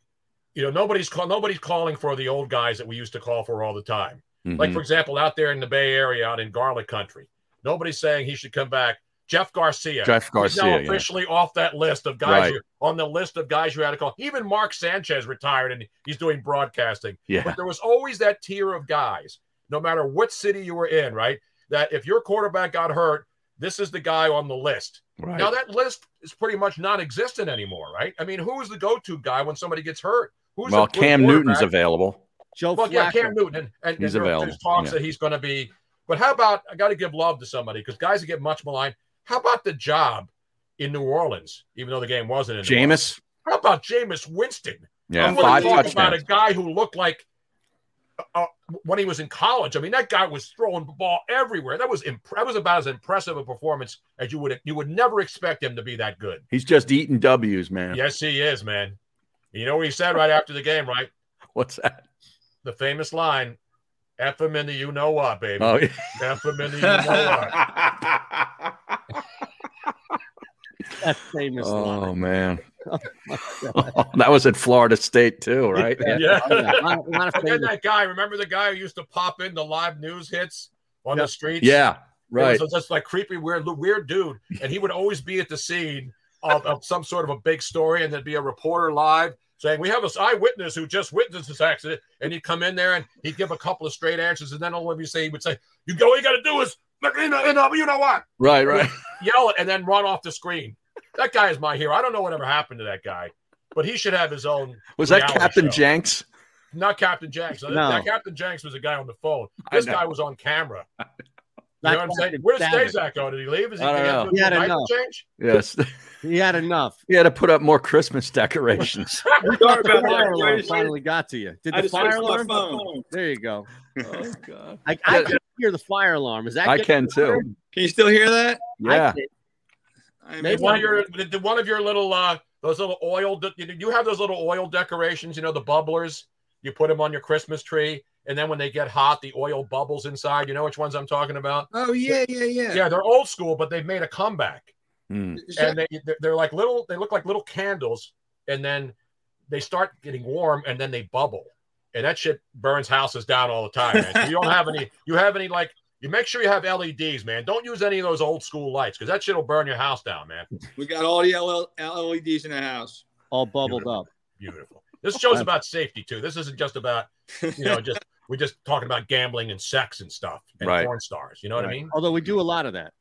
you know nobody's call nobody's calling for the old guys that we used to call for all the time. Like
Mm-hmm.
for example, out there in the Bay Area, out in Garlic Country, nobody's saying he should come back. Jeff Garcia.
Jeff
He's now
Garcia, yeah.
officially off that list of guys
Right.
you- on the list of guys you had to call. Even Mark Sanchez retired and he's doing broadcasting.
Yeah.
But there was always that tier of guys, no matter what city you were in, right? That if your quarterback got hurt, this is the guy on the list.
Right.
Now that list is pretty much non-existent anymore, right? I mean, who's the go-to guy when somebody gets hurt? Who's
well,
a good
Cam Newton's
quarterback?
available.
Joe
Well, yeah,
Flacco.
Cam Newton, and, and,
He's
and there-
available,
there's talks
yeah.
that he's going to be. But how about I got to give love to somebody because guys that get much maligned. How about the job in New Orleans, even though the game wasn't in? New Orleans?
Jameis.
How about Jameis Winston?
Yeah,
I wanna
five
talk about
touchdowns.
a guy who looked like uh, when he was in college. I mean, that guy was throwing the ball everywhere. That was imp- that was about as impressive a performance as you would you would never expect him to be that good.
He's just eating W's, man.
Yes, he is, man. You know what he said right after the game, right?
What's that?
The famous line, "F him in the you know what, baby."
Oh, yeah.
F him in the you know what.
That's famous.
oh
line.
man. that was at Florida State too, right?
Yeah.
Yeah.
Oh, yeah. A lot- a lot of
And then
famous-
that guy, remember the guy who used to pop in the live news hits on
Yeah.
the streets?
Yeah, right.
It was just like creepy, weird, weird dude. And he would always be at the scene of, of some sort of a big story, and there'd be a reporter live saying, "We have this eyewitness who just witnessed this accident." And he'd come in there and he'd give a couple of straight answers, and then all of you say he would say, "You go, all you got to do is you know, you know, you know what?
Right, right.
Yell it, and then run off the screen." That guy is my hero. I don't know whatever happened to that guy, but he should have his own.
Was that
reality
Captain
show.
Jenks?
Not Captain Jenks. That-
No.
That Captain Jenks was a guy on the phone.
I
This
know.
guy was on camera. You
Not
know what I'm saying?
Captain
Where did
Savage.
Stazak go? Did he leave? Is he
I don't
did he
know.
have to
He had
do a diaper
enough.
change?
Yes.
He had enough.
he had to put up more Christmas decorations.
Sorry about
The fire
that.
alarm finally got to you. Did
I
the
just
fire
fixed my
alarm?
phone.
There you go.
oh god.
I, I can hear the fire alarm. Is that
I
getting
can
louder?
too.
Can you still hear that?
I
Yeah.
can-
I
Maybe
Did one of your did did one of your little uh those little oil de- you- you have those little oil decorations, you know, the bubblers. You put them on your Christmas tree, and then when they get hot, the oil bubbles inside. You know which ones I'm talking about?
Oh yeah, yeah, yeah.
Yeah, they're old school, but they've made a comeback.
Hmm.
Is that-
and they they're- they're like little they look like little candles and then they start getting warm and then they bubble, and that shit burns houses down all the time. Man. So you don't have any. You have any like. You make sure you have LEDs, man. Don't use any of those old school lights because that shit will burn your house down, man.
We got all the LL- LEDs E in the house.
All bubbled up.
Beautiful. This show's about safety too. This isn't just about you know just we're just talking about gambling and sex and stuff and
Right.
porn stars. You know what I
Right.
mean?
Although we do a lot of that.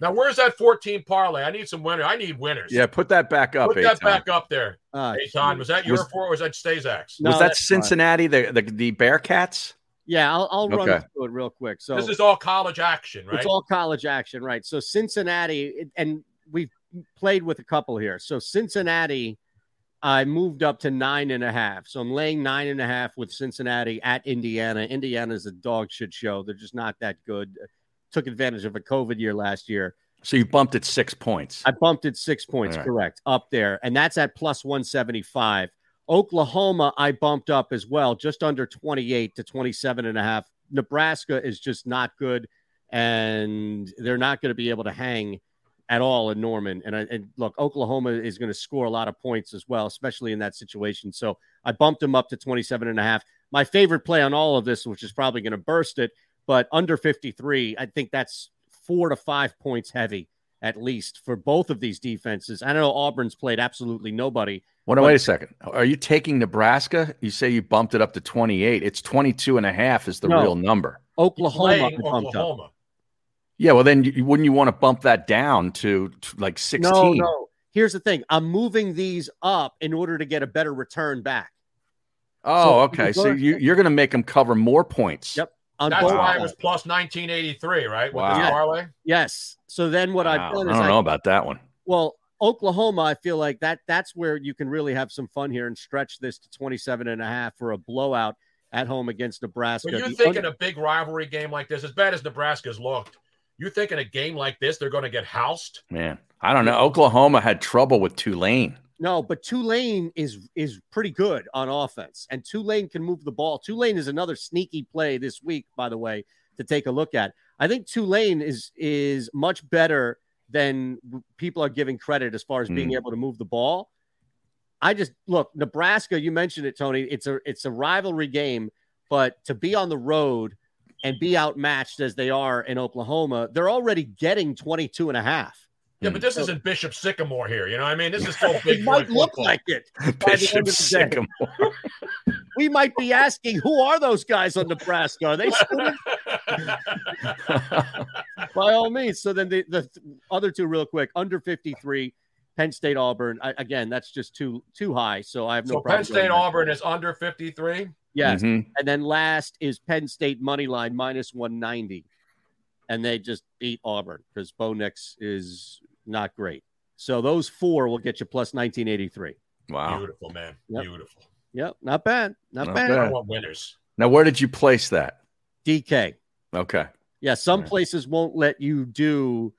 Now where's that 14 parlay? I need some winner. I need winners.
Yeah, put that back up.
Put that
Eitan.
back up there.
Uh,
Aton, was that your
Was-
four or was that Stazak's?
was that Cincinnati, the, the the Bearcats?
Yeah, I'll, I'll run
Okay.
through it real quick. So
this is all college action, right?
It's all college action, right? So Cincinnati, and we've played with a couple here. So Cincinnati, I moved up to nine and a half. So I'm laying nine and a half with Cincinnati at Indiana. Indiana's a dog shit show. They're just not that good. Took advantage of a COVID year last year.
So you bumped it six points.
I bumped it six points,
All right.
correct, up there. And that's at plus 175. Oklahoma, I bumped up as well, just under 28 to 27 and a half. Nebraska is just not good, and they're not going to be able to hang at all in Norman. And, I, and look, Oklahoma is going to score a lot of points as well, especially in that situation. So I bumped them up to 27 and a half. My favorite play on all of this, which is probably going to burst it, but under 53, I think that's four to five points heavy at least for both of these defenses. I know Auburn's played absolutely nobody.
Well, no,
but-
wait a second. Are you taking Nebraska? You say you bumped it up to 28. It's 22 and a half is the
No.
real number.
Oklahoma, I
Playing
bumped up.
Oklahoma.
Yeah, well, then you, wouldn't you want to bump that down to, to like 16?
No, no. Here's the thing. I'm moving these up in order to get a better return back.
Oh,
So you
okay.
go
So
to-
you, you're going to make them cover more points.
Yep. On
That's
both
why it
sides.
was plus 1983, right? With
Wow.
this parlay.
Yes. So then what
Wow,
I've done
I
is
don't
I,
know about that one.
well, Oklahoma, I feel like that that's where you can really have some fun here and stretch this to 27 and a half for a blowout at home against Nebraska.
When you
The
think
under-
in a big rivalry game like this, as bad as Nebraska's looked, you think in a game like this they're going to get housed?
Man, I don't know. Oklahoma had trouble with Tulane.
No, but Tulane is is pretty good on offense, and Tulane can move the ball. Tulane is another sneaky play this week, by the way, to take a look at. I think Tulane is is much better than people are giving credit as far as being
Mm.
able to move the ball. I just look Nebraska. You mentioned it, Tony. It's a it's a rivalry game, but to be on the road and be outmatched as they are in Oklahoma, they're already getting 22 and a half.
Yeah,
Hmm.
but this isn't Bishop Sycamore here. You know what I mean? This is still big.
It might
boy
look
football.
like it. by the end
Bishop
of the day.
Sycamore.
we might be asking who are those guys on Nebraska? Are they students? By all means. So then the, the other two, real quick, under 53, Penn State Auburn. I, again, that's just too too high. So I have no
so
problem.
Penn
going
State
there.
Auburn is under 53.
Yes.
Mhm.
And then last is Penn State money line minus 190. And they just beat Auburn because Bo Nix is not great. So those four will get you plus 1983.
Wow.
Beautiful, man.
Yep.
Beautiful.
Yep. Not bad. Not,
Not
bad.
bad.
I want winners.
Now, where did you place that?
DK.
Okay.
Yeah, some
Yeah.
places won't let you do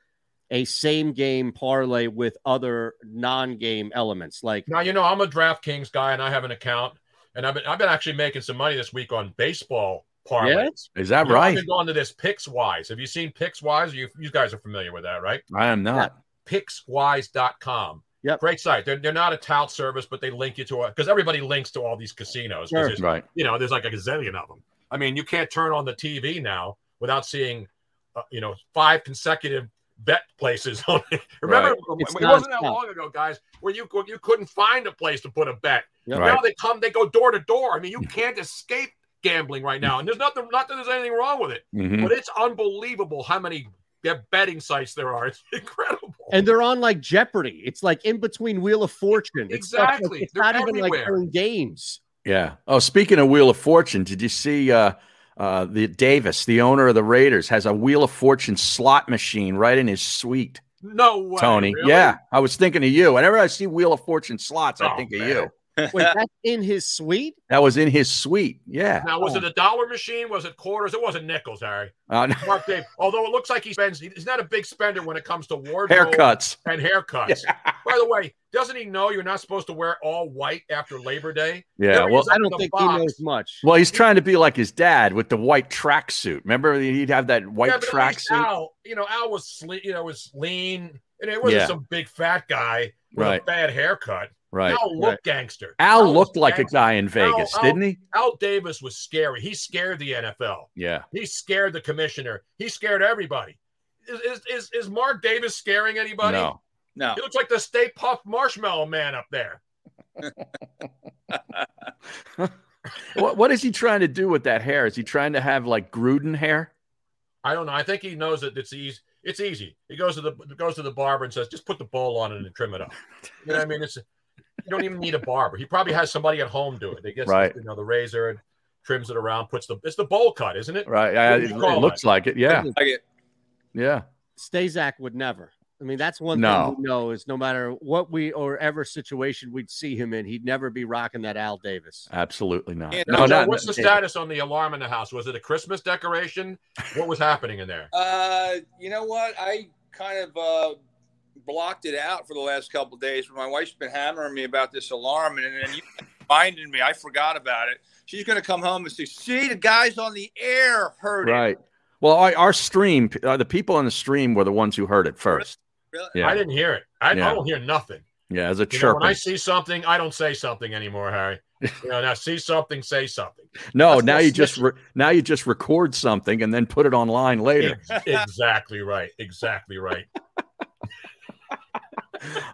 a same game parlay with other non-game elements. Like
Now you know I'm a DraftKings guy and I have an account, and I've been I've been actually making some money this week on baseball parlays.
Yeah?
Is that
You know, I've
right?
been going to this PicksWise. Have you seen PicksWise? You you guys are familiar with that, right?
I am not.
PicksWise.com.
Yep.
Great site. They're, they're not a tout service, but they link you to a because everybody links to all these casinos. 'cause
Sure.
there's-
Right.
You know, there's like a gazillion of them. I mean, you can't turn on the TV now without seeing, uh, you know, five consecutive bet places on it. Remember,
Right.
it
It's
wasn't that
nonstop.
long ago, guys, where you you couldn't find a place to put a bet.
Yep.
Now
Right.
they come, they go door to door. I mean, you can't escape gambling right now, and there's nothing, not that there's anything wrong with it,
Mhm.
but it's unbelievable how many bet- betting sites there are. It's incredible.
and they're on like Jeopardy. It's like in between Wheel of Fortune. It's stuff like-
Exactly.
it's
They're
not even like
everywhere.
they're in games.
Yeah. Oh, speaking of Wheel of Fortune, did you see uh, uh, the Davis, the owner of the Raiders, has a Wheel of Fortune slot machine right in his suite?
no way,
Tony.
really?
Yeah, I was thinking of you. Whenever I see Wheel of Fortune slots, I
Oh,
think of
man.
you.
Wait, that's in his suite? Oh.
That was in his suite. Yeah.
Now, was it a dollar machine? Was it quarters? It wasn't nickels, Harry.
Uh, no-
Mark Dave. Although it looks like he spends, he's not a big spender when it comes to wardrobe
haircuts.
and haircuts. By the way, doesn't he know you're not supposed to wear all white after Labor Day?
Yeah,
There he
well-
is up
I
in
don't
the
think he
box.
knows much.
Well, he's trying to be like his dad with the white tracksuit. Remember, he'd have that white
yeah, but at least
tracksuit.
Al, you know, Al was sle- you know was lean, and it wasn't
Yeah.
some big fat guy with
Right.
a bad haircut.
Right.
Al looked
right.
gangster.
Al
was
looked like a
gangster.
guy in Vegas,
Al-
didn't he?
Al Davis was scary. He scared the NFL.
Yeah.
He scared the commissioner. He scared everybody. Is is is, is Mark Davis scaring anybody?
No.
No.
He looks like the Stay Puff Marshmallow Man up there.
what, what is he trying to do with that hair? Is he trying to have like Gruden hair?
I don't know. I think he knows that it's easy. It's easy. He goes to the goes to the barber and says, "Just put the bowl on it and trim it up." You know what I mean? It's you don't even need a barber. He probably has somebody at home do it. They gets
Right.
you know the razor and trims it around. Puts the it's the bowl cut, isn't it?
Right. I-
What
it
do you call
it looks
that?
like it. Yeah. Yeah.
Stazak would never. I mean, that's one
No.
thing we know is no matter what we or ever situation we'd see him in, he'd never be rocking that Al Davis.
Absolutely not.
Yeah,
No, so
no, not-
what's the status on the alarm in the house? Was it a Christmas decoration? What was happening in there?
Uh, you know what? I kind of uh, blocked it out for the last couple of days. But my wife's been hammering me about this alarm, and, and you reminded me. I forgot about it. She's going to come home and say, "See, the guys on the air heard it."
Right. Well, our, our stream, uh, the people on the stream were the ones who heard it first.
Really?
Yeah.
I didn't hear it. I,
Yeah.
I don't hear nothing.
Yeah, as a
You know,
chirping.
when I see something, I don't say something anymore, Harry. You know, now see something, say something.
no,
That's
now
the
you just re- now you just record something and then put it online later.
Ex- exactly right. Exactly right.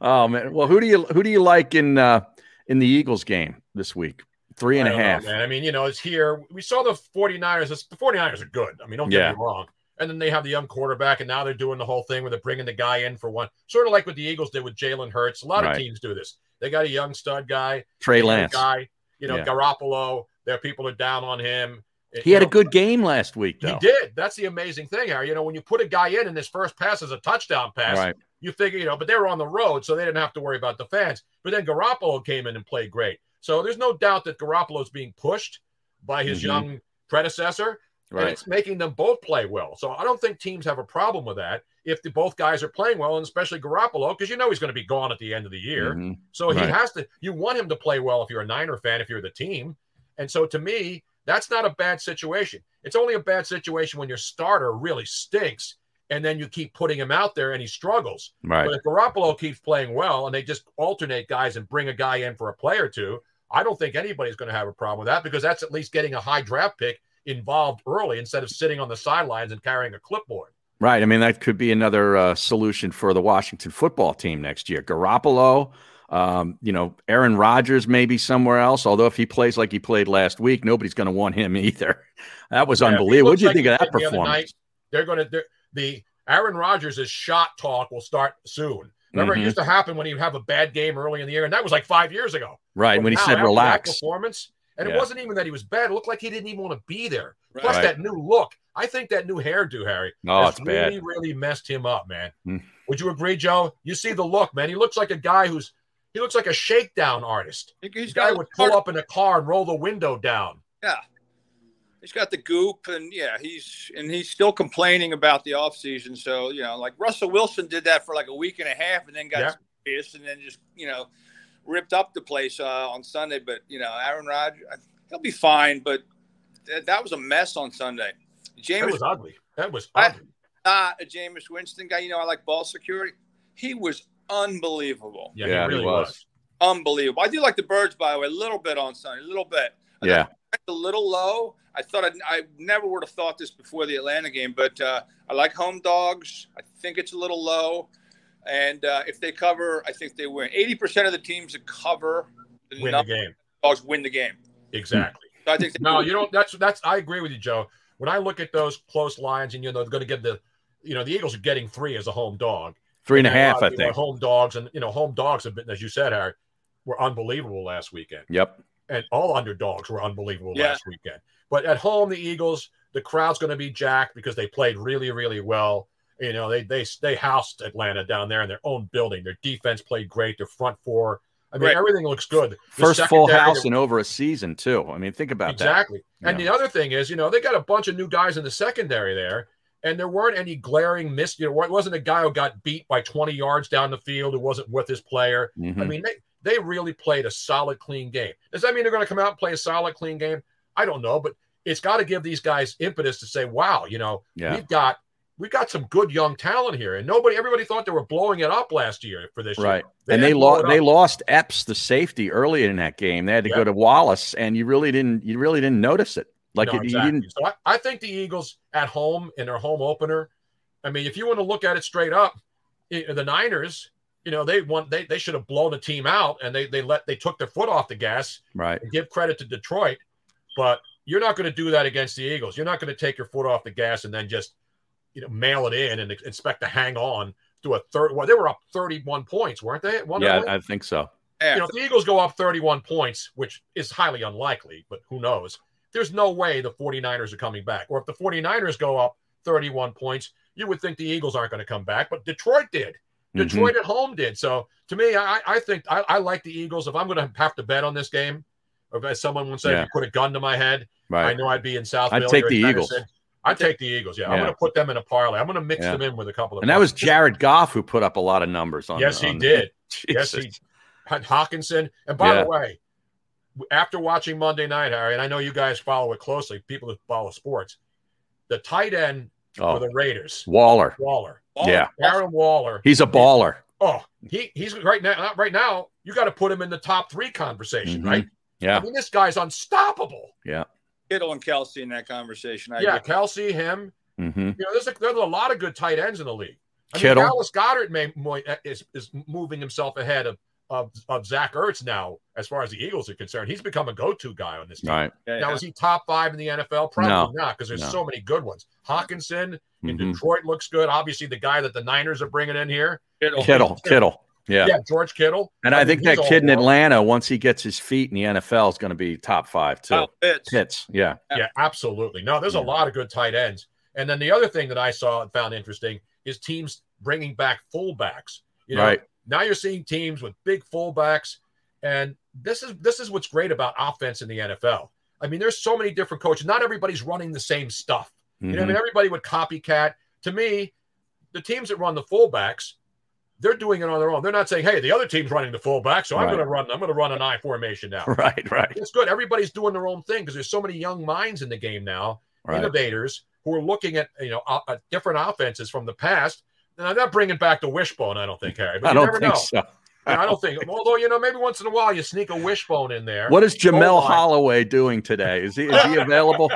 oh man. Well, who do you who do you like in uh in the Eagles game this week? Three and a
I don't know,
half.
man. I mean, you know, it's here. We saw the 49ers. It's, the 49ers are good. I mean, don't
Yeah.
get me wrong. And then they have the young quarterback, and now they're doing the whole thing where they're bringing the guy in for one, sort of like what the Eagles did with Jalen Hurts. A lot
Right.
of teams do this. They got a young stud guy,
Trey
a young
Lance.
guy. You know,
Yeah.
Garoppolo. Their people are down on him.
He
You
had a
know,
good game last week, though.
He did. That's the amazing thing, Harry. You know, when you put a guy in and his first pass is a touchdown pass,
Right.
you figure, you know, but they were on the road, so they didn't have to worry about the fans. But then Garoppolo came in and played great. So there's no doubt that Garoppolo's being pushed by his
Mhm.
young predecessor.
Right.
And it's making them both play well. So I don't think teams have a problem with that if the both guys are playing well, and especially Garoppolo, because you know he's going to be gone at the end of the year.
Mhm.
So he
Right.
has to. You want him to play well if you're a Niner fan, if you're the team. And so to me, that's not a bad situation. It's only a bad situation when your starter really stinks, and then you keep putting him out there and he struggles.
Right.
But if Garoppolo keeps playing well and they just alternate guys and bring a guy in for a play or two, I don't think anybody's going to have a problem with that because that's at least getting a high draft pick involved early instead of sitting on the sidelines and carrying a clipboard.
Right. I mean, that could be another uh, solution for the Washington football team next year. Garoppolo, um, you know, Aaron Rodgers maybe somewhere else. Although if he plays like he played last week, nobody's going to want him either. That was
Yeah, if he
unbelievable. What
looks
do you
like
think
he
of that
did the other
performance?
night, They're going to the Aaron Rodgers' shot talk will start soon. Remember,
Mhm.
it used to happen when he'd have a bad game early in the year, and that was like five years ago.
Right,
But
when he
now,
said,
after that
"Relax."
performance, and
Yeah.
it wasn't even that he was bad. It looked like he didn't even want to be there.
Right.
Plus
Right.
that new look. I think that new hairdo, Harry,
Oh,
has
it's bad.
really, really messed him up, man.
Mm.
Would you agree, Joe? You see the look, man. He looks like a guy who's he looks like a shakedown artist.
He's
The guy would pull up in a car and roll the window down.
Yeah. He's got the goop and yeah, he's and he's still complaining about the offseason. So, you know, like Russell Wilson did that for like a week and a half and then got
Yeah.
pissed and then just, you know, ripped up the place uh, on Sunday. But, you know, Aaron Rodgers, I- he'll be fine. But that that was a mess on Sunday.
That
James
was ugly. That was
I-
ugly.
not a Jameis Winston guy. You know, I like ball security. He was unbelievable.
Yeah, he really was.
Unbelievable. I do like the birds, by the way, a little bit on Sunday, a little bit.
Yeah.
Went a little low. I thought I'd, I never would have thought this before the Atlanta game, but uh, I like home dogs. I think it's a little low, and uh, if they cover, I think they win. Eighty percent of the teams that cover the
Win the
number
game.
of dogs win the game.
Exactly.
So I think they-
No, you don't. That's that's. I agree with you, Joe. When I look at those close lines, and you know they're going to give the, you know, the Eagles are getting three as a home dog.
Three and a
And
half, I
you know,
think.
Home dogs, and you know, home dogs have been, as you said, Harry, were unbelievable last weekend,
Yep.
and all underdogs were unbelievable
Yeah.
last weekend. But at home, the Eagles, the crowd's going to be jacked because they played really, really well. You know, they they they housed Atlanta down there in their own building. Their defense played great. Their front four. I mean,
Right.
everything looks good. The
First full
secondary,
house
the
in over a season, too. I mean, think about
exactly.
that.
And the other thing is, you know, they got a bunch of new guys in the secondary there, and there weren't any glaring miss. You know, it wasn't a guy who got beat by 20 yards down the field who wasn't with his player. I
Mhm.
mean, they they really played a solid, clean game. Does that mean they're going to come out and play a solid, clean game? I don't know, but it's got to give these guys impetus to say, "Wow, you know,
Yeah.
we've got we got some good young talent here, and nobody, everybody thought they were blowing it up last year for this
Right.
year.
and they
didn't blow
lost
it
they
up.
lost Epps the safety early in that game. They had to
Yeah.
go to Wallace and you really didn't you really didn't notice it. Like
No,
it,
exactly.
you didn't
So I, I think the Eagles at home in their home opener. I mean, if you want to look at it straight up, i- the Niners, you know, they won. They they should have blown the team out, and they they let they took their foot off the gas.
right.
and give credit to Detroit, but you're not going to do that against the Eagles. You're not going to take your foot off the gas and then just you know mail it in and ex- expect to hang on to a third. Well, they were up 31 points, weren't they? at one
Yeah,
point?
I think so.
you know, if the Eagles go up 31 points, which is highly unlikely, but who knows? There's no way the 49ers are coming back. Or if the 49ers go up 31 points, you would think the Eagles aren't going to come back, but Detroit did.
Mhm.
Detroit at home did. So to me, I, I think I, I like the Eagles. If I'm going to have to bet on this game, or if someone would say,
Yeah.
if you put a gun to my head,
Right.
I know I'd be in South.
I'd
Philly
take
or
the
Madison.
Eagles.
I'd take the Eagles. Yeah, I'm
Yeah.
going to put them in a parlay. I'm going to mix
Yeah.
them in with a couple of.
And that was Jared Goff who put up a lot of numbers on
Yes, he
on-
did. yes, he
Jesus.
had Hawkinson. And by
Yeah.
the way, after watching Monday night, Harry, and I know you guys follow it closely, people that follow sports, the tight end
Oh.
for the Raiders,
Waller.
Waller,
Yeah.
Aaron Waller.
He's a baller.
Oh, he he's right now. Right now, you got to put him in the top three conversation,
Mhm.
right?
Yeah.
I mean, this guy's unstoppable.
Yeah.
Kittle and Kelsey in that conversation. I
yeah,
agree.
Kelsey, him.
Mhm.
You know, there's a, there's a lot of good tight ends in the league. I
Kittle.
mean, Dallas Goddard may, mo- is is moving himself ahead of, of of Zach Ertz now, as far as the Eagles are concerned. He's become a go-to guy on this team.
Right.
Yeah,
now,
yeah.
is he top five in the NFL? Probably not, because there's
No.
so many good ones. Hawkinson in
Mhm.
Detroit looks good. Obviously, the guy that the Niners are bringing in here,
Kittle.
Kittle, Kittle. Yeah.
George Kittle.
And I,
mean,
think
he's
that
all
kid in
world.
Atlanta, once he gets his feet in the NFL, is going to be top five too.
Kyle
Pitts.
yeah.
Yeah, absolutely. No, there's a lot of good tight ends. And then the other thing that I saw and found interesting is teams bringing back fullbacks. You know,
Right.
now you're seeing teams with big fullbacks, and this is this is what's great about offense in the NFL. I mean, there's so many different coaches. Not everybody's running the same stuff. You know, what I mean,
Mhm.
everybody would copycat. To me, the teams that run the fullbacks, they're doing it on their own. They're not saying, "Hey, the other team's running the fullback, so I'm
Right.
going to run. I'm going to run an I formation now."
Right, right.
It's good. Everybody's doing their own thing because there's so many young minds in the game now,
Right.
innovators who are looking at you know uh, uh, different offenses from the past. And I'm not bringing back the wishbone, I don't think, Harry. But
I
you
don't
never
think
know.
so.
I don't think. Although you know, maybe once in a while you sneak a wishbone in there. Oh,
What is Jamel
Goal line.
Holloway doing today? Is he is he available?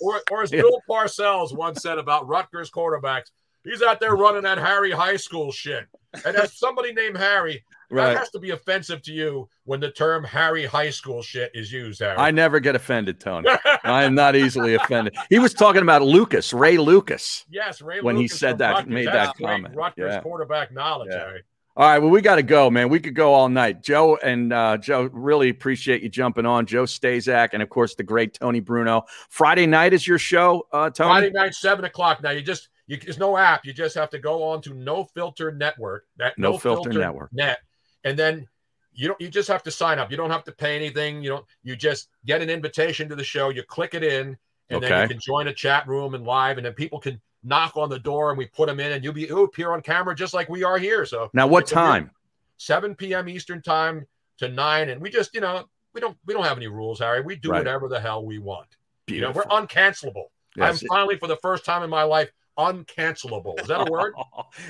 Or, or as
Yeah.
Bill Parcells once said about Rutgers quarterbacks, he's out there running that Harry High School shit. And as somebody named Harry,
Right.
that has to be offensive to you when the term Harry High School shit is used, Harry.
I never get offended, Tony. I am not easily offended. He was talking about Lucas, Ray Lucas.
Yes, Ray
When he
Lucas
said
from
that,
Rutgers.
made
That's
that
great
comment.
Rutgers
Yeah.
quarterback knowledge, Harry.
All right, well, we got to go, man. We could go all night. Joe and uh, Joe, really appreciate you jumping on. Joe Stazak, and of course, the great Tony Bruno. Friday night is your show, uh, Tony.
Friday night, seven o'clock. Now you just you, there's no app. You just have to go on to No Filter Network. That
No Filter Network.
net, and then you don't. You just have to sign up. You don't have to pay anything. You don't. You just get an invitation to the show. You click it in, and then
Okay.
you can join a chat room and live, and then people can knock on the door, and we put them in, and you'll be you'll appear on camera just like we are here. So
Now, what
it's a real-
time?
7 p.m. Eastern time to nine, and we just you know we don't we don't have any rules, Harry. We do
Right.
whatever the hell we want. You
Beautiful.
know, we're uncancelable.
Yes.
I'm finally for the first time in my life uncancelable. Is that a word?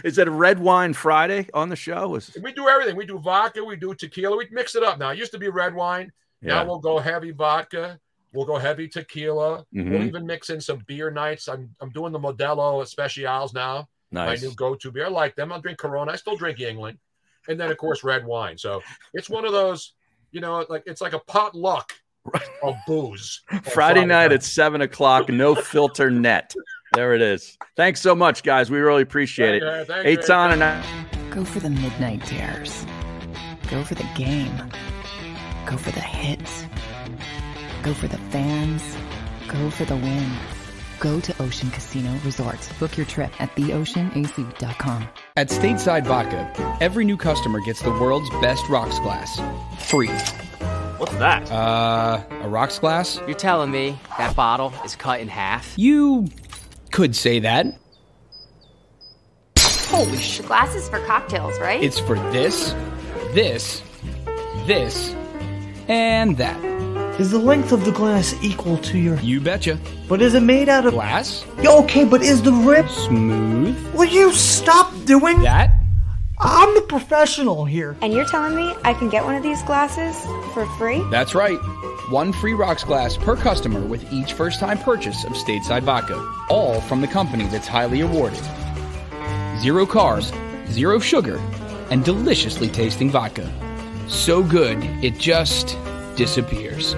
Is it a Red Wine Friday on the show? Is
we do everything. We do vodka. We do tequila. We mix it up now. It used to be red wine.
Yeah.
Now we'll go heavy vodka. We'll go heavy tequila. We'll
Mhm.
even mix in some beer nights. I'm I'm doing the Modelo Especials now.
Nice.
My new go-to beer. I like them. I'll drink Corona. I still drink Yingling, and then of course red wine. So it's one of those, you know, like it's like a potluck of booze. on
Friday night at seven o'clock. No filter net. There it is. Thanks so much, guys. We really appreciate it.
Thank you, thank you.
Eitan and I.
Go for the midnight dares. Go for the game. Go for the hits. Go for the fans. Go for the win. Go to Ocean Casino Resort. Book your trip at theoceanac.com.
At Stateside Vodka, every new customer gets the world's best rocks glass, free.
What's that?
Uh, a rocks glass?
You're telling me that bottle is cut in half?
You could say that.
Holy shit. Glasses for cocktails, right?
It's for this, this, this, and that.
Is the length of the glass equal to your.
You betcha.
But is it made out of.
Glass?
Yeah, okay, but is the rib.
Smooth?
Will you stop doing
that?
I'm the professional here.
And you're telling me I can get one of these glasses for free?
That's right. One free rocks glass per customer with each first time purchase of stateside vodka. All from the company that's highly awarded. Zero carbs, zero sugar, and deliciously tasting vodka. So good, it just disappears.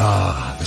Ah, the